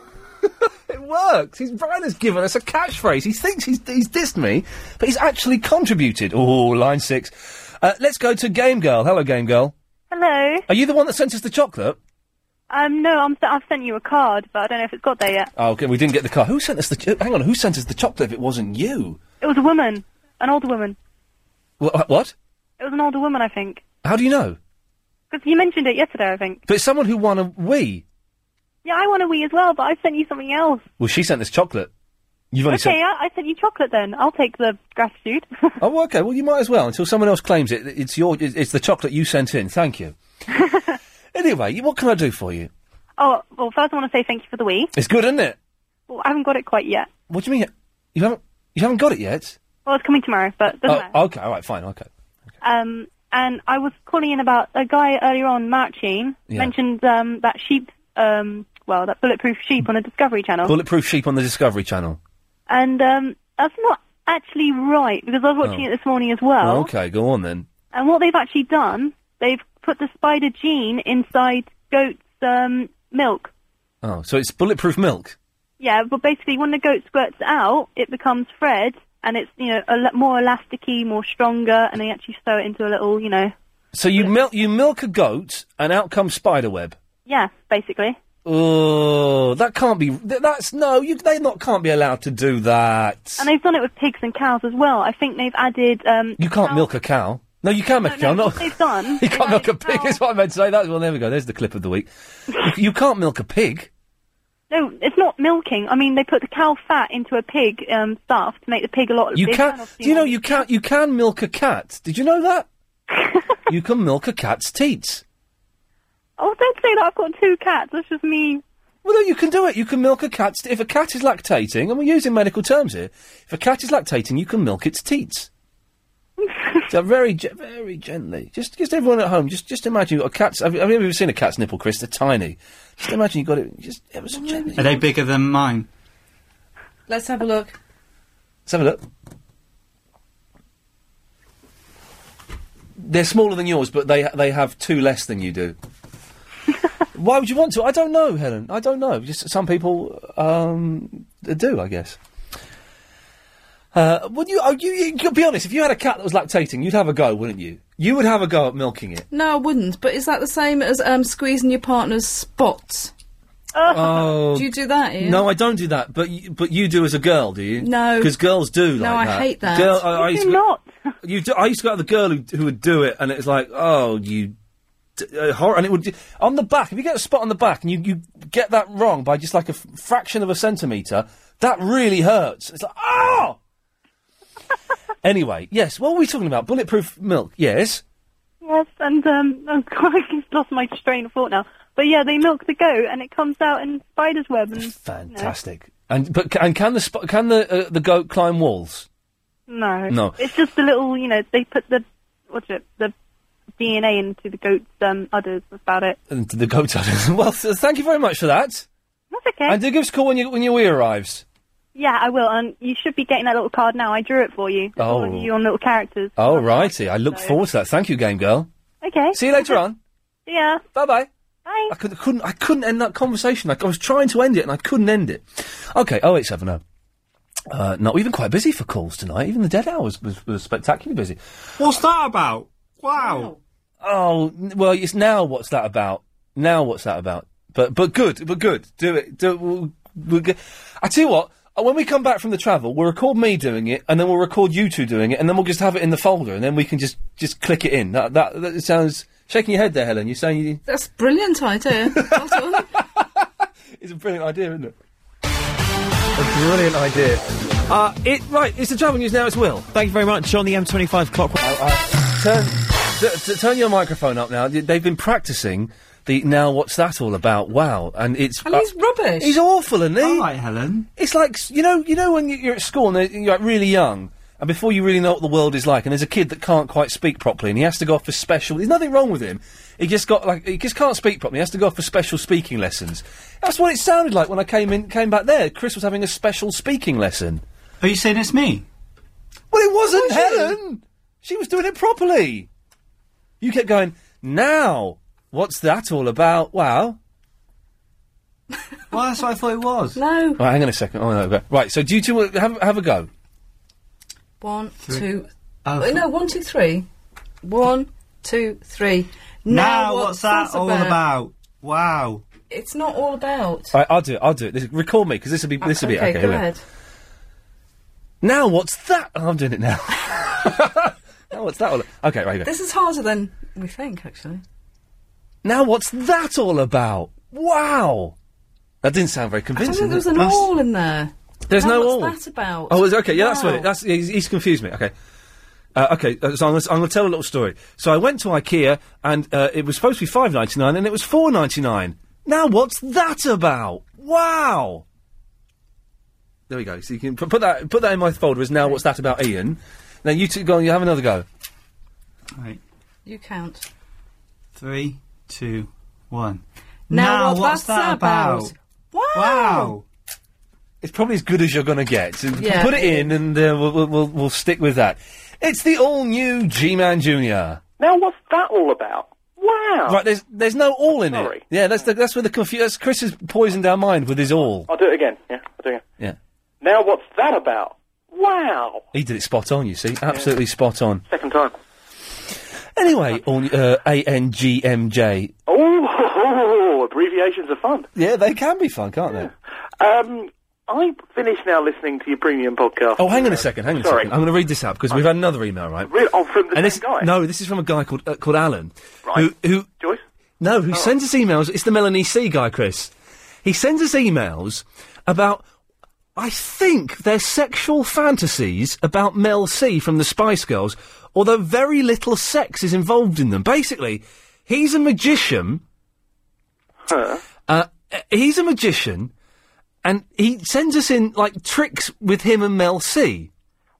Speaker 2: it works. He's, Brian has given us a catchphrase. He thinks he's, he's dissed me, but he's actually contributed. Oh, line six. Uh, let's go to Game Girl. Hello, Game Girl.
Speaker 15: Hello.
Speaker 2: Are you the one that sent us the chocolate?
Speaker 15: Um, no, I'm, I've sent you a card, but I don't know if it's got there yet.
Speaker 2: Oh, okay, we didn't get the car. Who sent us the? Ch- hang on, who sent us the chocolate? If it wasn't you,
Speaker 15: It was a woman, an older woman.
Speaker 2: Wh- what?
Speaker 15: It was an older woman, I think,
Speaker 2: How do you know?
Speaker 15: because you mentioned it yesterday, I think.
Speaker 2: But it's someone who won a Wii.
Speaker 15: Yeah, I want a Wii as well, but I sent you something else.
Speaker 2: Well, she sent us chocolate. You've only
Speaker 15: okay, I, I sent you chocolate then. I'll take the gratitude.
Speaker 2: sent. Oh, well, okay. Well, you might as well until someone else claims it. It's your. It's it's the chocolate you sent in. Thank you. anyway, you- what can I do for you?
Speaker 15: oh, well, first I want to say thank you for the Wii.
Speaker 2: It's good, isn't it?
Speaker 15: Well, I haven't got it quite yet.
Speaker 2: What do you mean? You haven't. You haven't got it yet.
Speaker 15: Well, it's coming tomorrow, but doesn't matter.
Speaker 2: Oh, okay. All right. Fine. Okay.
Speaker 15: Um, and I was calling in about a guy earlier on, Marchin,
Speaker 2: Yeah.
Speaker 15: mentioned um, that sheep, um, well, that bulletproof sheep on the Discovery Channel.
Speaker 2: Bulletproof sheep on the Discovery Channel.
Speaker 15: and um, that's not actually right because I was watching
Speaker 2: Oh.
Speaker 15: it this morning as well.
Speaker 2: okay. Go on then.
Speaker 15: And what they've actually done, they've put the spider gene inside goat's um, milk.
Speaker 2: Oh, so it's bulletproof milk.
Speaker 15: Yeah, but basically, when the goat squirts out, it becomes Fred, and it's you know a lot more elasticy, more stronger, and they actually sew it into a little, you know,
Speaker 2: So you milk. You milk a goat, and out comes spider web.
Speaker 15: yeah, basically.
Speaker 2: Oh, that can't be. th- That's no. You, they not can't be allowed to do that.
Speaker 15: And they've done it with pigs and cows as well. I think they've added um,
Speaker 2: You can't milk a cow. No, you can milk a cow. I'm
Speaker 15: what
Speaker 2: not.
Speaker 15: they've done.
Speaker 2: You can't milk a pig. Is what I meant to say. That's well. There we go. There's the clip of the week. You- you can't milk a pig.
Speaker 15: No, it's not milking. I mean, they put the cow fat into a pig um, stuff to make the pig a lot.
Speaker 2: You
Speaker 15: bigger
Speaker 2: can.
Speaker 15: and
Speaker 2: not
Speaker 15: obviously
Speaker 2: Do you know you can? You can milk a cat. Did you know that? you can milk a cat's teats.
Speaker 15: Oh, don't say that. I've got two cats. That's just me.
Speaker 2: Well, no, you can do it. You can milk a cat's. If a cat is lactating, and we're using medical terms here, if a cat is lactating, you can milk its teats. so very, ge- very gently. Just, just everyone at home. Just, just imagine you've got a cat's. Have, you- have you ever seen a cat's nipple, Chris? They're tiny. Just imagine you've got it. Just ever so gently.
Speaker 8: Are they bigger than mine?
Speaker 9: Let's have a look.
Speaker 2: Let's have a look. They're smaller than yours, but they they have two less than you do. Why would you want to? I don't know, Helen. I don't know. Just some people um, do, I guess. Uh, would you, oh, you, you? you- Be honest. If you had a cat that was lactating, you'd have a go, wouldn't you? You would have a go at milking it.
Speaker 9: No, I wouldn't. But is that the same as um, squeezing your partner's spots?
Speaker 2: Oh.
Speaker 9: Do you do that? Ian?
Speaker 2: No, I don't do that. But you, but you do as a girl, do you?
Speaker 9: No.
Speaker 2: because girls do.
Speaker 9: No,
Speaker 2: like
Speaker 9: I hate that.
Speaker 2: Girl, I, I
Speaker 9: You
Speaker 2: used
Speaker 9: do
Speaker 2: to go- you do, I used to go out with the girl who, who would do it, and it was like, oh, you. D- uh, horror, and it would on the back. If you get a spot on the back and you, you get that wrong by just like a f- fraction of a centimetre, that really hurts. It's like oh. anyway, yes. What were we talking about? Bulletproof milk. Yes.
Speaker 15: Yes, and um, oh god, I just lost my train of thought now. But yeah, they milk the goat, and it comes out in spider's web. And
Speaker 2: Fantastic. And but ca- and can the sp- can the uh, the goat climb walls?
Speaker 15: no,
Speaker 2: No.
Speaker 15: it's just the little, you know, they put the what's it, the DNA into the goat's um, udders. That's about it.
Speaker 2: And the goat does. well, so thank you very much for that.
Speaker 15: That's okay.
Speaker 2: And do give us a call when you when your wee arrives.
Speaker 15: Yeah, I will. And you should be getting that little card now. I drew it for you. It's all
Speaker 2: Oh.
Speaker 15: you on little characters.
Speaker 2: All righty, I look forward to that. Thank you, game girl.
Speaker 15: Okay.
Speaker 2: See you later on.
Speaker 15: Yeah.
Speaker 2: Bye bye.
Speaker 15: Bye.
Speaker 2: I could, couldn't. I couldn't end that conversation. Like, I was trying to end it and I couldn't end it. Okay. Oh eight seven zero. Uh, no, we've been quite busy for calls tonight. Even the dead hours was, was spectacularly busy. What's that about? Wow. Oh n- well, it's now. What's that about? Now, what's that about? But but good, but good. Do it. Do it. We'll, we'll get- I tell you what. uh, When we come back from the travel, we'll record me doing it, and then we'll record you two doing it, and then we'll just have it in the folder, and then we can just just click it in. That that, that sounds shaking your head there, Helen. You're saying you,
Speaker 9: That's a brilliant idea. Well done.
Speaker 2: it's a brilliant idea, isn't it? A brilliant idea. Uh, it right. It's the travel news now. It's Will.
Speaker 7: Thank you very much on the M25 clockwise.
Speaker 2: turn, t- t- turn your microphone up now. They've been practicing the now. What's that all about? Wow, and it's uh,
Speaker 9: And he's rubbish.
Speaker 2: He's awful, isn't he? All right, Helen. It's like s- you know, you know when you- you're at school and they're- you're like really young. And before you really know what the world is like, and there's a kid that can't quite speak properly, and he has to go off for special. There's nothing wrong with him. He just got like he just can't speak properly. He has to go off for special speaking lessons. That's what it sounded like when I came in, came back there. Chris was having a special speaking lesson. Are you saying it's me? Well, it wasn't Helen. She was doing it properly. You kept going. Now, what's that all about? Wow.
Speaker 8: Well, that's what I thought it was.
Speaker 9: No.
Speaker 2: Right, hang on a second. Oh no. okay. Right. So, do you two want- have have a go?
Speaker 9: One,
Speaker 2: Three.
Speaker 9: two.
Speaker 2: Oh,
Speaker 9: Oh, no, one, two, three. One, two, three.
Speaker 8: Now, what's that all about?
Speaker 2: Wow.
Speaker 9: It's not all about.
Speaker 2: All right, I'll do it. I'll do it. This, record me because this will be this will be okay.
Speaker 9: go
Speaker 2: here we go.
Speaker 9: ahead.
Speaker 2: Now, what's that? Oh, I'm doing it now. now, what's that all? Okay, right. Here.
Speaker 9: This is harder than we think, actually.
Speaker 2: Now, what's that all about? Wow. That didn't sound
Speaker 9: I
Speaker 2: very
Speaker 9: don't think
Speaker 2: convincing.
Speaker 9: there was
Speaker 2: did
Speaker 9: an
Speaker 2: it?
Speaker 9: all in there.
Speaker 2: There's
Speaker 9: Now,
Speaker 2: no
Speaker 9: what's
Speaker 2: all.
Speaker 9: that about?
Speaker 2: Oh, is- okay. Yeah, that's what
Speaker 9: Wow.
Speaker 2: it. That's he's, he's confused me. Okay. Uh, okay, uh, so I'm going to tell a little story. So I went to IKEA and uh, it was supposed to be five ninety nine, and it was four ninety nine. Now what's that about? Wow! There we go. So you can p- put that put that in my folder as now. What's that about, Ian? Now you two go. on, You have another go.
Speaker 8: Right.
Speaker 9: You count.
Speaker 8: Three, two, one.
Speaker 9: Now, what's that about? Wow.
Speaker 2: It's probably as good as you're going to get. So
Speaker 9: Yeah.
Speaker 2: Put it in, and uh, we'll, we'll- we'll we'll stick with that. It's the all new G Man Junior.
Speaker 30: Now, what's that all about? Wow.
Speaker 2: Right, there's there's no all in
Speaker 30: Oh. Sorry.
Speaker 2: it. Yeah, that's the, that's where the confu- that's Chris has poisoned our mind with his all.
Speaker 30: I'll do it again. Yeah, I'll do it again.
Speaker 2: Yeah,
Speaker 30: Now, what's that about? Wow.
Speaker 2: he did it spot on. You see, absolutely spot on.
Speaker 30: Second time.
Speaker 2: Anyway, all, uh, A N G M J.
Speaker 30: Oh, abbreviations are fun.
Speaker 2: Yeah, they can be fun, can't they?
Speaker 30: Um, I finished now listening to your premium podcast.
Speaker 2: Oh, hang on a second, hang on
Speaker 30: Sorry.
Speaker 2: a second. I'm going to read this out because we've had another email, right?
Speaker 30: Really? Oh, from the
Speaker 2: and
Speaker 30: same
Speaker 2: this,
Speaker 30: guy?
Speaker 2: No, this is from a guy called uh, called Alan. Right. Who, who Joyce? No,
Speaker 30: Oh.
Speaker 2: who sends us emails. It's the Melanie C guy, Chris. He sends us emails about, I think, their sexual fantasies about Mel C from the Spice Girls, although very little sex is involved in them. Basically, he's a magician. Uh, he's a magician, and he sends us in, like, tricks with him and Mel C.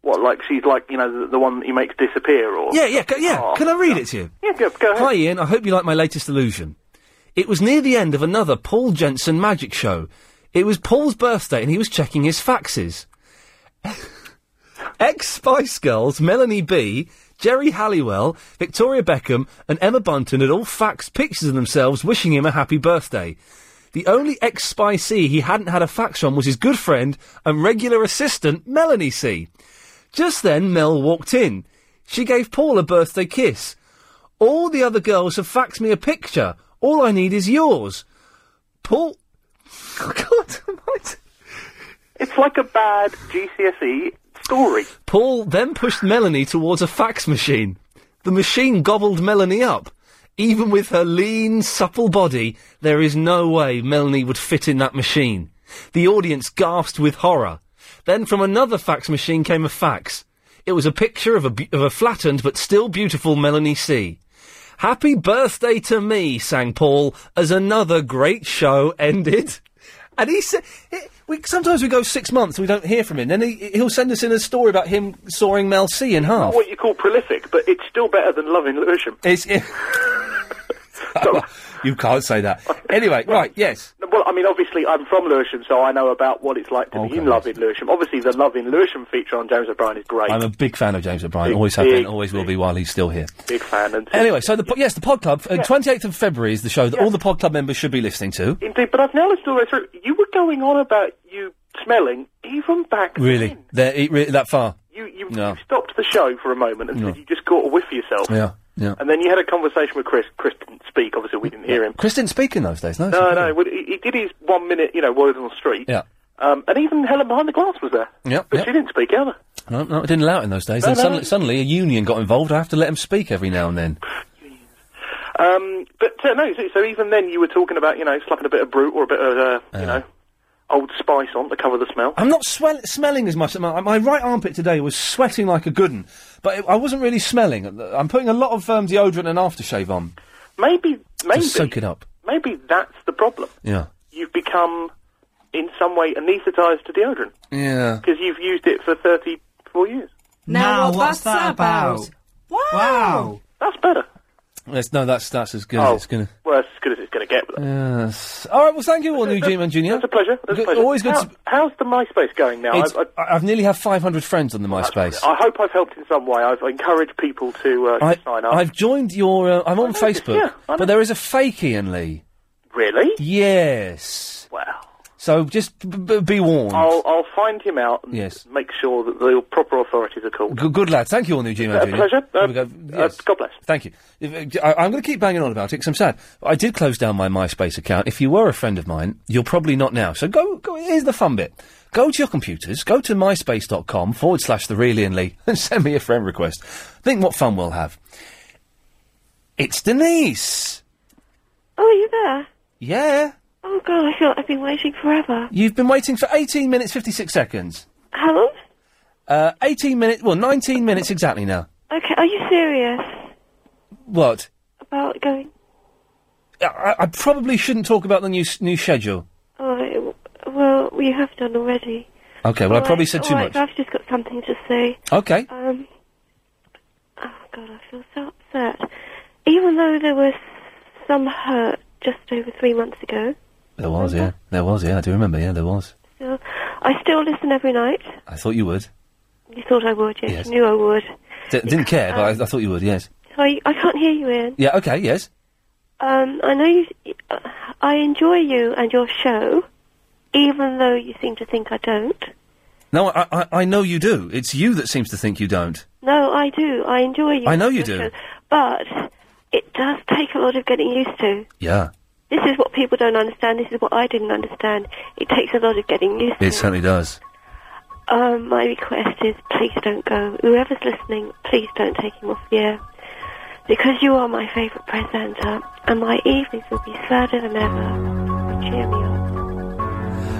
Speaker 30: What, like she's like, you know, the, the one that he makes disappear or.
Speaker 2: Yeah, yeah, c- yeah.
Speaker 30: Oh.
Speaker 2: Can I read it to you?
Speaker 30: Yeah, go, go ahead.
Speaker 2: Hi, Ian. I hope you like my latest illusion. It was near the end of another Paul Jensen magic show. It was Paul's birthday, and he was checking his faxes. Ex Spice Girls, Melanie B, Jerry Halliwell, Victoria Beckham, and Emma Bunton had all faxed pictures of themselves wishing him a happy birthday. The only ex Spicee he hadn't had a fax from was his good friend and regular assistant, Melanie C. Just then, Mel walked in. She gave Paul a birthday kiss. All the other girls have faxed me a picture. All I need is yours. Paul. God almighty.
Speaker 30: It's like a bad GCSE E story.
Speaker 2: Paul then pushed Melanie towards a fax machine. The machine gobbled Melanie up. Even with her lean, supple body, there is no way Melanie would fit in that machine. The audience gasped with horror. Then from another fax machine came a fax. It was a picture of a, bu- of a flattened but still beautiful Melanie C. Happy birthday to me, sang Paul, as another great show ended. And he said, we, sometimes we go six months and we don't hear from him. Then he, he'll send us in a story about him sawing Mel C in half.
Speaker 30: Not what you call prolific, but it's still better than loving Lewisham.
Speaker 2: Oh. It's. you can't say that. Anyway, right, yes.
Speaker 30: Well, I mean, obviously, I'm from Lewisham, so I know about what it's like to
Speaker 2: Oh,
Speaker 30: be in love in Lewisham. Obviously, the love in Lewisham feature on James O'Brien is great.
Speaker 2: I'm a big fan of James O'Brien.
Speaker 30: Big,
Speaker 2: always have been,
Speaker 30: big,
Speaker 2: always will be while he's still here.
Speaker 30: Big fan. And
Speaker 2: Anyway, so the po- yes, the pod club. Uh,
Speaker 30: Yeah.
Speaker 2: 28th of February is the show that all the pod club members should be listening to.
Speaker 30: Indeed, but I've now listened all the way through. You were going on about you smelling even back.
Speaker 2: Really, there, it, re- that far?
Speaker 30: You you
Speaker 2: No.
Speaker 30: stopped the show for a moment and
Speaker 2: No.
Speaker 30: said you just caught a whiff of yourself.
Speaker 2: Yeah, yeah.
Speaker 30: And then you had a conversation with Chris. Chris didn't speak. Obviously, we didn't hear him.
Speaker 2: Chris didn't speak in those days. No,
Speaker 30: No, no. well, He, he did his one minute, you know, words on the street.
Speaker 2: Yeah.
Speaker 30: Um, and even Helen behind the glass was there,
Speaker 2: Yeah,
Speaker 30: but she didn't speak either.
Speaker 2: No, no, I didn't allow it in those days.
Speaker 30: No,
Speaker 2: and
Speaker 30: no,
Speaker 2: suddenly,
Speaker 30: no.
Speaker 2: suddenly, a union got involved. I have to let him speak every now and then.
Speaker 30: Um, but uh, no, so, so even then you were talking about you know slapping a bit of brute or a bit of uh, you know old spice on to cover the smell.
Speaker 2: I'm not swell- smelling as much. My, my right armpit today was sweating like a good 'un, but it, I wasn't really smelling. I'm putting a lot of um, deodorant and aftershave on
Speaker 30: Maybe maybe
Speaker 2: to soak it up.
Speaker 30: maybe that's the problem.
Speaker 2: Yeah,
Speaker 30: You've become in some way anaesthetised to deodorant
Speaker 2: yeah.
Speaker 30: because you've used it for 34 years.
Speaker 7: Now
Speaker 30: Now
Speaker 7: what
Speaker 30: what's
Speaker 7: that's
Speaker 30: that about?
Speaker 7: Wow. Wow.
Speaker 30: That's better.
Speaker 2: That's, no, that's that's as good
Speaker 30: Oh.
Speaker 2: as it's gonna.
Speaker 30: Well, that's as good as it's going to get.
Speaker 2: Yes. All right. Well, thank you, all new G-Man Junior. It's a
Speaker 30: pleasure. That's a pleasure.
Speaker 2: Always good.
Speaker 30: How-
Speaker 2: to-
Speaker 30: how's the MySpace going now?
Speaker 2: it's-
Speaker 30: I've, I've,
Speaker 2: I- I've nearly have 500 friends on the MySpace.
Speaker 30: I hope I've helped in some way. I've encouraged people to uh,
Speaker 2: I,
Speaker 30: sign up.
Speaker 2: I've joined your. Uh, I'm on Facebook,
Speaker 30: yeah,
Speaker 2: but there is a fake Ian Lee.
Speaker 30: Really?
Speaker 2: Yes.
Speaker 30: Wow. Oh.
Speaker 2: So just b- b- be warned.
Speaker 30: I'll, I'll find him out and
Speaker 2: Yes.
Speaker 30: make sure that the proper authorities are called.
Speaker 2: Good, good lad. Thank you, all new G-Man
Speaker 30: A
Speaker 2: Junior.
Speaker 30: pleasure.
Speaker 2: Here we go.
Speaker 30: Uh, God bless.
Speaker 2: Thank you. If, uh, I, am going to keep banging on about it 'cause I'm sad. I did close down my MySpace account. If you were a friend of mine, you're probably not now. So go, go here's the fun bit. Go to your computers, go to myspace.com forward slash the really and Lee and send me a friend request. Think what fun we'll have. It's Denise.
Speaker 22: Oh, are you there?
Speaker 2: Yeah.
Speaker 22: Oh god, I feel I've been waiting forever.
Speaker 2: You've been waiting for 18 minutes 56 seconds.
Speaker 22: How long?
Speaker 2: Uh, 18 minutes, well, 19 minutes exactly now.
Speaker 22: Okay, are you serious
Speaker 2: What?
Speaker 22: about going?
Speaker 2: I- I, I probably shouldn't talk about the new s- new schedule.
Speaker 22: Oh, it- well, we have done already.
Speaker 2: Okay, well, I
Speaker 22: Alright,
Speaker 2: probably said too
Speaker 22: alright,
Speaker 2: much.
Speaker 22: I've just got something to say.
Speaker 2: Okay.
Speaker 22: Um. Oh god, I feel so upset. Even though there was some hurt just over three months ago,
Speaker 2: There was, yeah. There was, yeah. I do remember, yeah, there was.
Speaker 22: still, I still listen every night.
Speaker 2: I thought you would.
Speaker 22: You thought I would, yes,
Speaker 2: Yes.
Speaker 22: you knew I would.
Speaker 2: D- didn't care, but I, I thought you would, yes.
Speaker 22: So I, I can't hear you, Ian.
Speaker 2: Yeah, okay, yes.
Speaker 22: Um, I know you. I enjoy you and your show, even though you seem to think I don't.
Speaker 2: No, I, I, I know you do. It's you that seems to think you don't.
Speaker 22: No, I do. I enjoy you.
Speaker 2: I know
Speaker 22: and
Speaker 2: you
Speaker 22: your
Speaker 2: do.
Speaker 22: show, but it does take a lot of getting used to.
Speaker 2: Yeah.
Speaker 22: This is what people don't understand. This is what I didn't understand. It takes a lot of getting used.
Speaker 2: It certainly does.
Speaker 22: Um, my request is please don't go. Whoever's listening, please don't take him off the air. Because you are my favourite presenter, and my evenings will be sadder than ever. Cheer me up.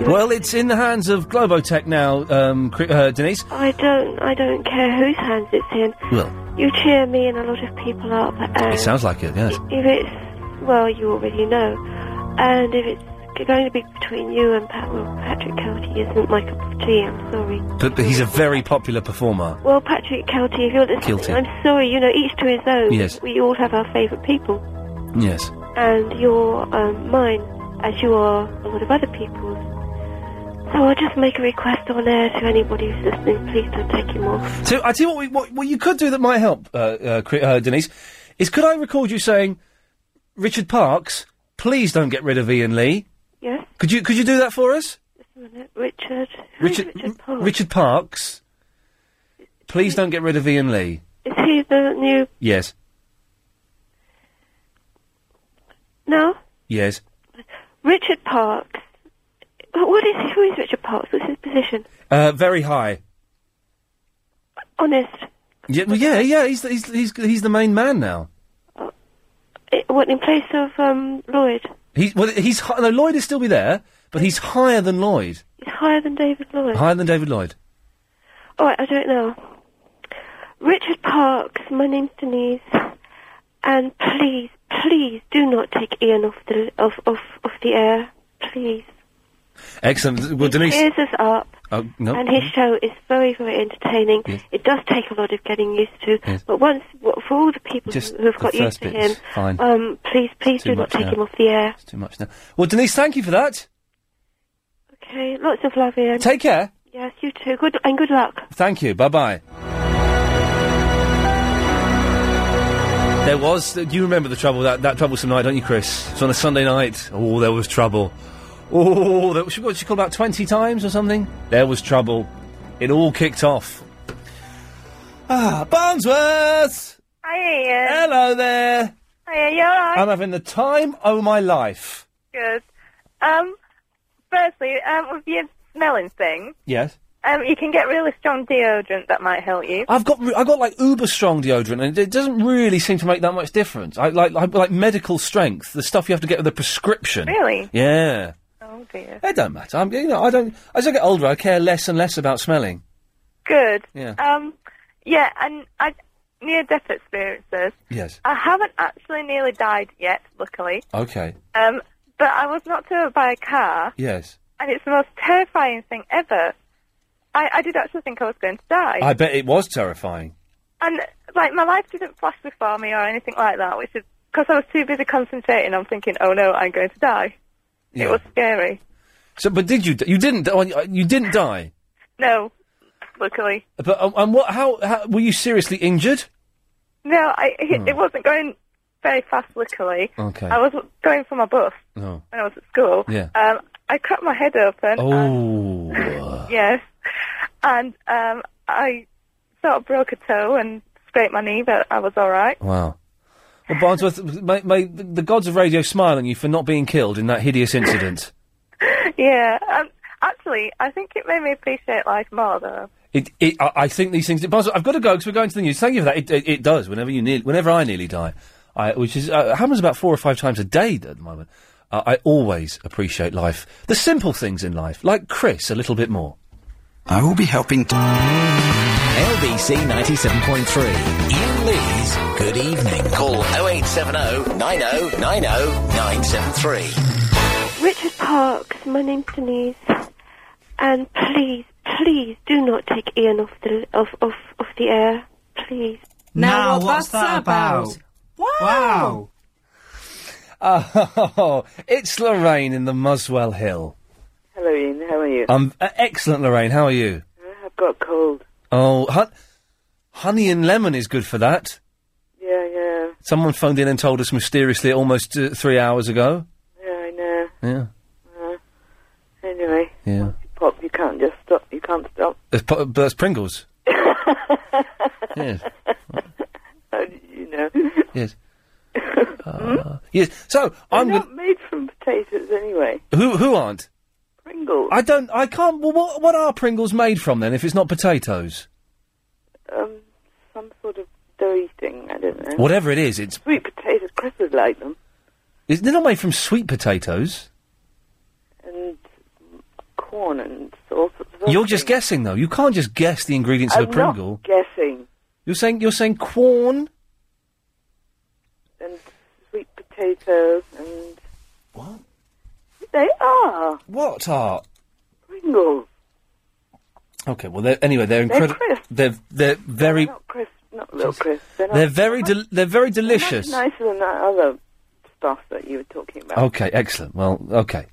Speaker 2: Well, it's in the hands of Globotech now, um, Cri- uh, Denise.
Speaker 22: I don't, I don't care whose hands it's in.
Speaker 2: Well,
Speaker 22: You cheer me and a lot of people up. And
Speaker 2: it sounds like it, yes.
Speaker 22: If it's, well, you already know. And if it's going to be between you and Pat, well, Patrick Kelty isn't my cup of tea, I'm sorry.
Speaker 2: But, but he's a very popular performer.
Speaker 22: Well, Patrick Kelty, if you're listening,
Speaker 2: Kelty.
Speaker 22: I'm sorry, you know, each to his own.
Speaker 2: Yes.
Speaker 22: We all have our favourite people.
Speaker 2: Yes.
Speaker 22: And you're um, mine, as you are a lot of other people's. So I'll just make a request on air to anybody who's listening, please don't take him off.
Speaker 2: So I tell you what, we, what, what you could do that might help, uh, uh, Cri- uh, Denise, is could I record you saying, Richard Parks, please don't get rid of Ian Lee.
Speaker 22: Yes?
Speaker 2: Could you could you do that for us,
Speaker 22: Richard? Who is
Speaker 2: Richard?
Speaker 22: Richard Parks?
Speaker 2: Richard Parks, please don't get rid of Ian Lee.
Speaker 22: Is he the new...
Speaker 2: Yes,
Speaker 22: No?
Speaker 2: yes.
Speaker 22: Richard Parks. Wh- What is... Who is Richard Parks? What's his position?
Speaker 2: Uh, very high.
Speaker 22: Honest.
Speaker 2: Yeah, well, yeah, yeah. He's, the- he's he's he's the main man now.
Speaker 22: Eh, what, in place of um, Lloyd?
Speaker 2: He's well, he's hi- no Lloyd is still be there, but he's higher than Lloyd,
Speaker 22: He's higher than David Lloyd.
Speaker 2: higher than David Lloyd.
Speaker 22: All right, I don't know. Richard Parks, my name's Denise, and please, please do not take Ian off the off off, off the air, please.
Speaker 2: Excellent. Well, Denise.
Speaker 22: Ears us up,
Speaker 2: Oh no.
Speaker 22: and his show is very very entertaining. It does take a lot of getting used to,
Speaker 2: Yes.
Speaker 22: but once w- for all the people
Speaker 2: Just
Speaker 22: who have
Speaker 2: the
Speaker 22: got used
Speaker 2: first
Speaker 22: to
Speaker 2: bit
Speaker 22: him,
Speaker 2: is fine.
Speaker 22: um, please please
Speaker 2: Too
Speaker 22: do not
Speaker 2: much
Speaker 22: take
Speaker 2: now.
Speaker 22: him off the air.
Speaker 2: It's too much now. Well, Denise, thank you for that.
Speaker 22: Okay, lots of love, Ian.
Speaker 2: Take care.
Speaker 22: Yes, you too. Good and good luck.
Speaker 2: Thank you. Bye bye. There was. Do you remember the trouble that that troublesome night, don't you, Chris? It's on a Sunday night. Oh, there was trouble. Oh, there, she, what, she called about twenty times or something. There was trouble. It all kicked off. Ah, Barnsworth.
Speaker 8: Hi, Ian.
Speaker 2: Hello there.
Speaker 8: Hi, you alright?
Speaker 2: I'm having the time of my life.
Speaker 8: Good. Um, firstly, um, with your smelling thing,
Speaker 2: Yes.
Speaker 8: um, you can get really strong deodorant that might help you.
Speaker 2: I've got re- I got like uber strong deodorant, and it doesn't really seem to make that much difference. I like I, like medical strength, the stuff you have to get with a prescription.
Speaker 8: Really?
Speaker 2: Yeah.
Speaker 8: Oh dear.
Speaker 2: It don't matter. I'm you know I don't as I get older, I care less and less about smelling.
Speaker 8: Good.
Speaker 2: Yeah.
Speaker 8: Um, yeah, and I near death experiences.
Speaker 2: Yes.
Speaker 8: I haven't actually nearly died yet, luckily.
Speaker 2: Okay.
Speaker 8: Um, but I was knocked over by a car,
Speaker 2: Yes.
Speaker 8: and it's the most terrifying thing ever. I, I did actually think I was going to die.
Speaker 2: I bet it was terrifying.
Speaker 8: And like my life didn't flash before me or anything like that, which is because I was too busy concentrating on thinking, "Oh no, I'm going to die."
Speaker 2: Yeah.
Speaker 8: It was scary.
Speaker 2: So, but did you? d- You didn't. oh, You you didn't die.
Speaker 8: No, luckily,
Speaker 2: But um, and what? How, how were you seriously injured?
Speaker 8: no. I it,
Speaker 2: Hmm.
Speaker 8: it wasn't going very fast. Luckily,
Speaker 2: Okay.
Speaker 8: I was going for my bus
Speaker 2: Oh.
Speaker 8: when I was at school.
Speaker 2: Yeah.
Speaker 8: Um, I cracked my head
Speaker 30: uh,
Speaker 8: open.
Speaker 2: Oh.
Speaker 8: Yes, and um, I sort of broke a toe and scraped my knee, but I was all right.
Speaker 2: Wow. Well, Barnsworth, may, may the the gods of radio smile on you for not being killed in that hideous incident.
Speaker 8: yeah. Um, actually, I think it made me appreciate life more though.
Speaker 2: It, it, I, I think these things. Barnsworth, I've got to go because we're going to the news. Thank you for that. It, it, it does. Whenever you, near, whenever I nearly die, I, which is uh, happens about four or five times a day at the moment. Uh, I always appreciate life, the simple things in life, like Chris, a little bit more.
Speaker 21: I will be helping. T- LBC 97.3. Ian Lee's Good Evening. Call 0870 90 90 973.
Speaker 22: Richard Parks, my name's Denise, and please, please do not take Ian off the off off, off the air, please.
Speaker 31: Now, what's that about?
Speaker 2: Wow. Oh, it's Lorraine in the Muswell Hill.
Speaker 7: Hello, Ian. How are you?
Speaker 2: Um, uh, excellent, Lorraine. How are you?
Speaker 7: I've got a cold.
Speaker 2: Oh, hon- honey and lemon is good for that.
Speaker 7: Yeah, yeah,
Speaker 2: Someone phoned in and told us mysteriously almost uh, three hours ago.
Speaker 7: yeah. I know.
Speaker 2: Yeah,
Speaker 7: Uh, anyway,
Speaker 2: yeah.
Speaker 7: pop. You can't just stop. You can't stop.
Speaker 2: It's pu- but it's Pringles. yes,
Speaker 7: How did you know?
Speaker 17: Hmm?
Speaker 2: yes. Uh, Yes. So I'm
Speaker 17: They're not
Speaker 2: going.
Speaker 17: made from potatoes anyway.
Speaker 2: Who who aren't?
Speaker 17: Pringles.
Speaker 2: I don't. I can't. Well, what what are Pringles made from then? If it's not potatoes,
Speaker 17: Um, some sort of doughy thing. I don't know.
Speaker 2: whatever it is, it's,
Speaker 17: Sweet potatoes. Chris would like them.
Speaker 2: it's they're not made from sweet potatoes.
Speaker 17: And corn and all sorts of.
Speaker 2: You're just guessing though. You can't just guess the ingredients
Speaker 17: I'm
Speaker 2: of a Pringle.
Speaker 17: not guessing.
Speaker 2: You're saying you're saying corn.
Speaker 17: And sweet potatoes and. What? They are
Speaker 2: What are?
Speaker 17: Pringles.
Speaker 2: Okay. Well, they're, anyway, they're
Speaker 17: They're
Speaker 2: incredible.
Speaker 17: crisp.
Speaker 2: They're they're very
Speaker 17: Not crisp. Not little crisp. They're, not,
Speaker 2: they're very del- they're very delicious.
Speaker 17: nicer than that other stuff that you were talking about.
Speaker 2: Okay. Excellent. Well. Okay.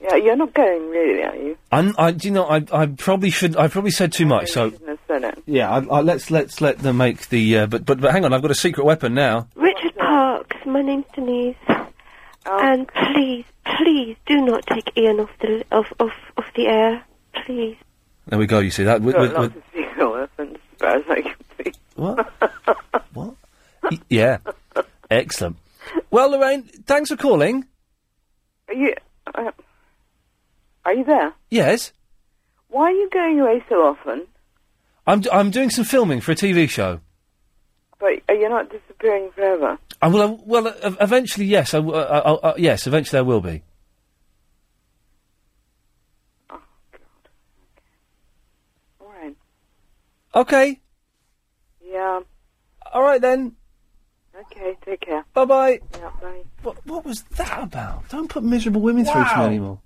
Speaker 17: Yeah, you're not going really, are you?
Speaker 2: I'm, I, do you know, I, I probably should. I probably said too much. So
Speaker 17: No, so no.
Speaker 2: yeah, I, I, let's let's let them make the. Uh, but but but hang on, I've got a secret weapon now.
Speaker 22: Richard Parks, my name's Denise. And please, please do not take Ian off the off off, off the air. Please.
Speaker 2: There we go. You see that? With, with, with,
Speaker 17: Single weapons, as far as I can see.
Speaker 2: what? what? Y- yeah. Excellent. Well, Lorraine, thanks for calling.
Speaker 17: Are you? Uh, are you there?
Speaker 2: Yes,
Speaker 17: Why are you going away so often?
Speaker 2: I'm d- I'm doing some filming for a TV show.
Speaker 17: But are you not disappearing forever?
Speaker 2: I will. I, well, uh, eventually, yes. I, w- uh, uh, uh, yes, eventually I will be.
Speaker 17: All right.
Speaker 2: Okay.
Speaker 17: Yeah.
Speaker 2: All right then.
Speaker 17: Okay. Take care.
Speaker 2: Bye bye.
Speaker 17: Yeah. Bye.
Speaker 2: What, what was that about? Oh. Don't put miserable women through to me
Speaker 17: Wow.
Speaker 2: anymore.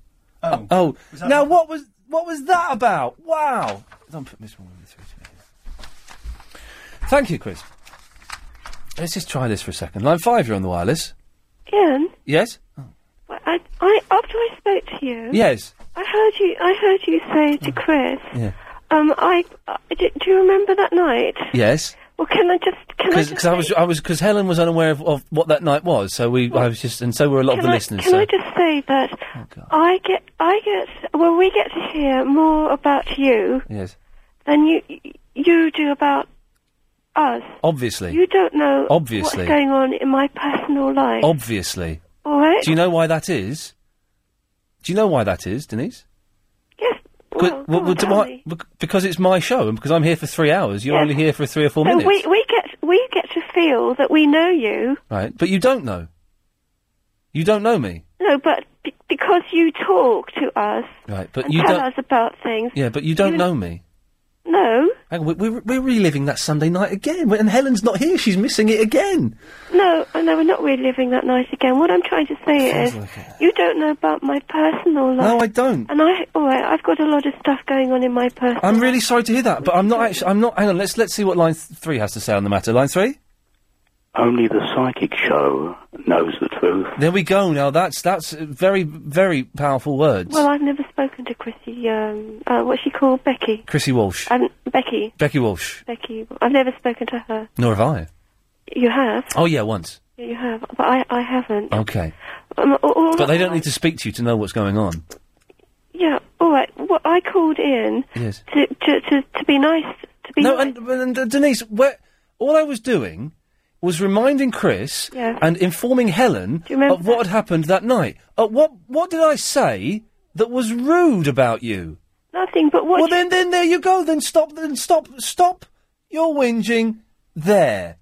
Speaker 2: Oh. oh. Now what was what was that about? Wow. Don't put miserable women through to me. Thank you, Chris. Let's just try this for a second. Line five, you're on the wireless.
Speaker 22: Ian,
Speaker 2: Yes.
Speaker 22: I, I after I spoke to you,
Speaker 2: Yes. Mm.
Speaker 22: I heard you. I heard you say to Chris,
Speaker 2: Yeah.
Speaker 22: um, I, I do, do you remember that night?
Speaker 2: Yes.
Speaker 22: Well, can I just can I
Speaker 2: Because
Speaker 22: just
Speaker 2: I was I was because Helen was unaware of, of what that night was, so we I was just and so were a lot of
Speaker 22: can
Speaker 2: the
Speaker 22: I,
Speaker 2: listeners. Oh,
Speaker 22: Can
Speaker 2: so.
Speaker 22: I just say that I get I get well, we get to hear more about you
Speaker 2: Yes.
Speaker 22: than you you do about us.
Speaker 2: Obviously.
Speaker 22: You don't know
Speaker 2: Obviously.
Speaker 22: what's going on in my personal life.
Speaker 2: Obviously.
Speaker 22: All right.
Speaker 2: Do you know why that is? Do you know why that is, Denise? Yes.
Speaker 22: well, go on, tell me.
Speaker 2: because it's my show, and because I'm here for three hours, you're
Speaker 22: Yes.
Speaker 2: only here for three or fofour
Speaker 22: so
Speaker 2: minutes,
Speaker 22: we we get we get to feel that we know you.
Speaker 2: right? But you don't know. You don't know me,
Speaker 22: No, but be- because you talk to us
Speaker 2: right? But
Speaker 22: and
Speaker 2: you
Speaker 22: tell
Speaker 2: don't.
Speaker 22: us about things.
Speaker 2: Yeah, but you don't know me.
Speaker 22: No,
Speaker 2: Hang on, we- we're, we're reliving that Sunday night again, and Helen's not here. She's missing it again.
Speaker 22: no, I know we're not reliving that night again. What I'm trying to say is, you don't know about my personal life.
Speaker 2: No, I don't.
Speaker 22: And I, all right, I've got a lot of stuff going on in my personal.
Speaker 2: I'm really sorry to hear that, but I'm not actually. I'm not. Hang on. Let's let's see what line th- three has to say on the matter. Line three.
Speaker 8: Only the psychic show knows the truth.
Speaker 2: There we go. Now that's that's uh, very very powerful words.
Speaker 22: Well, I've never spoken to Chrissy. Um, uh, what's she called? Becky.
Speaker 2: Chrissy Walsh.
Speaker 22: Um, Becky.
Speaker 2: Becky Walsh.
Speaker 22: Becky. I've never spoken to her.
Speaker 2: Nor have I.
Speaker 22: You have.
Speaker 2: Oh yeah, once.
Speaker 22: You have. But I, I haven't.
Speaker 2: Okay.
Speaker 22: Um, all, all-
Speaker 2: But they don't need to speak to you to know what's going on.
Speaker 22: Yeah. All right. Well, I called in
Speaker 2: Yes.
Speaker 22: to to to, to be nice. To be
Speaker 2: No,
Speaker 22: nice.
Speaker 2: and, and, uh, Denise, where, all I was doing was reminding Chris
Speaker 22: Yes.
Speaker 2: and informing Helen of what had happened that night. Uh, what what did I say that was rude about you?
Speaker 22: Nothing. But what?
Speaker 2: Well, then then there you go. Then stop. Then stop. Stop your whinging there.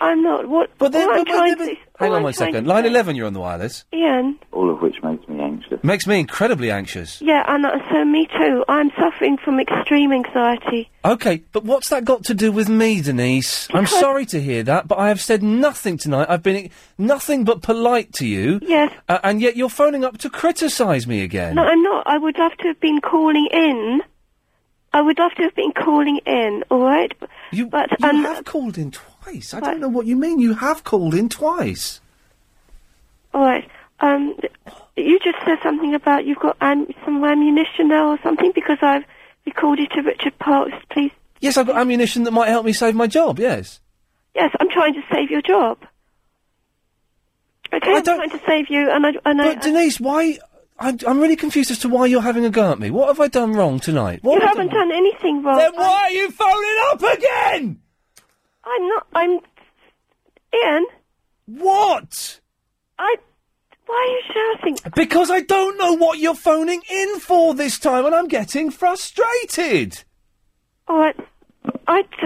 Speaker 22: I'm not. What?
Speaker 2: But then,
Speaker 22: all I'm
Speaker 2: but- but-
Speaker 22: trying
Speaker 2: but-
Speaker 22: to, all
Speaker 2: hang on
Speaker 22: I'm
Speaker 2: one
Speaker 22: trying
Speaker 2: second.
Speaker 22: to
Speaker 2: Line
Speaker 22: say-
Speaker 2: eleven, you're on the wireless.
Speaker 22: Ian.
Speaker 25: All of which makes me anxious.
Speaker 2: Makes me incredibly anxious.
Speaker 22: Yeah, and uh, so me too. I'm suffering from extreme anxiety.
Speaker 2: Okay, but what's that got to do with me, Denise? I'm sorry to hear that, but I have said nothing tonight. I've been nothing but polite to you.
Speaker 22: Yes.
Speaker 2: Uh, and yet you're phoning up to criticise me again.
Speaker 22: No, I'm not. I would love to have been calling in. I would love to have been calling in. All right.
Speaker 2: You,
Speaker 22: but
Speaker 2: you
Speaker 22: um,
Speaker 2: have called in twice. I don't know what you mean. You have called in twice.
Speaker 22: all right. Um, you just said something about you've got am- some ammunition now or something because I've recorded to Richard Parks. Please,
Speaker 2: Yes, I've got ammunition that might help me save my job. Yes.
Speaker 22: yes, I'm trying to save your job. Okay, I'm trying to save you, and I and I.
Speaker 2: But Denise, why? I'm, I'm really confused as to why you're having a go at me. What have I done wrong tonight? What
Speaker 22: you
Speaker 2: have I
Speaker 22: haven't done anything wrong.
Speaker 2: Then why are you phoning up again?
Speaker 22: I'm not. I'm. Ian.
Speaker 2: What?
Speaker 22: I. Why are you shouting?
Speaker 2: Because I don't know what you're phoning in for this time, and I'm getting frustrated.
Speaker 22: Oh, I, I, d-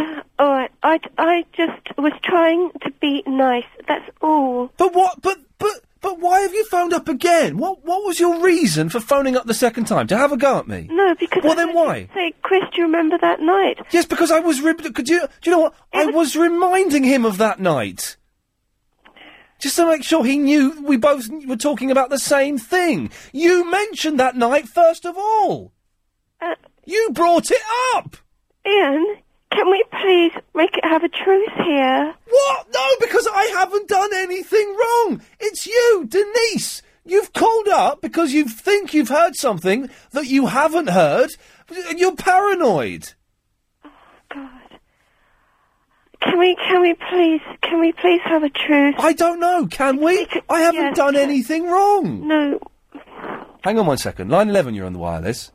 Speaker 22: oh, I, I, I just was trying to be nice. That's all.
Speaker 2: But what? But but but why have you phoned up again? What what was your reason for phoning up the second time to have a go at me?
Speaker 22: No, because.
Speaker 2: Well,
Speaker 22: I
Speaker 2: then why?
Speaker 22: Say, Chris, do you remember that night?
Speaker 2: Yes, because I was. Re- could you? Do you know what? I was reminding him of that night. Just to make sure he knew we both were talking about the same thing. You mentioned that night first of all.
Speaker 22: Uh,
Speaker 2: you brought it up.
Speaker 22: Ian, can we please make it have a truth here?
Speaker 2: What? No, because I haven't done anything wrong. It's you, Denise. You've called up because you think you've heard something that you haven't heard, and you're paranoid.
Speaker 22: Can we? Can we please? Can we please have a truth?
Speaker 2: I don't know. Can we? I haven't
Speaker 22: Yes.
Speaker 2: done anything wrong.
Speaker 22: No.
Speaker 2: Hang on one second. Line 11, you're on the wireless.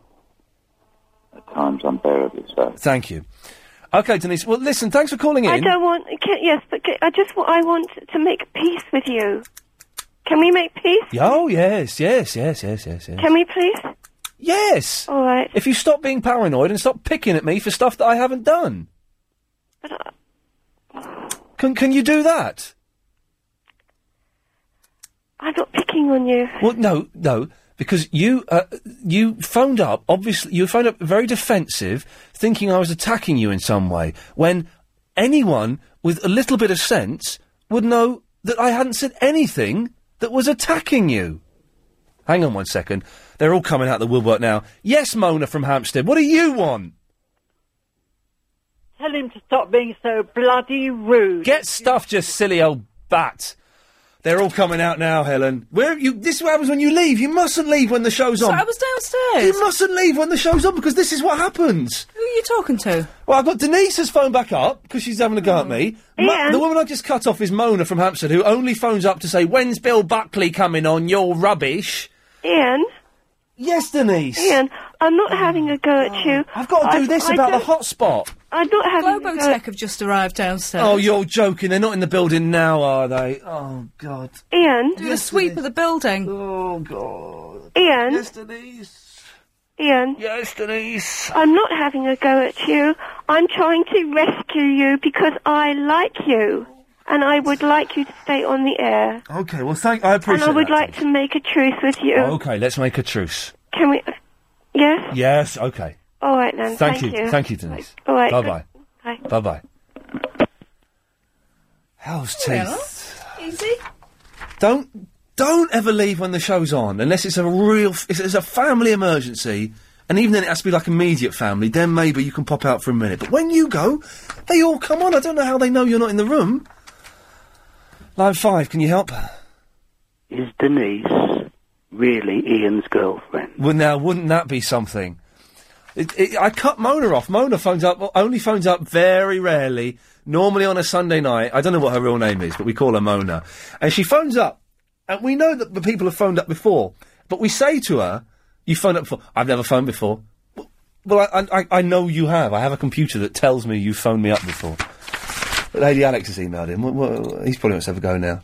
Speaker 25: Times unbearably so.
Speaker 2: Thank you. Okay, Denise. Well, listen, thanks for calling in.
Speaker 22: I don't want. Can, yes, but ca I just. wa- I want to make peace with you. Can we make peace?
Speaker 2: Oh, yes, yes, yes, yes, yes, yes.
Speaker 22: Can we please?
Speaker 2: Yes.
Speaker 22: All right.
Speaker 2: If you stop being paranoid and stop picking at me for stuff that I haven't done.
Speaker 22: uh,
Speaker 2: Can, can you do that?
Speaker 22: I'm not picking on you.
Speaker 2: Well, no, no, because you uh, you phoned up. Obviously, you phoned up very defensive, thinking I was attacking you in some way. When anyone with a little bit of sense would know that I hadn't said anything that was attacking you. Hang on one second. They're all coming out the woodwork now. Yes, Mona from Hampstead. What do you want?
Speaker 14: Tell him to stop being so bloody rude.
Speaker 2: Get stuffed, you silly old bat. They're all coming out now, Helen. Where you? This is what happens when you leave. You mustn't leave when the show's on.
Speaker 15: So I was downstairs.
Speaker 2: You mustn't leave when the show's on because this is what happens.
Speaker 15: Who are you talking to?
Speaker 2: Well, I've got Denise's phone back up because she's having a go at me.
Speaker 14: Oh.
Speaker 15: Ian?
Speaker 2: the woman I just cut off is Mona from Hampstead, who only phones up to say, "When's Bill Buckley coming on? You're rubbish."
Speaker 22: Ian.
Speaker 2: Yes, Denise. Oh,
Speaker 22: Ian, I'm not having a go at you.
Speaker 2: I've got to do this about the hotspot.
Speaker 22: I'm not having a go.
Speaker 15: Globotech have just arrived downstairs.
Speaker 2: Oh, you're joking. They're not in the building now, are they? Oh God.
Speaker 22: Ian.
Speaker 15: Do a sweep of the building.
Speaker 2: Oh, God.
Speaker 22: Ian.
Speaker 2: Yes, Denise.
Speaker 22: Ian.
Speaker 2: Yes, Denise.
Speaker 22: I'm not having a go at you. I'm trying to rescue you because I like you. And I would like you to stay on the air.
Speaker 2: Okay. Well, thank. I
Speaker 22: And
Speaker 2: appreciate
Speaker 22: I would
Speaker 2: that. Oh,
Speaker 22: like to make a truce with you.
Speaker 2: Okay, let's make a truce.
Speaker 22: Can we? Yes?
Speaker 2: Yes. Okay.
Speaker 22: All right then.
Speaker 2: Thank,
Speaker 22: Thank,
Speaker 2: you. Thank you, Denise.
Speaker 22: All right.
Speaker 2: Bye bye.
Speaker 22: Bye.
Speaker 2: Bye bye. Hell's teeth.
Speaker 15: Easy.
Speaker 2: Don't don't ever leave when the show's on unless it's a real f- if it's a family emergency. And even then, it has to be like immediate family. Then maybe you can pop out for a minute. But when you go, they all come on. I don't know how they know you're not in the room. Line five, can you help?
Speaker 8: Is Denise really Ian's girlfriend?
Speaker 2: Well, now wouldn't that be something? It, it, I cut Mona off. Mona phones up, only phones up very rarely. Normally on a Sunday night. I don't know what her real name is, but we call her Mona. And she phones up, and we know that the people have phoned up before. But we say to her, "You phoned up before? I've never phoned before." Well, Well, I, I, I know you have. I have a computer that tells me you phoned me up before. But Lady Alex has emailed him. What, what, he's probably wants to have a go now.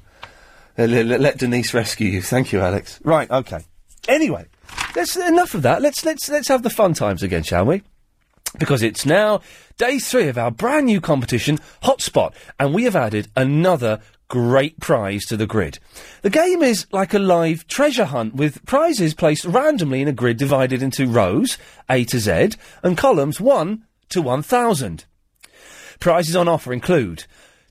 Speaker 2: Uh, le- le- let Denise rescue you. Thank you, Alex. Right. Okay. Anyway, that's enough of that. Let's let's let's have the fun times again, shall we? Because it's now day three of our brand new competition, Hotspot, and we have added another great prize to the grid. The game is like a live treasure hunt with prizes placed randomly in a grid divided into rows A to Z and columns 1 to 1000. Prizes on offer include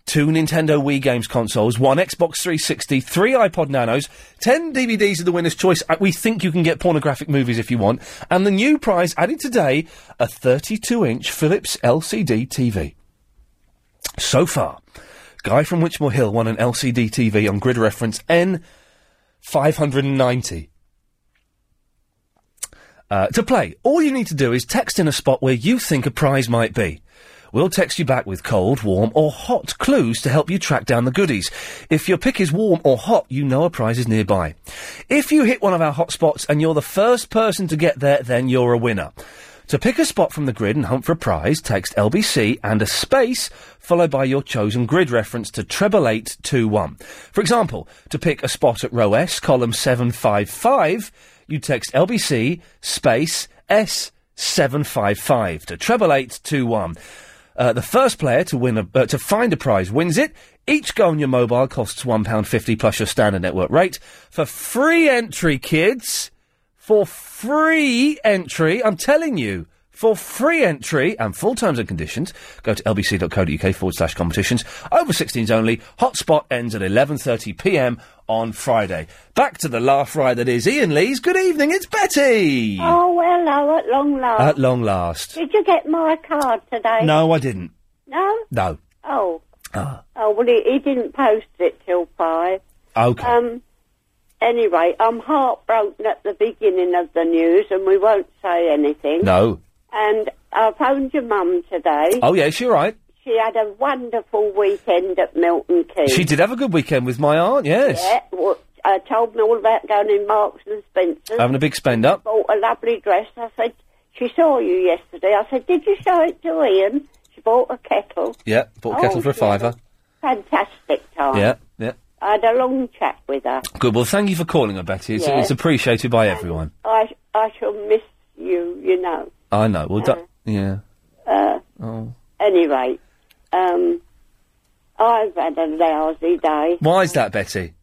Speaker 2: two Nintendo Wii games consoles, one Xbox 360, three iPod Nanos, 10 DVDs of the winner's choice. Uh, We think you can get pornographic movies if you want. And the new prize added today, a 32 inch Philips LCD TV. So far, Guy from Wichmore Hill won an LCD TV on grid reference N590 uh, to play. All you need to do is text in a spot where you think a prize might be. We'll text you back with cold, warm, or hot clues to help you track down the goodies. If your pick is warm or hot, you know a prize is nearby. If you hit one of our hotspots and you're the first person to get there, then you're a winner. To pick a spot from the grid and hunt for a prize, text LBC and a space followed by your chosen grid reference to treble eight two one. For example, to pick a spot at row S, column seven five five, you text LBC space S seven five five to treble eight two one. Uh, the first player to win a, uh, to find a prize wins it. Each go on your mobile costs one pound fifty plus your standard network rate. For free entry, kids, for free entry, I'm telling you, for free entry and full terms and conditions, go to lbc.co.uk forward slash competitions. Over 16s only. Hotspot ends at 11:30 p.m. on Friday. Back to the laugh ride that is Ian Lee's. Good evening, it's Betty.
Speaker 16: Oh, hello, at long last.
Speaker 2: At long last.
Speaker 16: Did you get my card today?
Speaker 2: No, I didn't.
Speaker 16: No?
Speaker 2: No.
Speaker 16: Oh.
Speaker 2: Ah.
Speaker 16: Oh, well, he, he didn't post it till five.
Speaker 2: Okay.
Speaker 16: Um, anyway, I'm heartbroken at the beginning of the news, and we won't say anything.
Speaker 2: No.
Speaker 16: And I phoned your mum today.
Speaker 2: Oh yeah, is she all right?
Speaker 16: She had a wonderful weekend at Milton Keynes.
Speaker 2: She did have a good weekend with my aunt. Yes.
Speaker 16: Yeah, well, uh, told me all about going in Marks and Spencer's.
Speaker 2: Having a big spend up.
Speaker 16: bought Oh, a lovely dress. I said, she saw you yesterday. I said, did you show it to Ian? She bought a kettle.
Speaker 2: Yeah. Bought a kettle
Speaker 16: Oh,
Speaker 2: for a
Speaker 16: dear.
Speaker 2: fiver.
Speaker 16: Fantastic time.
Speaker 2: Yeah. Yeah.
Speaker 16: I had a long chat with her.
Speaker 2: Good. Well, thank you for calling her, Betty. It's,
Speaker 16: Yeah.
Speaker 2: it's appreciated by everyone.
Speaker 16: I, sh- I shall miss you, you know.
Speaker 2: I know. Well, do- yeah.
Speaker 16: Uh,
Speaker 2: Oh.
Speaker 16: anyway, um, I've had a lousy day.
Speaker 2: Why is that, Betty?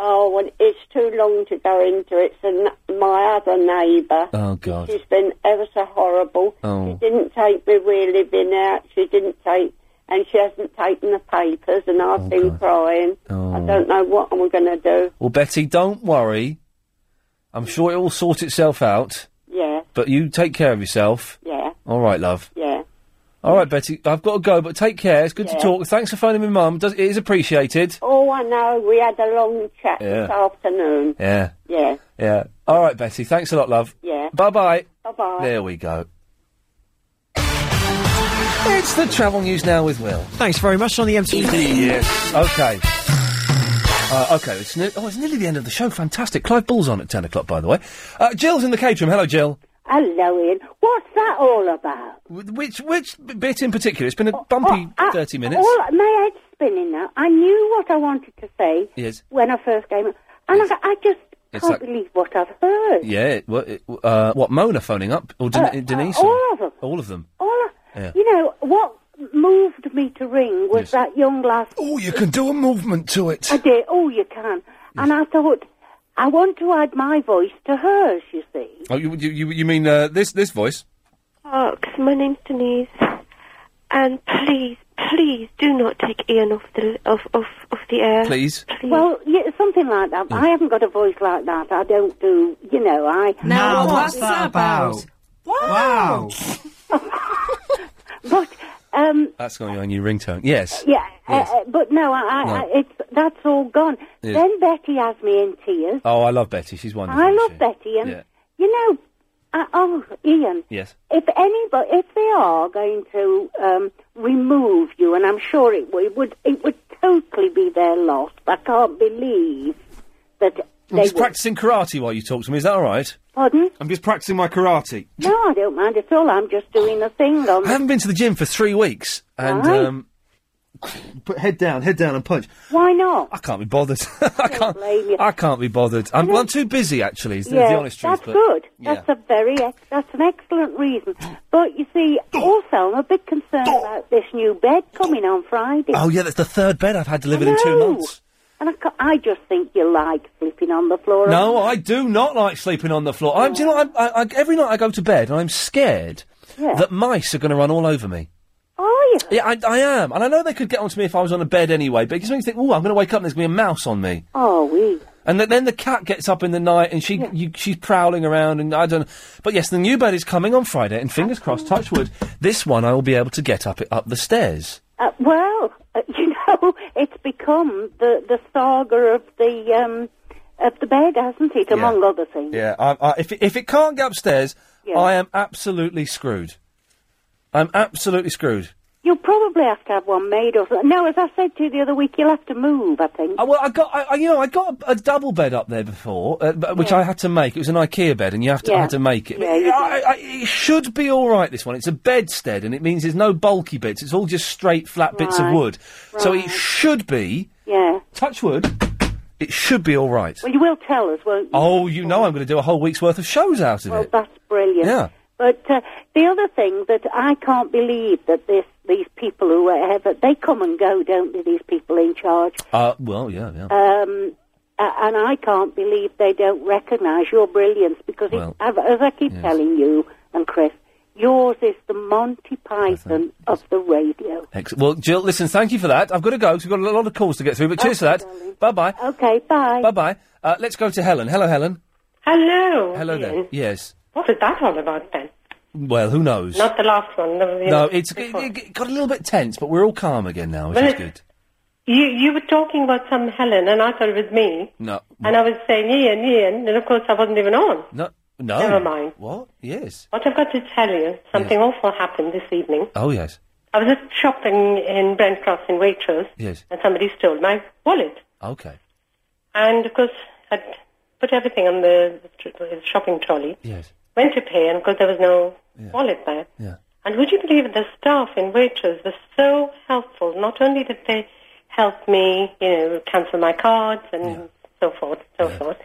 Speaker 16: Oh, well, it's too long to go into it. So n- my other neighbour,
Speaker 2: Oh God.
Speaker 16: she's been ever so horrible. She
Speaker 2: Oh.
Speaker 16: didn't take me we're living out. She didn't take, and she hasn't taken the papers. And I've been crying. I
Speaker 2: Oh.
Speaker 16: don't know what I'm going to do.
Speaker 2: Well, Betty, don't worry. I'm sure it will sort itself out.
Speaker 16: Yeah,
Speaker 2: But you take care of yourself.
Speaker 16: yeah,
Speaker 2: All right, love.
Speaker 16: yeah.
Speaker 2: All right, Betty. I've got to go, but take care. It's good
Speaker 16: Yeah.
Speaker 2: to talk. Thanks for phoning me, Mum. Does, it is appreciated.
Speaker 16: Oh, I know. We had a long chat this
Speaker 2: Yeah.
Speaker 16: afternoon.
Speaker 2: Yeah.
Speaker 16: Yeah,
Speaker 2: Yeah. All right, Betty. Thanks a lot, love.
Speaker 16: yeah.
Speaker 2: Bye bye.
Speaker 16: Bye bye.
Speaker 2: There we go. It's the travel news now with Will.
Speaker 19: Thanks very much on the MTV.
Speaker 2: Yes. Okay. Uh, okay, it's ne- oh, it's nearly the end of the show. Fantastic. Clive Bull's on at 10 o'clock, by the way. Uh, Jill's in the cage room. Hello, Jill.
Speaker 16: Hello, Ian. What's that all about?
Speaker 2: Wh- Which which b- bit in particular? It's
Speaker 16: Oh,
Speaker 2: been a bumpy 30 minutes.
Speaker 16: ah, All my head's spinning now. I knew what I wanted to say
Speaker 2: Yes.
Speaker 16: when I first came, up, and I, I just
Speaker 2: It's
Speaker 16: can't
Speaker 2: like-
Speaker 16: believe what I've heard.
Speaker 2: Yeah, it, what, it, uh, what, Mona phoning up? Or Den-
Speaker 16: Uh, uh,
Speaker 2: Denise?
Speaker 16: all
Speaker 2: or-
Speaker 16: of 'em.
Speaker 2: All of them.
Speaker 16: All I-
Speaker 2: Yeah.
Speaker 16: you know what moved me to ring was that young lass.
Speaker 2: Oh, you can do a movement to it.
Speaker 16: I did. Oh, you can. And I thought, I want to add my voice to hers. You see.
Speaker 2: Oh, you, you, you- you mean uh, this, this voice?
Speaker 22: Parks, my name's Denise, and please, please do not take Ian off the off off, off the air.
Speaker 2: Please.
Speaker 16: Well, yeah, something like that. I haven't got a voice like that. I don't do, you know, I.
Speaker 23: Now, No, Oh, what's what's that that about? about?
Speaker 16: Wow! but, um,
Speaker 2: That's going on your ringtone. Yes.
Speaker 16: yeah,
Speaker 2: Yes.
Speaker 16: uh, uh, but no, I, I,
Speaker 2: No.
Speaker 16: I, it's that's all gone.
Speaker 2: Yes.
Speaker 16: Then Betty has me in tears.
Speaker 2: Oh, I love Betty. She's wonderful.
Speaker 16: I
Speaker 2: isn't
Speaker 16: love
Speaker 2: she?
Speaker 16: Betty, and
Speaker 2: Yeah.
Speaker 16: you know, I, oh, Ian,
Speaker 2: Yes.
Speaker 16: if anybody, if they are going to um, remove you, and I'm sure it, w- it would, it would totally be their loss. I can't believe that
Speaker 2: I'm
Speaker 16: they
Speaker 2: just
Speaker 16: would.
Speaker 2: practicing karate while you talk to me. Is that all right?
Speaker 16: Pardon?
Speaker 2: I'm just practicing my karate.
Speaker 16: No, I don't mind at all. I'm just doing a thing
Speaker 2: I
Speaker 16: on.
Speaker 2: haven't been to the gym for three weeks, and
Speaker 16: Why?
Speaker 2: um, put head down, head down, and punch.
Speaker 16: Why not?
Speaker 2: I can't be bothered. I can't.
Speaker 16: blame you.
Speaker 2: I can't be bothered. I'm, I'm too busy, actually. Is the,
Speaker 16: yeah,
Speaker 2: the honest truth?
Speaker 16: that's
Speaker 2: but-
Speaker 16: good.
Speaker 2: Yeah.
Speaker 16: That's a very, ex- that's an excellent reason. But you see, also, I'm a bit concerned about this new bed coming on Friday.
Speaker 2: Oh yeah, that's the third bed I've had delivered in two
Speaker 16: No.
Speaker 2: months.
Speaker 16: And I, ca- I just think you like flipping on the floor.
Speaker 2: No, I do not like sleeping on the floor. I'm, do you know? what? I, I, I, every night I go to bed, and I'm scared
Speaker 16: Yeah.
Speaker 2: that mice are going to run all over me.
Speaker 16: Oh, yeah.
Speaker 2: Yeah, I, I am, and I know they could get onto me if I was on a bed anyway. But it just makes me think, oh, I'm going to wake up and there's going to be a mouse on me.
Speaker 16: Oh, we.
Speaker 2: And th- then the cat gets up in the night and she you, she's prowling around and I don't know. But yes, the new bed is coming on Friday and fingers crossed, touch wood, this one I will be able to get up it up the stairs.
Speaker 16: Uh, well, uh, you know, it's become the, the saga of the um, of the bed, hasn't it? Among other things.
Speaker 2: Yeah, I, I, if it- if it can't get upstairs,
Speaker 16: Yeah.
Speaker 2: I am absolutely screwed. I'm absolutely screwed.
Speaker 16: You'll probably probably have to have one made or something. No, as I said to you the other week, you'll have to move, I think.
Speaker 2: Oh, well, I got, I, I, you know, I got a, a double bed up there before, uh, b- which I had to make. It was an IKEA bed, and you have to, I
Speaker 16: Yeah.
Speaker 2: had to make it.
Speaker 16: Yeah, you
Speaker 2: I, I, it should be all right. This one, it's a bedstead, and it means there's no bulky bits. It's all just straight, flat bits of
Speaker 16: Right.
Speaker 2: wood. So it
Speaker 16: Right.
Speaker 2: should be
Speaker 16: Yeah.
Speaker 2: touch wood. It should be all right.
Speaker 16: Well, Oh, you will tell us, won't you?
Speaker 2: Oh, you know, I'm going to do a whole week's worth of shows out of
Speaker 16: Well,
Speaker 2: it.
Speaker 16: that's brilliant.
Speaker 2: Yeah.
Speaker 16: But uh, the other thing that I can't believe that this these people who have they come and go, don't they? These people in charge,
Speaker 2: Uh, well, yeah, yeah.
Speaker 16: um, a- and I can't believe they don't recognise your brilliance because
Speaker 2: Well,
Speaker 16: it, as- as I keep telling you and Chris, yours is the Monty Python of the radio.
Speaker 2: Ex- well, Jill, listen, thank you for that. I've got to go 'cause we've got a lot of calls to get through, but cheers for that. Bye bye.
Speaker 16: Okay, bye.
Speaker 2: Bye bye. Uh, let's go to Helen. Hello, Helen.
Speaker 32: Hello.
Speaker 2: Hello there.
Speaker 32: Ian.
Speaker 2: Yes.
Speaker 32: What was that all about then?
Speaker 2: Well, who knows?
Speaker 32: Not the last one. No,
Speaker 2: No, it's it, it got a little bit tense, but we're all calm again now, which
Speaker 32: Well,
Speaker 2: is
Speaker 32: it-
Speaker 2: good.
Speaker 32: you. You were talking about some Helen, and I thought it was me,
Speaker 2: No,
Speaker 32: and I was saying Ian, Ian, and of course I wasn't even on.
Speaker 2: no, no.
Speaker 32: Never mind.
Speaker 2: What? Yes.
Speaker 32: What I've got to tell you, something awful happened this evening.
Speaker 2: Oh, yes.
Speaker 32: I was just shopping in Brent Cross in Waitrose,
Speaker 2: Yes.
Speaker 32: and somebody stole my wallet.
Speaker 2: Okay.
Speaker 32: And of course, I'd put everything on the tr- shopping trolley.
Speaker 2: Yes.
Speaker 32: Went to pay, and of course, there was no wallet there.
Speaker 2: Yeah.
Speaker 32: And would you believe it, the staff in Waitrose were so helpful? Not only did they help me, you know, cancel my cards and so forth, so forth,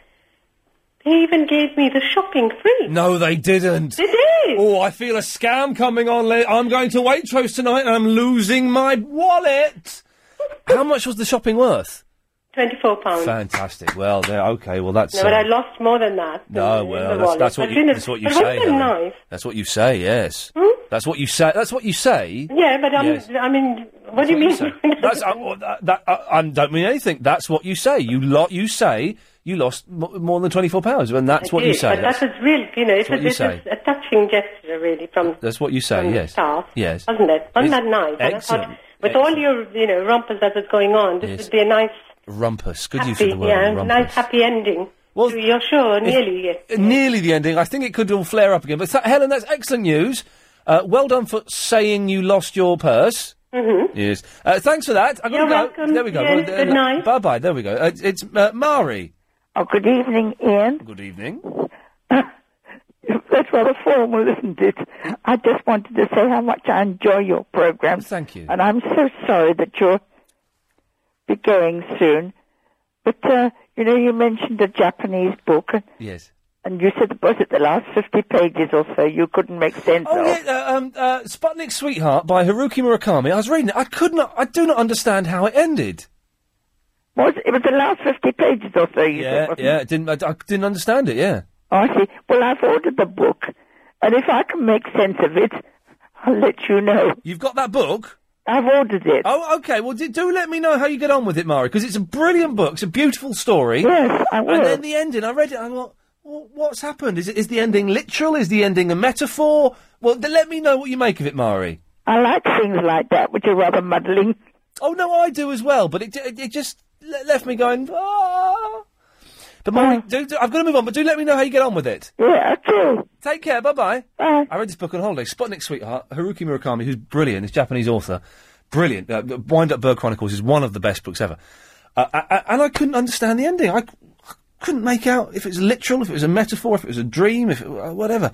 Speaker 32: they even gave me the shopping free.
Speaker 2: No, they didn't.
Speaker 32: They did.
Speaker 2: Oh, I feel a scam coming on. Le- I'm going to Waitrose tonight, and I'm losing my wallet. How much was the shopping worth?
Speaker 32: Twenty-four pounds.
Speaker 2: Fantastic. Well, there. Okay. Well, that's.
Speaker 32: No, but
Speaker 2: uh,
Speaker 32: I lost more than that.
Speaker 2: no,
Speaker 32: in
Speaker 2: well,
Speaker 32: the
Speaker 2: that's,
Speaker 32: wallet.
Speaker 2: that's what
Speaker 32: But
Speaker 2: you,
Speaker 32: know-
Speaker 2: that's what you
Speaker 32: but
Speaker 2: say.
Speaker 32: Wasn't it
Speaker 2: Helen.
Speaker 32: nice? Hmm?
Speaker 2: That's what you say. Yes. That's what you say. That's what you say.
Speaker 32: Yeah, but I'm,
Speaker 2: Yes.
Speaker 32: I mean, what do you mean?
Speaker 2: So that's uh, well, that, that uh, I don't mean anything. That's what you say. You lot, you say you lost m- more than twenty four pounds, and that's what you
Speaker 32: Yes,
Speaker 2: say.
Speaker 32: But
Speaker 2: That's,
Speaker 32: that was real, you know, it
Speaker 2: that's what
Speaker 32: was,
Speaker 2: you
Speaker 32: it was
Speaker 2: say.
Speaker 32: a touching gesture, really, from
Speaker 2: that's what you say.
Speaker 32: from the
Speaker 2: Yes,
Speaker 32: staff,
Speaker 2: yes.
Speaker 32: wasn't it? Wasn't
Speaker 2: Yes.
Speaker 32: that nice? And I thought,
Speaker 2: Excellent.
Speaker 32: with all your, you know, rompers that was going on, this
Speaker 2: Yes.
Speaker 32: would be a nice,
Speaker 2: Rumpus. Good use of
Speaker 32: happy,
Speaker 2: the word.
Speaker 32: yeah,
Speaker 2: rumpus.
Speaker 32: nice, happy ending to your show, nearly, yes.
Speaker 2: Uh, Nearly the ending. I think it could all flare up again. But th- Helen, that's excellent news. Uh, well done for saying you lost your purse.
Speaker 32: hmm
Speaker 8: Mm-hmm.
Speaker 2: Yes. Uh, thanks for that. i
Speaker 32: You're welcome,
Speaker 2: There we go.
Speaker 32: Ian. Good night.
Speaker 2: Bye bye. There we go. Uh, it's uh, Mari.
Speaker 8: Oh, good evening, Ian.
Speaker 2: Good evening. Uh,
Speaker 8: That's rather formal, isn't it? I just wanted to say how much I enjoy your program.
Speaker 2: Thank you.
Speaker 8: And I'm so sorry that you'll be going soon. But, uh, you know, you mentioned the Japanese book,
Speaker 2: Yes.
Speaker 8: and you said, was it the last 50 pages or so you couldn't make sense
Speaker 2: Oh
Speaker 8: of?
Speaker 2: yeah, uh, um, uh, Sputnik Sweetheart by Haruki Murakami. I was reading it. I could not. I do not understand how it ended.
Speaker 8: Was it was the last fifty pages or so? You
Speaker 2: yeah,
Speaker 8: said, wasn't
Speaker 2: yeah.
Speaker 8: it?
Speaker 2: It didn't. I, I didn't understand it. Yeah.
Speaker 8: Oh, I see. Well, I've ordered the book, and if I can make sense of it, I'll let you know.
Speaker 2: You've got that book.
Speaker 8: Oh. I've ordered it.
Speaker 2: Oh, okay. Well, do, do let me know how you get on with it, Mari, because it's a brilliant book. It's a beautiful story.
Speaker 8: Yes, I will.
Speaker 2: And then the ending. I read it. I'm like, well, what's happened? Is it is the ending literal? Is the ending a metaphor? Well, th- let me know what you make of it, Mari.
Speaker 8: I like things like that, which are rather muddling.
Speaker 2: Oh no, I do as well, but it it, it just le- left me going. Ah. But Mari, do, do, I've got to move on. But do let me know how you get on with it.
Speaker 8: Yeah, I do.
Speaker 2: Take care. Bye bye. I read this book on holiday. Sputnik Sweetheart, Haruki Murakami, who's brilliant, this Japanese author, brilliant. Uh, the Wind Up Bird Chronicles is one of the best books ever. Uh, I, I- and I couldn't understand the ending. I, c- couldn't make out if it was literal, if it was a metaphor, if it was a dream, if it, uh, whatever.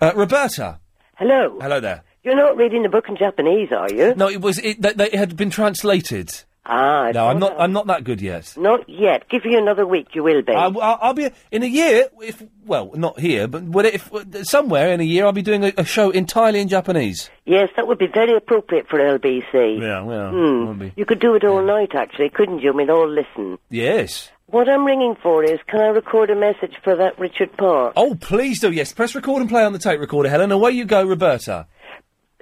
Speaker 2: Uh, Roberta.
Speaker 33: Hello.
Speaker 2: Hello there.
Speaker 33: You're not reading the book in Japanese, are you?
Speaker 2: No, it was it. They, they had been translated.
Speaker 33: Ah.
Speaker 2: No, I'm not. I'm not that good yet.
Speaker 33: Not yet. Give you another week. You will be.
Speaker 2: I, will I'll be in a year. If well, not here, but when- if somewhere in a year, I'll be doing a, a show entirely in Japanese.
Speaker 33: yes, that would be very appropriate for LBC.
Speaker 2: Yeah, well, would be.
Speaker 33: Hmm. You could do it all night, actually, couldn't you? I mean, all listen.
Speaker 2: Yes.
Speaker 33: What I'm ringing for is, can I record a message for that Richard Park?
Speaker 2: Oh, please do. Yes, press record and play on the tape recorder, Helen. Away you go, Roberta.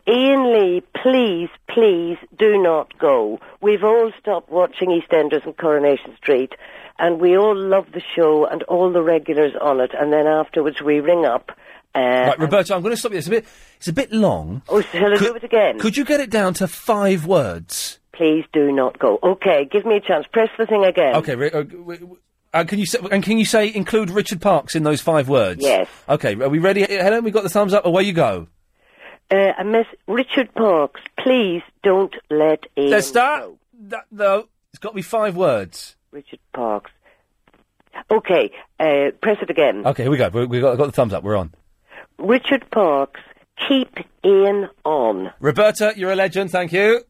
Speaker 33: Ian Lee, please, please do not go. We've all stopped watching EastEnders and Coronation Street, and we all love the show and all the regulars on it, and then afterwards we ring up. Uh,
Speaker 2: right, Roberta, I'm going to stop you. It's a bit. It's a bit long.
Speaker 33: Oh, shall I do it again?
Speaker 2: Could you get it down to five words?
Speaker 33: Please do not go. Okay, give me a chance. Press the thing again.
Speaker 2: Okay. Ri- uh, w- w- uh, can you say, and can you say include Richard Parks in those five words?
Speaker 33: Yes.
Speaker 2: Okay. Are we ready, Helen? We got the thumbs up. Away you go.
Speaker 33: Uh, I miss Richard Parks. Please don't let Ian.
Speaker 2: Let's start. That, though, it's got to be five words.
Speaker 33: Richard Parks. Okay, uh, press it again.
Speaker 2: Okay, here we go. We, we got, got the thumbs up. We're on.
Speaker 33: Richard Parks. Keep Ian on.
Speaker 2: Roberta, you're a legend. Thank you.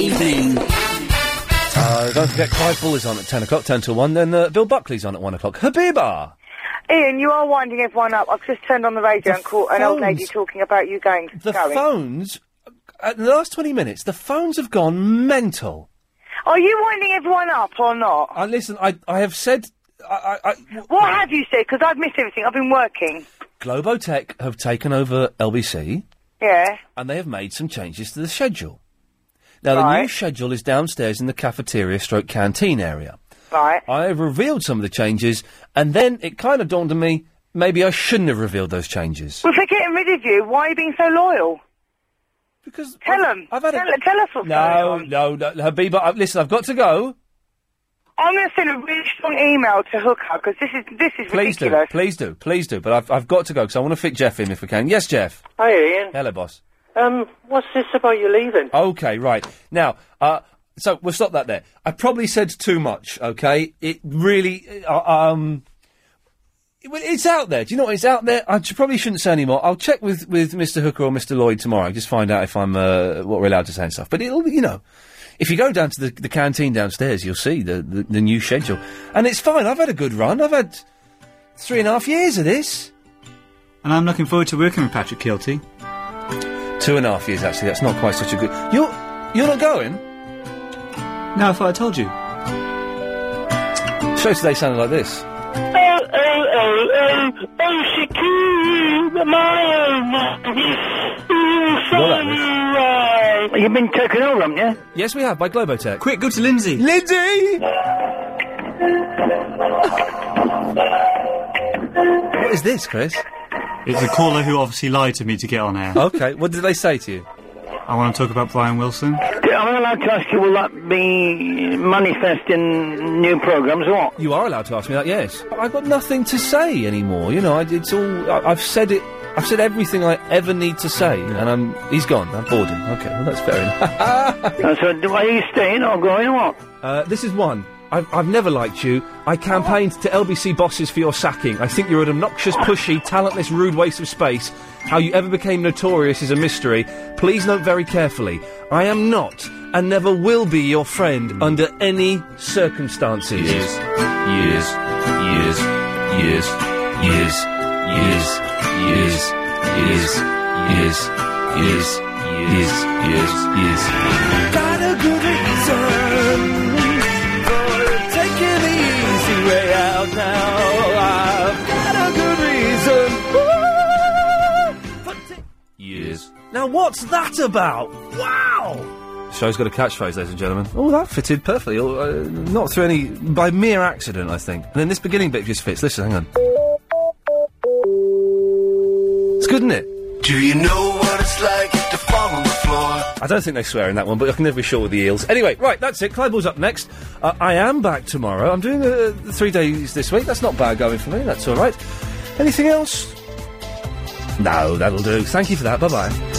Speaker 2: Evening. Uh, don't forget, Clive Bull is on at 10 o'clock, 10 to 1. Then uh, Bill Buckley's on at 1 o'clock. Habiba!
Speaker 4: Ian, you are winding everyone up. I've just turned on the radio and caught an old
Speaker 2: phones-
Speaker 4: lady talking about you going
Speaker 2: The
Speaker 4: going.
Speaker 2: phones, uh, in the last 20 minutes, the phones have gone mental.
Speaker 4: Are you winding everyone up or not?
Speaker 2: I Uh, listen. I I have said. I, I, I,
Speaker 4: what have you said? Because I've missed everything. I've been working.
Speaker 2: Globotech have taken over LBC
Speaker 4: Yeah.
Speaker 2: and they have made some changes to the schedule. Now, the new schedule is downstairs in the cafeteria stroke canteen area.
Speaker 4: Right.
Speaker 2: I have revealed some of the changes, and then it kind of dawned on me maybe I shouldn't have revealed those changes.
Speaker 4: Well, if they're getting rid of you, why are you being so loyal?
Speaker 2: Because
Speaker 4: tell them.
Speaker 2: I've had
Speaker 4: tell, tell us what's going on.
Speaker 2: No, no, no, Habiba, I, listen, I've got to go.
Speaker 4: I'm going to send a really strong email to Hooker because this is this is
Speaker 2: Please
Speaker 4: ridiculous.
Speaker 2: do, please do, please do. But I've, I've got to go because I want to fit Jeff in if we can. Yes, Jeff.
Speaker 4: Hi, Ian.
Speaker 2: Hello, boss.
Speaker 4: Um, what's this about you leaving?
Speaker 2: Okay, right. Now, uh, so we'll stop that there. I probably said too much, okay? It really, uh, um, it- well, it's out there. Do you know what? It's out there. I sh- probably shouldn't say anymore. I'll check with, with Mr. Hooker or Mr. Lloyd tomorrow. Just find out if I'm, uh, what we're allowed to say and stuff. But it'll, be- you know, if you go down to the, the canteen downstairs, you'll see the, the, the new schedule. And it's fine. I've had a good run. I've had three and a half years of this.
Speaker 24: And I'm looking forward to working with Patrick Keelty.
Speaker 2: Two and a half years, actually. That's not quite such a good. You're, you're not going?
Speaker 24: No, I thought I told you.
Speaker 2: Show today sounded like this.
Speaker 23: Oh, oh, oh, oh, oh, Shaquille, my
Speaker 2: Sunrise.
Speaker 8: You've been taken over, haven't you?
Speaker 2: Yes, we have, by Globotech.
Speaker 24: Quick, go to Lindsay.
Speaker 2: Lindsay! What is this, Chris?
Speaker 24: It's a caller who obviously lied to me to get on air.
Speaker 2: okay, what did they say to you?
Speaker 24: I want to talk about Brian Wilson.
Speaker 8: I'm allowed to ask you, will that be manifest in new programmes or what?
Speaker 2: You are allowed to ask me that, yes. I've got nothing to say anymore. You know, I, it's all. I, I've said it. I've said everything I ever need to say, and I'm. He's gone. I've bored him. Okay, well, that's fair enough.
Speaker 8: And so, do- are you staying or going or what?
Speaker 2: uh, this is one. I've, I've never liked you. I campaigned to LBC bosses for your sacking. I think you're an obnoxious, pushy, talentless, rude waste of space. How you ever became notorious is a mystery. Please note very carefully. I am not and never will be your friend under any circumstances.
Speaker 23: Years, years, years, years, years, years, years, years, years, years, years, years, years. Got a good reason for taking the easy way out now. I've got a good reason.
Speaker 2: Years. Now, what's that about? Wow! Show's got a catchphrase, ladies and gentlemen. Oh, that fitted perfectly. Oh, Uh, not through any. by mere accident, I think. And then this beginning bit just fits. Listen, hang on. It's good, isn't it? Do you know what it's like to fall on the floor? I don't think they swear in that one, but I can never be sure with the eels. Anyway, right, that's it. Clyde Ball's up next. Uh, I am back tomorrow. I'm doing uh, three days this week. That's not bad going for me. That's all right. Anything else? No, that'll do. Thank you for that. Bye bye.